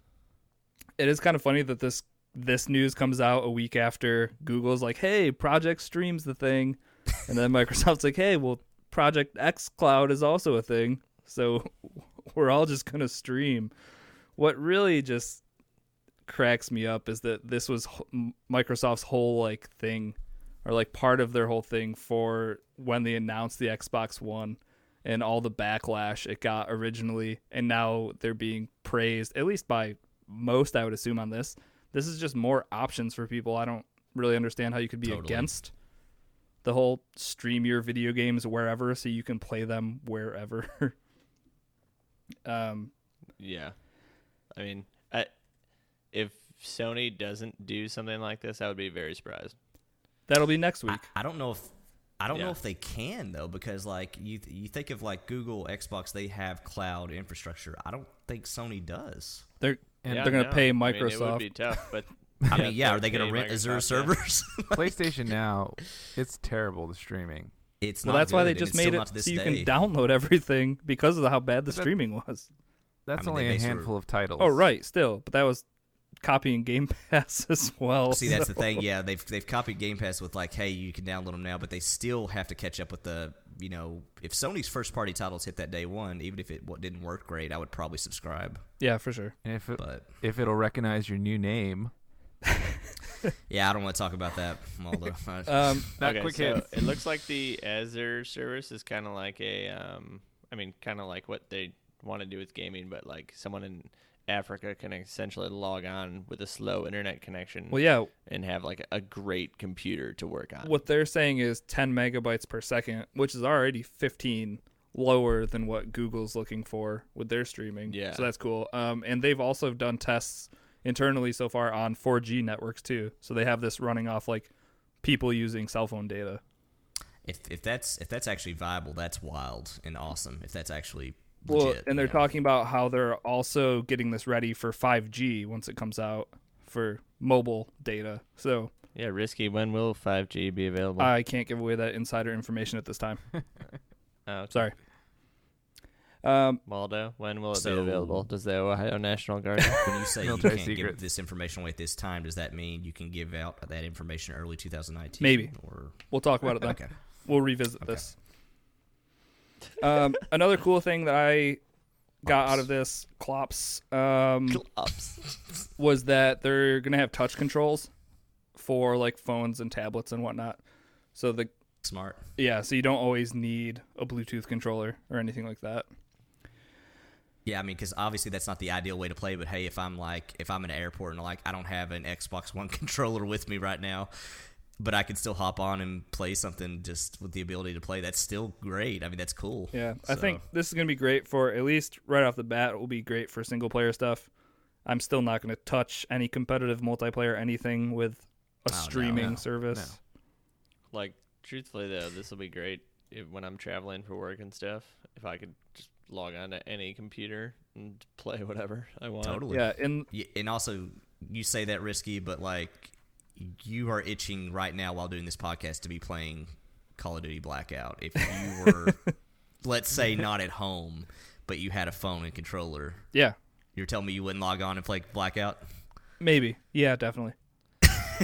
Speaker 2: it is kind of funny that this this news comes out a week after Google's like, "Hey, Project Stream's the thing," and then Microsoft's like, "Hey, well, Project X Cloud is also a thing, so we're all just gonna stream." What really just cracks me up is that this was h- m- Microsoft's whole like thing, or like part of their whole thing for when they announced the Xbox One and all the backlash it got originally, and now they're being praised, at least by most, I would assume, on this. This is just more options for people. I don't really understand how you could be
Speaker 1: Totally.
Speaker 2: against the whole stream your video games wherever so you can play them wherever. um,
Speaker 3: yeah, I mean, I, if Sony doesn't do something like this, I would be very surprised.
Speaker 2: that'll be next week.
Speaker 1: I, I don't know if I don't
Speaker 3: Yeah.
Speaker 1: know if they can though, because like you you think of like Google, Xbox, they have cloud infrastructure. I don't think Sony does.
Speaker 2: They're
Speaker 3: Yeah,
Speaker 2: they're gonna
Speaker 3: no.
Speaker 2: pay
Speaker 3: I mean, it
Speaker 2: Microsoft.
Speaker 3: would be tough, but
Speaker 1: I mean, yeah, are they going
Speaker 3: pay
Speaker 1: to rent Azure
Speaker 3: Microsoft, yeah.
Speaker 1: servers?
Speaker 4: PlayStation Now, it's terrible the streaming.
Speaker 1: it's
Speaker 2: well,
Speaker 1: not
Speaker 2: that's why
Speaker 1: good,
Speaker 2: they
Speaker 1: and
Speaker 2: just
Speaker 1: it's still
Speaker 2: made it
Speaker 1: not to this
Speaker 2: so you
Speaker 1: day.
Speaker 2: can download everything because of how bad the
Speaker 4: But that-
Speaker 2: streaming was.
Speaker 4: That's
Speaker 1: mean, they
Speaker 4: only a
Speaker 1: base their-
Speaker 4: handful of titles.
Speaker 2: Oh, right, still, but that was copying Game Pass as well.
Speaker 1: See, that's
Speaker 2: so-
Speaker 1: the thing. Yeah, they've they've copied Game Pass with like, hey, you can download them now, but they still have to catch up with the you know, if Sony's first party titles hit that day one, even if it w- didn't work great, I would probably subscribe.
Speaker 2: Yeah, for sure.
Speaker 4: And if it,
Speaker 1: But
Speaker 4: if it'll recognize your new name,
Speaker 1: yeah, I don't want to talk about that. Although I-
Speaker 2: Um,
Speaker 4: not
Speaker 3: okay,
Speaker 4: quick
Speaker 3: so
Speaker 4: hits.
Speaker 3: it looks like the Azure service is kind of like a, um, I mean, kind of like what they want to do with gaming, but like someone in Africa can essentially log on with a slow internet connection
Speaker 2: well, yeah,
Speaker 3: and have like a great computer to work on.
Speaker 2: what they're saying is 10 megabytes per second, which is already 15 lower than what Google's looking for with their streaming.
Speaker 3: Yeah.
Speaker 2: So that's cool. Um, and they've also done tests internally so far on 4G networks too. So they have this running off like people using cell phone data.
Speaker 1: if if that's if that's actually viable, that's wild and awesome. If that's actually
Speaker 2: Well,
Speaker 1: legit,
Speaker 2: and they're
Speaker 1: you know.
Speaker 2: talking about how they're also getting this ready for 5G once it comes out for mobile data. So
Speaker 3: Yeah, risky. When will 5G be available?
Speaker 2: I can't give away that insider information at this time.
Speaker 3: Oh,
Speaker 2: Sorry. Um,
Speaker 3: Waldo, when will it
Speaker 1: So-
Speaker 3: be available? Does the Ohio National Guard?
Speaker 1: When you say you
Speaker 4: Military
Speaker 1: can't give
Speaker 4: secrets.
Speaker 1: this information away at this time, does that mean you can give out that information early 2019?
Speaker 2: Maybe.
Speaker 1: Or
Speaker 2: we'll talk about it then.
Speaker 1: okay.
Speaker 2: We'll revisit this. Um, another cool thing that I got out of this Clops um,
Speaker 3: Ups.
Speaker 2: was that they're gonna have touch controls for like phones and tablets and whatnot. So the
Speaker 1: Smart.
Speaker 2: yeah, so you don't always need a Bluetooth controller or anything like that.
Speaker 1: Yeah, I mean, because obviously that's not the ideal way to play. But hey, if I'm like, if I'm in an airport and like, I don't have an Xbox One controller with me right now, but I can still hop on and play something just with the ability to play. That's still great. I mean, that's cool.
Speaker 2: Yeah, I
Speaker 1: So,
Speaker 2: think this is going to be great for at least right off the bat. It will be great for single player stuff. I'm still not going to touch any competitive multiplayer anything with a
Speaker 1: Oh, no,
Speaker 2: streaming
Speaker 4: no,
Speaker 2: service.
Speaker 3: like, truthfully though, this will be great if, when I'm traveling for work and stuff. If I could just log on to any computer and play whatever I want.
Speaker 1: totally.
Speaker 2: Yeah, and
Speaker 1: Y- And also, you say that risky, but like, you are itching right now while doing this podcast to be playing Call of Duty Blackout. If you were, let's say, not at home, but you had a phone and controller,
Speaker 2: yeah,
Speaker 1: you're telling me you wouldn't log on and play Blackout?
Speaker 2: maybe. Yeah, definitely.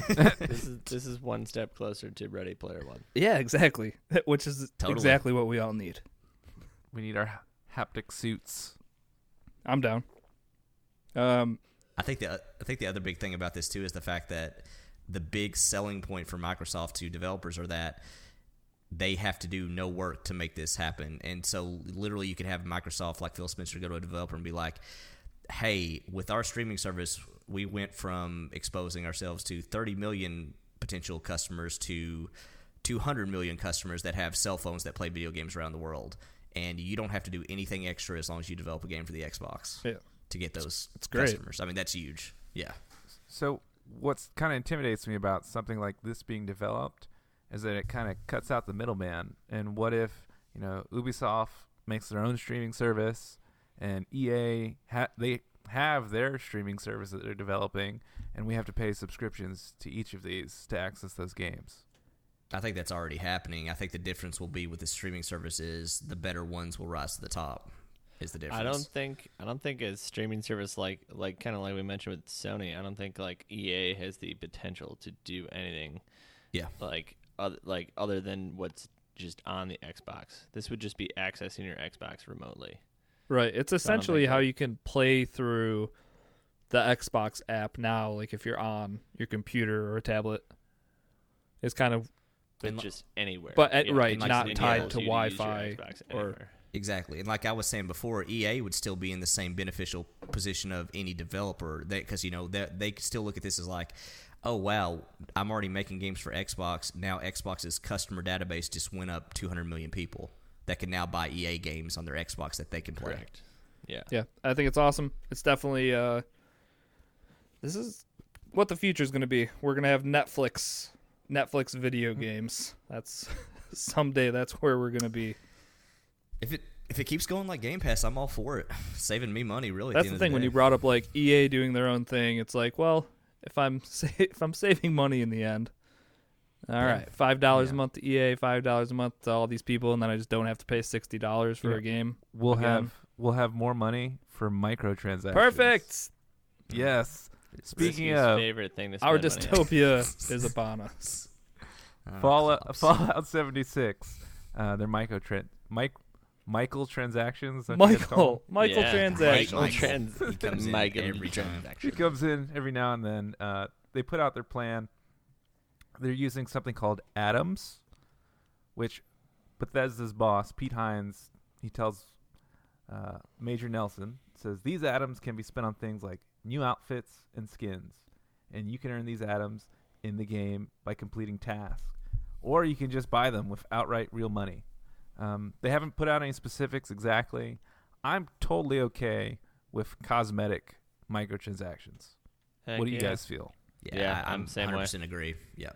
Speaker 3: This is this is one step closer to Ready Player One.
Speaker 2: Yeah, exactly. Which is
Speaker 1: Totally.
Speaker 2: exactly what we all need.
Speaker 4: We need our haptic suits.
Speaker 2: I'm down. Um,
Speaker 1: I think the I think the other big thing about this too is the fact that the big selling point for Microsoft to developers are that they have to do no work to make this happen, and so literally you could have Microsoft like Phil Spencer go to a developer and be like, "Hey, with our streaming service, we went from exposing ourselves to 30 million potential customers to 200 million customers that have cell phones that play video games around the world." and you don't have to do anything extra as long as you develop a game for the Xbox
Speaker 2: Yeah.
Speaker 1: to get those
Speaker 2: it's great.
Speaker 1: customers. I mean, that's huge. Yeah.
Speaker 4: So what's kind of intimidates me about something like this being developed is that it kind of cuts out the middleman. And what if you know Ubisoft makes their own streaming service, and EA ha- they have their streaming service that they're developing, and we have to pay subscriptions to each of these to access those games.
Speaker 1: I think that's already happening. I think the difference will be with the streaming services, the better ones will rise to the top. Is the difference?
Speaker 3: I don't think I don't think a streaming service like like kind of like we mentioned with Sony. I don't think like EA has the potential to do anything
Speaker 1: Yeah.
Speaker 3: like other, like other than what's just on the Xbox. This would just be accessing your Xbox remotely.
Speaker 2: Right. It's essentially
Speaker 3: think
Speaker 2: how you can play through the Xbox app now, like if you're on your computer or a tablet. It's kind of
Speaker 3: But
Speaker 1: And li-
Speaker 3: just anywhere.
Speaker 2: But at- right,
Speaker 3: it just
Speaker 1: not
Speaker 3: enables
Speaker 1: tied
Speaker 2: to
Speaker 3: you use your
Speaker 2: Wi-Fi
Speaker 3: Xbox
Speaker 2: or-
Speaker 3: anywhere.
Speaker 1: Exactly. And like I was saying before, EA would still be in the same beneficial position of any developer because, you know, they, they could still look at this as like, oh, wow, I'm already making games for Xbox. Now Xbox's customer database just went up 200 million people that can now buy EA games on their Xbox that they can play.
Speaker 3: correct. Yeah.
Speaker 2: yeah. I think it's awesome. It's definitely uh this is what the future is going to be. We're going to have Netflix, Netflix video games. That's someday that's where we're going to be.
Speaker 1: If it if it keeps going like Game Pass, I'm all for it. Saving me money, really. at
Speaker 2: That's the,
Speaker 1: end
Speaker 2: thing
Speaker 1: of
Speaker 2: when
Speaker 1: day.
Speaker 2: you brought up like EA doing their own thing. It's like, well, if I'm sa- if I'm saving money in the end, all right,
Speaker 1: Yeah.
Speaker 2: five dollars
Speaker 4: Yeah.
Speaker 2: a month to EA, five dollars a month to all these people, and then I just don't have to pay sixty dollars for
Speaker 4: Yeah.
Speaker 2: a game.
Speaker 4: We'll
Speaker 2: Again.
Speaker 4: have we'll have more money for microtransactions.
Speaker 2: Perfect.
Speaker 4: Yes. Speaking
Speaker 3: Risky's
Speaker 4: of
Speaker 3: favorite thing to
Speaker 2: Our
Speaker 3: spend money on.
Speaker 2: dystopia is upon us.
Speaker 1: Oh,
Speaker 4: Fallout,
Speaker 1: cops.
Speaker 4: Fallout 76. Uh, they're micro tran Mike Michael transactions. I think that's called.
Speaker 2: Michael, Michael
Speaker 3: Yeah.
Speaker 2: Transaction.
Speaker 1: Michael.
Speaker 3: Trans-
Speaker 1: He comes in
Speaker 3: Michael
Speaker 1: every time.
Speaker 4: She
Speaker 3: transaction.
Speaker 4: comes in every now and then. Uh, they put out their plan. They're using something called Atoms, which Bethesda's boss Pete Hines he tells uh, Major Nelson says these atoms can be spent on things like new outfits and skins, and you can earn these atoms in the game by completing tasks, or you can just buy them with outright real money. Um, they haven't put out any specifics exactly. I'm totally okay with cosmetic microtransactions.
Speaker 3: Heck
Speaker 4: what do you
Speaker 3: yeah.
Speaker 4: guys feel?
Speaker 1: Yeah,
Speaker 3: Yeah,
Speaker 1: I,
Speaker 3: I'm
Speaker 1: am
Speaker 3: same way.
Speaker 1: 100% agree. Yeah.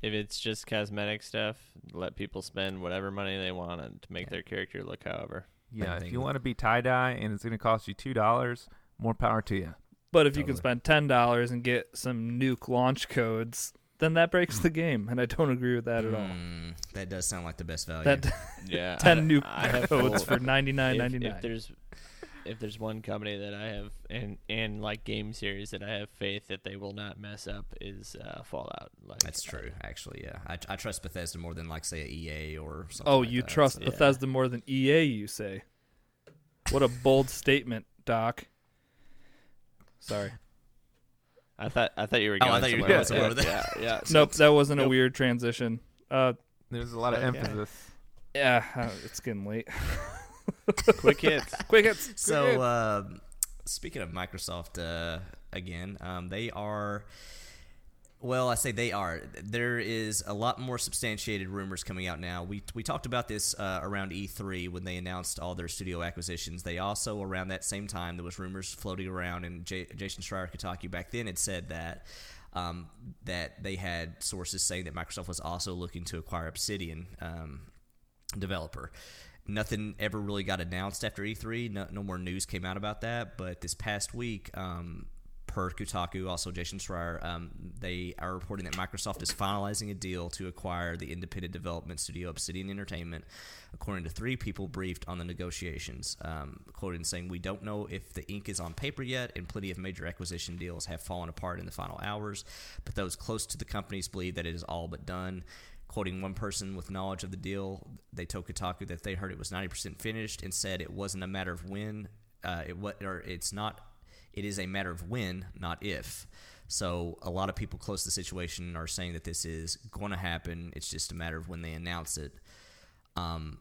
Speaker 3: If it's just cosmetic stuff, let people spend whatever money they want and to make their character look however.
Speaker 4: Yeah, if
Speaker 1: thing
Speaker 4: you
Speaker 1: with-
Speaker 4: want to be tie dye and it's going to cost you two dollars, more power to you.
Speaker 2: But if you can
Speaker 1: Totally.
Speaker 2: spend ten dollars and get some nuke launch codes, then that breaks
Speaker 3: Hmm.
Speaker 2: the game, and I don't agree with that at all.
Speaker 1: Mm, that does sound like the best value.
Speaker 2: That
Speaker 3: Yeah.
Speaker 2: ten nuke
Speaker 3: I have
Speaker 2: codes
Speaker 3: full-
Speaker 2: for ninety nine
Speaker 3: if,
Speaker 2: ninety
Speaker 3: if
Speaker 2: nine.
Speaker 3: there's if there's one company that I have and and like game series that I have faith that they will not mess up is uh, Fallout. Like
Speaker 1: That's true, actually. Yeah, I, I trust Bethesda more than like say E a EA or something.
Speaker 2: Oh,
Speaker 1: like
Speaker 2: you
Speaker 1: that.
Speaker 2: trust
Speaker 1: So-
Speaker 3: Yeah.
Speaker 2: Bethesda more than EA, you say? What a bold statement, Doc. Sorry.
Speaker 3: I thought I thought you were
Speaker 1: Oh,
Speaker 3: going
Speaker 1: I thought you were
Speaker 3: somewhere.
Speaker 1: going
Speaker 3: with
Speaker 1: somewhere
Speaker 3: it.
Speaker 1: with
Speaker 3: yeah, yeah.
Speaker 2: nope, that wasn't a
Speaker 3: nope.
Speaker 2: weird transition. Uh,
Speaker 4: There's a lot of
Speaker 3: Okay.
Speaker 4: emphasis.
Speaker 2: yeah, uh, it's getting late.
Speaker 3: Quick hits.
Speaker 2: Quick hits.
Speaker 1: So, uh, speaking of Microsoft uh, again, um, they are. Well, I say they are. There is a lot more substantiated rumors coming out now. We, we talked about this uh, around E3 when they announced all their studio acquisitions. They also, around that same time, there was rumors floating around, and J- Jason Schreier Kotaku back then had said that um, that they had sources saying that Microsoft was also looking to acquire Obsidian. Um, developer. Nothing ever really got announced after E3. No, no more news came out about that. But this past week, um, per Kotaku, also Jason Schreier, um, they are reporting that Microsoft is finalizing a deal to acquire the independent development studio Obsidian Entertainment, according to three people briefed on the negotiations. Um, quoted saying, "We don't know if the ink is on paper yet, and plenty of major acquisition deals have fallen apart in the final hours. But those close to the companies believe that it is all but done." Quoting one person with knowledge of the deal, they told Kotaku that they heard it was 90% finished and said it wasn't a matter of when, uh, it what or it's not, it is a matter of when, not if. So a lot of people close to the situation are saying that this is going to happen. It's just a matter of when they announce it. Um,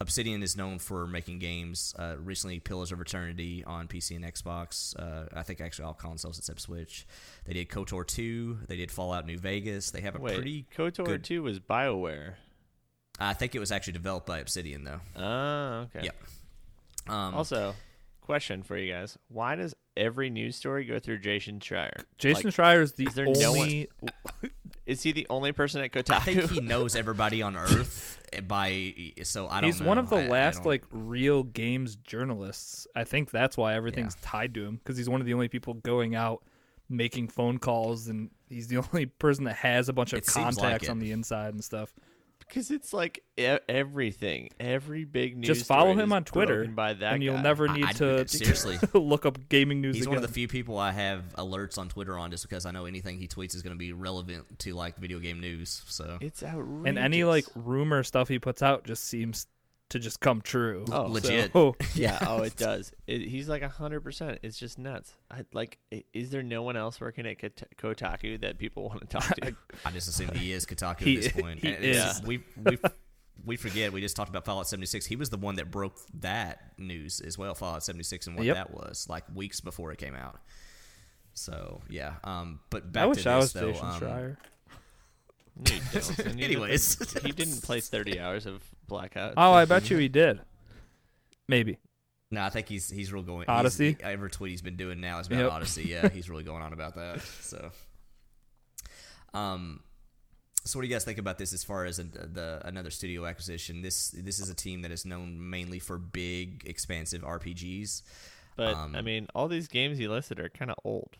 Speaker 1: Obsidian is known for making games. Uh, recently, Pillars of Eternity on PC and Xbox. Uh, I think actually all consoles except Switch. They did KOTOR 2. They did Fallout New Vegas. They have a
Speaker 3: Wait,
Speaker 1: pretty
Speaker 3: KOTOR
Speaker 1: good-
Speaker 3: two was Bioware.
Speaker 1: I think it was actually developed by Obsidian, though.
Speaker 3: Oh, okay.
Speaker 1: Yep. Um,
Speaker 3: Also, question for you guys: Why does every news story go through Jason Schreier?
Speaker 2: Jason
Speaker 3: Like,
Speaker 2: Schreier is the
Speaker 3: is there
Speaker 2: only.
Speaker 3: no is he the only person at Kotaku?
Speaker 1: I think he knows everybody on Earth by so I don't.
Speaker 2: He's one
Speaker 1: know.
Speaker 2: of the
Speaker 1: I- I
Speaker 2: last
Speaker 1: don't-
Speaker 2: like real games journalists. I think that's why everything's tied to him because he's one of the only people going out making phone calls, and he's the only person that has a bunch of
Speaker 1: It seems like
Speaker 2: contacts
Speaker 1: it.
Speaker 2: on the inside and stuff.
Speaker 3: because it's like e- everything, every big news.
Speaker 2: Just follow
Speaker 3: story
Speaker 2: him
Speaker 3: is
Speaker 2: on Twitter,
Speaker 3: broken by that
Speaker 2: and you'll
Speaker 3: guy.
Speaker 2: never
Speaker 1: I-
Speaker 2: need
Speaker 1: I do
Speaker 2: to
Speaker 1: it, seriously.
Speaker 2: look up gaming news.
Speaker 1: He's
Speaker 2: again.
Speaker 1: one of the few people I have alerts on Twitter on just because I know anything he tweets is going to be relevant to like video game news. So
Speaker 3: It's outrageous.
Speaker 2: and any like rumor stuff he puts out just seems to just come true.
Speaker 3: Oh,
Speaker 1: legit.
Speaker 2: So-
Speaker 3: yeah, oh, it does. It, he's like hundred percent. It's just nuts. I, like, i- is there no one else working at Kot- Kotaku that people want to talk to?
Speaker 1: I just assume he is Kotaku
Speaker 2: He-
Speaker 1: at this point.
Speaker 2: he
Speaker 1: And it's
Speaker 3: is.
Speaker 1: just- we we we forget. We just talked about Fallout 76. He was the one that broke that news as well. Fallout 76 and what
Speaker 2: Yep.
Speaker 1: that was like weeks before it came out. So yeah, um, but back
Speaker 2: I wish
Speaker 1: to
Speaker 2: I was
Speaker 1: this though.
Speaker 2: Jason
Speaker 1: um,
Speaker 2: Schreier.
Speaker 3: No, you don't. And you
Speaker 1: Anyways.
Speaker 3: didn't- he didn't play thirty hours of blackout.
Speaker 2: Oh, I bet you he did. Maybe.
Speaker 1: No, I think he's he's real going. he's-
Speaker 2: Odyssey?
Speaker 1: every tweet he's been doing now is about
Speaker 2: Yep.
Speaker 1: Odyssey. Yeah, he's really going on about that. So, um, so what do you guys think about this as far as a, the another studio acquisition? This this is a team that is known mainly for big, expansive RPGs.
Speaker 3: But
Speaker 1: Um,
Speaker 3: I mean, all these games you listed are kind of old.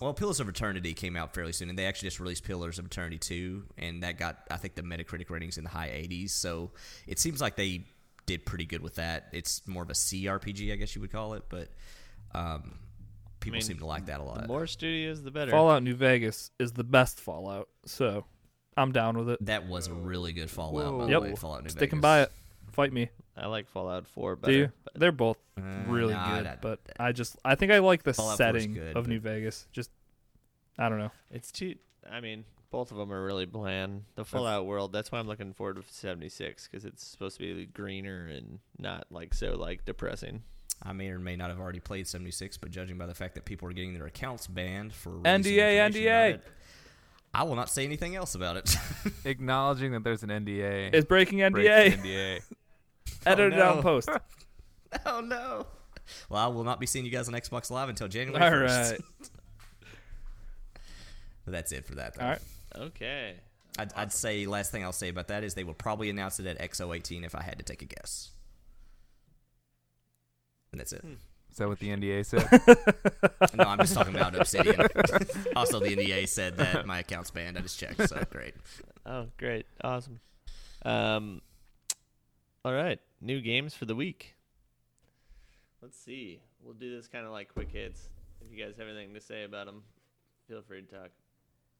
Speaker 1: Well, Pillars of Eternity came out fairly soon, and they actually just released Pillars of Eternity 2, and that got, I think, the Metacritic ratings in the high 80s. So it seems like they did pretty good with that. It's more of a CRPG, I guess you would call it, but um, people
Speaker 3: mean,
Speaker 1: seem to like that a
Speaker 3: The
Speaker 1: lot.
Speaker 3: more studios, the better.
Speaker 2: Fallout New Vegas is the best Fallout, so I'm down with it.
Speaker 1: that was a really good Fallout, by
Speaker 2: Yep.
Speaker 1: the way. Fallout New
Speaker 2: Sticking
Speaker 1: Vegas.
Speaker 2: by it. Fight me.
Speaker 3: I like Fallout Four
Speaker 2: Do
Speaker 3: better.
Speaker 2: you?
Speaker 3: but-
Speaker 2: They're both
Speaker 4: Mm.
Speaker 1: Uh,
Speaker 2: really
Speaker 1: nah,
Speaker 2: good,
Speaker 1: that-
Speaker 2: but I just I think I like the
Speaker 1: Fallout 4 is
Speaker 2: setting
Speaker 1: good,
Speaker 2: of
Speaker 1: but-
Speaker 2: New Vegas. Just I don't know.
Speaker 3: It's too. I mean, both of them are really bland. The Fallout world. That's why I'm looking forward to 76 because it's supposed to be greener and not like so like depressing.
Speaker 1: I may or may not have already played 76, but judging by the fact that people are getting their accounts banned for releasing
Speaker 2: NDA,
Speaker 1: information about
Speaker 2: NDA.
Speaker 1: it, I will not say anything else about it.
Speaker 4: Acknowledging that there's an NDA.
Speaker 2: It's breaking
Speaker 4: breaks
Speaker 2: NDA.
Speaker 4: the NDA.
Speaker 2: Edited
Speaker 1: Oh,
Speaker 2: down
Speaker 1: no.
Speaker 2: post.
Speaker 1: oh no. Well, I will not be seeing you guys on Xbox Live until
Speaker 2: All
Speaker 1: January 1st.
Speaker 2: right.
Speaker 1: But that's it for that. Though.
Speaker 2: All right.
Speaker 3: Okay.
Speaker 1: I'd, I'd say last thing I'll say about that is they will probably announce it at XO18 if I had to take a guess. And that's it.
Speaker 2: Hmm.
Speaker 4: Is that what the NDA said?
Speaker 1: No, I'm just talking about Obsidian. also, the NDA said that my account's banned. I just checked, so great.
Speaker 3: Oh, great. Awesome. Um. All right. New games for the week. Let's see. We'll do this kind of like quick hits. If you guys have anything to say about them, feel free to talk.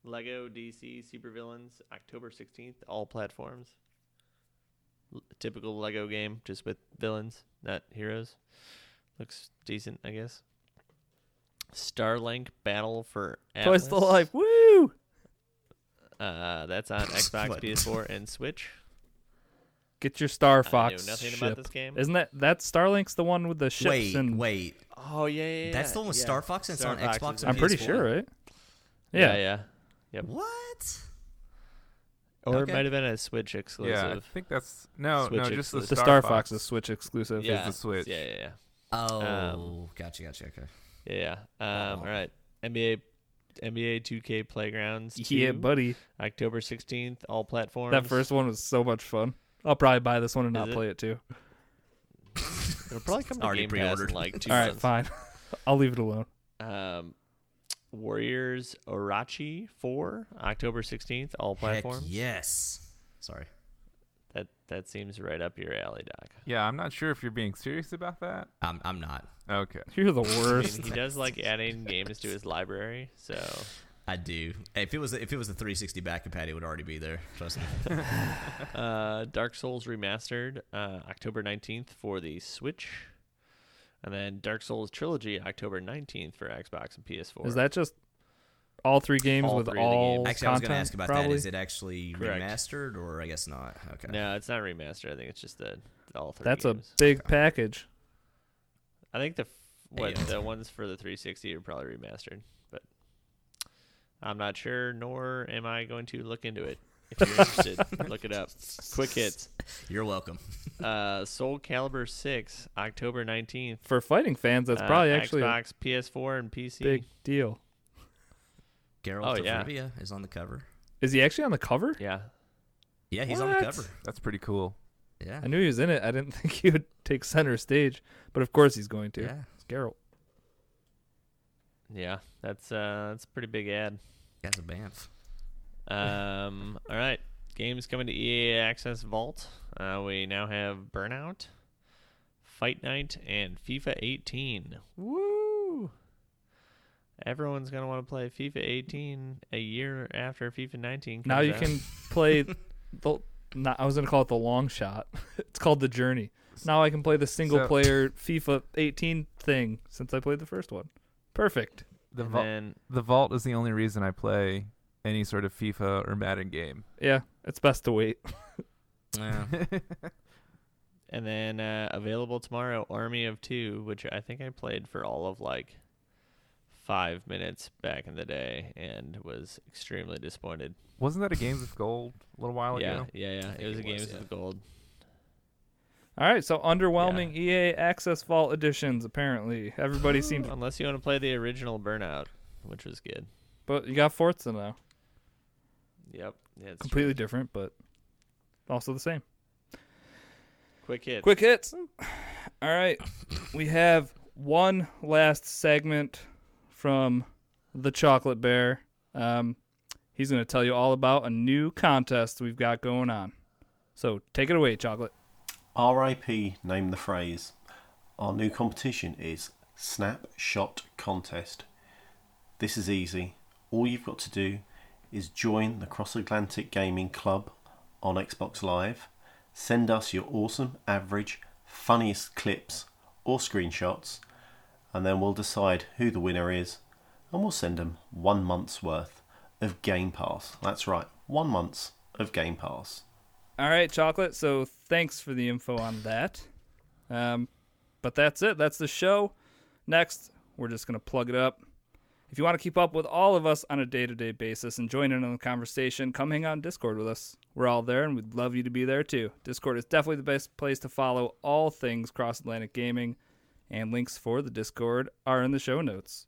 Speaker 3: Lego DC Supervillains, October 16th, all platforms. L- typical Lego game, just with villains, not heroes. Looks decent, I guess. Starlink Battle for
Speaker 2: Twice the
Speaker 3: Atlas.
Speaker 2: life. Woo!
Speaker 3: Uh, that's on Xbox,
Speaker 1: What?
Speaker 3: PS4, and Switch.
Speaker 2: Get your Star
Speaker 3: I
Speaker 2: Fox
Speaker 3: knew nothing
Speaker 2: ship.
Speaker 3: about this game.
Speaker 2: Isn't that that Starlink's the one with the ships
Speaker 1: wait,
Speaker 2: and
Speaker 1: wait.
Speaker 3: oh yeah, yeah, yeah.
Speaker 1: That's the one with
Speaker 3: yeah.
Speaker 1: Star Fox and it's
Speaker 3: Star
Speaker 1: on
Speaker 3: Fox
Speaker 1: Xbox
Speaker 3: is-
Speaker 1: and
Speaker 2: I'm pretty
Speaker 1: PS4.
Speaker 2: sure, right?
Speaker 3: Yeah, yeah.
Speaker 1: What?
Speaker 3: Or
Speaker 1: Okay.
Speaker 3: it might have been a Switch exclusive.
Speaker 4: yeah, I think that's no,
Speaker 3: Switch
Speaker 4: no, just the
Speaker 3: exclusive.
Speaker 2: The
Speaker 4: Star,
Speaker 2: Star
Speaker 4: Fox.
Speaker 2: Fox is Switch exclusive.
Speaker 3: yeah.
Speaker 4: the Switch.
Speaker 3: Yeah, yeah,
Speaker 1: Oh, gotcha, gotcha. Okay.
Speaker 3: yeah. yeah, yeah. Um,
Speaker 1: Wow.
Speaker 3: all right. NBA, NBA 2K Playgrounds. 2,
Speaker 2: Yeah, buddy.
Speaker 3: October 16th, all platforms.
Speaker 2: That first one was so much fun. I'll probably buy this one and
Speaker 3: Is
Speaker 2: not
Speaker 3: it?
Speaker 2: play it too.
Speaker 3: It'll probably come to
Speaker 1: Already
Speaker 3: Game Pass in
Speaker 1: pre-ordered.
Speaker 3: like two
Speaker 2: All right,
Speaker 3: months.
Speaker 2: fine. I'll leave it alone.
Speaker 3: Um, Warriors Orochi 4, October 16th, all
Speaker 1: Heck
Speaker 3: platforms.
Speaker 1: yes. Sorry.
Speaker 3: That that seems right up your alley, Doc.
Speaker 4: Yeah, I'm not sure if you're being serious about that.
Speaker 1: I'm, I'm not.
Speaker 4: Okay.
Speaker 2: You're the
Speaker 3: I
Speaker 2: worst.
Speaker 3: mean, he does like adding games to his library, so
Speaker 1: I do. If it was if it was the 360 backup pad, it would already be there. Trust me.
Speaker 3: uh, Dark Souls Remastered, uh, October 19th for the Switch. And then Dark Souls Trilogy, October 19th for Xbox and PS4.
Speaker 2: Is that just all three games
Speaker 3: All
Speaker 2: with
Speaker 3: three of the
Speaker 2: all
Speaker 3: games.
Speaker 1: Actually, I was
Speaker 2: content?
Speaker 1: going to ask about
Speaker 2: probably.
Speaker 1: that. Is it actually
Speaker 3: Correct.
Speaker 1: remastered or I guess not? Okay.
Speaker 3: No, it's not remastered. I think it's just the all three.
Speaker 2: That's
Speaker 3: games.
Speaker 2: a big package.
Speaker 3: I think the f- what
Speaker 1: Yeah.
Speaker 3: the ones for the 360 are probably remastered, but I'm not sure. Nor am I going to look into it. If you're interested, look it up. Quick hits.
Speaker 1: You're welcome.
Speaker 3: Uh, Soul Calibur Six, October nineteenth.
Speaker 2: For fighting fans, that's probably actually a
Speaker 3: Uh, Xbox, PS4, and PC.
Speaker 2: big deal.
Speaker 1: Geralt
Speaker 3: Oh,
Speaker 1: of
Speaker 3: yeah.
Speaker 1: Rivia is on the cover.
Speaker 2: Is he actually on the cover?
Speaker 3: Yeah,
Speaker 1: Yeah, he's on the
Speaker 2: What?
Speaker 1: cover.
Speaker 4: That's pretty cool.
Speaker 1: Yeah.
Speaker 2: I knew he was in it. I didn't think he would take center stage, but of course he's going to.
Speaker 1: Yeah.
Speaker 2: It's Geralt.
Speaker 3: yeah. That's uh, that's a pretty big ad.
Speaker 1: That's a Banff.
Speaker 3: Um, all right. Games coming to EA Access Vault. Uh, we now have Burnout, Fight Night, and FIFA 18. Woo! Everyone's gonna want to play FIFA 18 a year after FIFA 19. Comes
Speaker 2: Now you
Speaker 3: out.
Speaker 2: can play the. Not, I was gonna call it the long shot. It's called the journey. Now I can play the single
Speaker 4: So-
Speaker 2: player FIFA 18 thing since I played the first one. Perfect.
Speaker 4: The
Speaker 3: And
Speaker 4: vault,
Speaker 3: then
Speaker 4: the vault is the only reason I play any sort of FIFA or Madden game.
Speaker 2: Yeah, it's best to wait.
Speaker 1: Yeah.
Speaker 3: and then uh, available tomorrow, Army of Two, which I think I played for all of like five minutes back in the day, and was extremely disappointed.
Speaker 4: Wasn't that a Games with Gold a little while
Speaker 3: yeah,
Speaker 4: ago?
Speaker 3: yeah, yeah. It
Speaker 1: think
Speaker 3: was a
Speaker 1: it was,
Speaker 3: Games
Speaker 1: yeah.
Speaker 3: with Gold.
Speaker 2: All right, so underwhelming EA Access Vault editions apparently. Everybody seems,
Speaker 3: Unless you want to play the original Burnout, which was good.
Speaker 2: but you got Forza now.
Speaker 3: Yep. Yeah, it's
Speaker 2: Completely different, but also the same.
Speaker 3: true. quick hit.
Speaker 2: Quick hits. All right. We have one last segment from the Chocolate Bear. Um, he's going to tell you all about a new contest we've got going on. So take it away, Chocolate.
Speaker 7: RIP, name the phrase. Our new competition is Snapshot Contest. This is easy. All you've got to do is join the Cross Atlantic Gaming Club on Xbox Live. Send us your awesome, average, funniest clips or screenshots, and then we'll decide who the winner is and we'll send them one month's worth of Game Pass. That's right, one month's of Game Pass.
Speaker 2: All right, Chocolate. So thanks for the info on that. Um, but that's it. That's the show. Next, we're just going to plug it up. If you want to keep up with all of us on a day to day basis and join in on the conversation, come hang out on Discord with us. We're all there and we'd love you to be there too. Discord is definitely the best place to follow all things cross Atlantic gaming, and links for the Discord are in the show notes.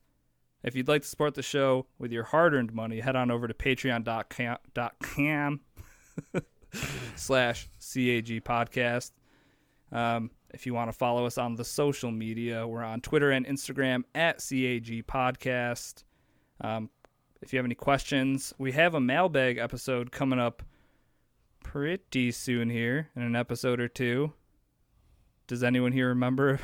Speaker 2: If you'd like to support the show with your hard earned money, head on over to patreon.com slash CAG podcast. Um, if you want to follow us on the social media, we're on Twitter and Instagram at CAG Podcast. Um, if you have any questions, we have a mailbag episode coming up pretty soon here in an episode or two. Does anyone here remember?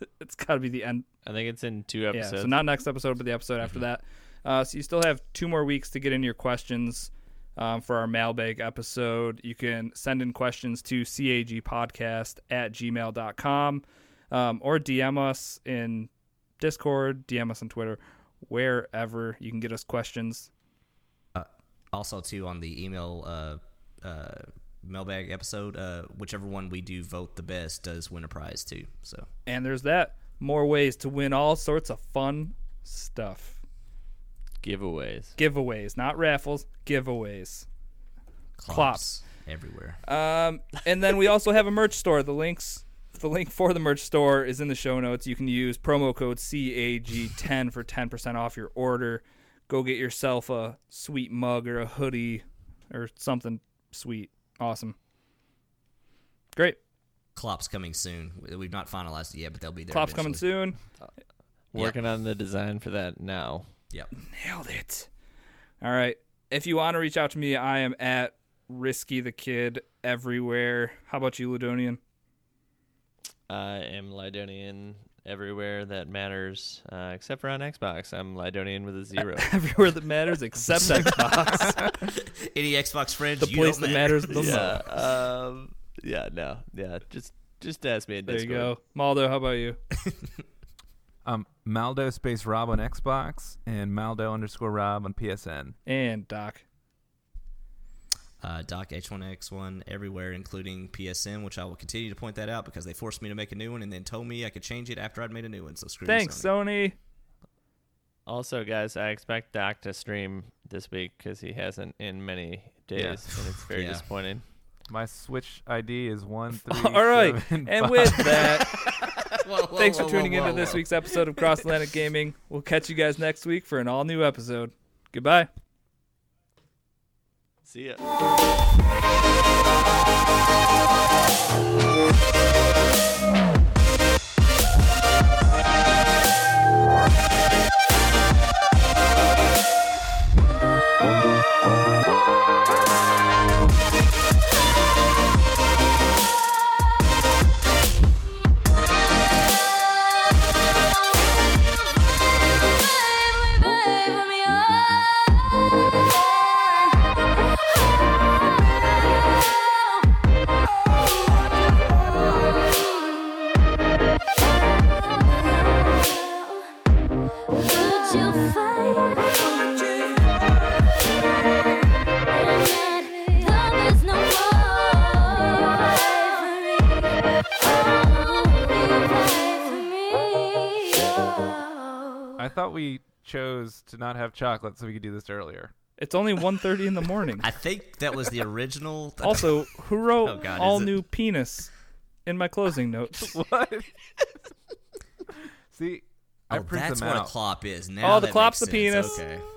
Speaker 2: it's got to be the end.
Speaker 3: I think it's in two
Speaker 2: Yeah,
Speaker 3: episodes.
Speaker 2: so not next episode, but the episode after that. Uh, so you still have two more weeks to get in your questions um, for our mailbag episode. You can send in questions to cagpodcast at gmail.com um, or DM us in Discord, DM us on Twitter, wherever you can get us questions.
Speaker 1: also too on the email uh, uh, mailbag episode uh, whichever one we do vote the best does win a prize too so
Speaker 2: And there's that. More ways to win all sorts of fun stuff.
Speaker 3: giveaways.
Speaker 2: Giveaways, not raffles, giveaways.
Speaker 1: clops everywhere
Speaker 2: Um, and then we also have a merch store. The links, the link for the merch store is in the show notes. You can use promo code CAG10 for 10% off your order. Go get yourself a sweet mug or a hoodie or something sweet. Awesome. Great.
Speaker 1: clops coming soon We- we've not finalized it yet but they'll be there
Speaker 2: Clops coming
Speaker 1: eventually.
Speaker 2: soon.
Speaker 3: Working on the design for that now.
Speaker 1: yep
Speaker 2: Nailed it. All right. If you want to reach out to me, I am at Risky the Kid everywhere. How about you, Ludonian?
Speaker 3: I am Lydonian everywhere that matters, uh, except for on Xbox. I'm Lydonian with a zero.
Speaker 2: Everywhere that matters except Xbox.
Speaker 1: any xbox friends
Speaker 2: the
Speaker 1: you
Speaker 2: place
Speaker 1: don't
Speaker 2: that
Speaker 1: matter.
Speaker 2: matters the most.
Speaker 3: yeah. Um, yeah. No. Yeah. Just just ask me. In
Speaker 2: There you
Speaker 3: Discord.
Speaker 2: go. Maldo, how about you?
Speaker 4: Um, Maldo space Rob on Xbox and Maldo underscore Rob on PSN.
Speaker 2: And Doc.
Speaker 1: uh, doc h1x1 everywhere including psn which i will continue to point that out because they forced me to make a new one and then told me i could change it after i'd made a new one so screw you,
Speaker 2: Thanks,
Speaker 1: Sony.
Speaker 2: Sony.
Speaker 3: Also, guys, I expect Doc to stream this week because he hasn't in many days, and it's very
Speaker 1: Yeah.
Speaker 3: disappointing.
Speaker 8: My Switch ID is one three.
Speaker 2: All right,
Speaker 8: seven,
Speaker 2: and
Speaker 8: five.
Speaker 2: with that, thanks for tuning into this week's episode of Cross Atlantic Gaming. We'll catch you guys next week for an all new episode. Goodbye.
Speaker 3: See ya.
Speaker 8: I thought we chose to not have chocolate so we could do this earlier.
Speaker 2: It's only 1.30 in the morning.
Speaker 1: I think that was the original.
Speaker 2: Also, who wrote
Speaker 1: Oh, God, is
Speaker 2: all
Speaker 1: it-
Speaker 2: new penis in my closing notes?
Speaker 8: What? See, I
Speaker 1: Oh,
Speaker 8: print
Speaker 1: that's
Speaker 8: them
Speaker 1: what
Speaker 8: out.
Speaker 1: a clop is. Now
Speaker 2: Oh, the
Speaker 1: that
Speaker 2: clop's
Speaker 1: makes
Speaker 2: the
Speaker 1: sense.
Speaker 2: penis.
Speaker 1: Okay.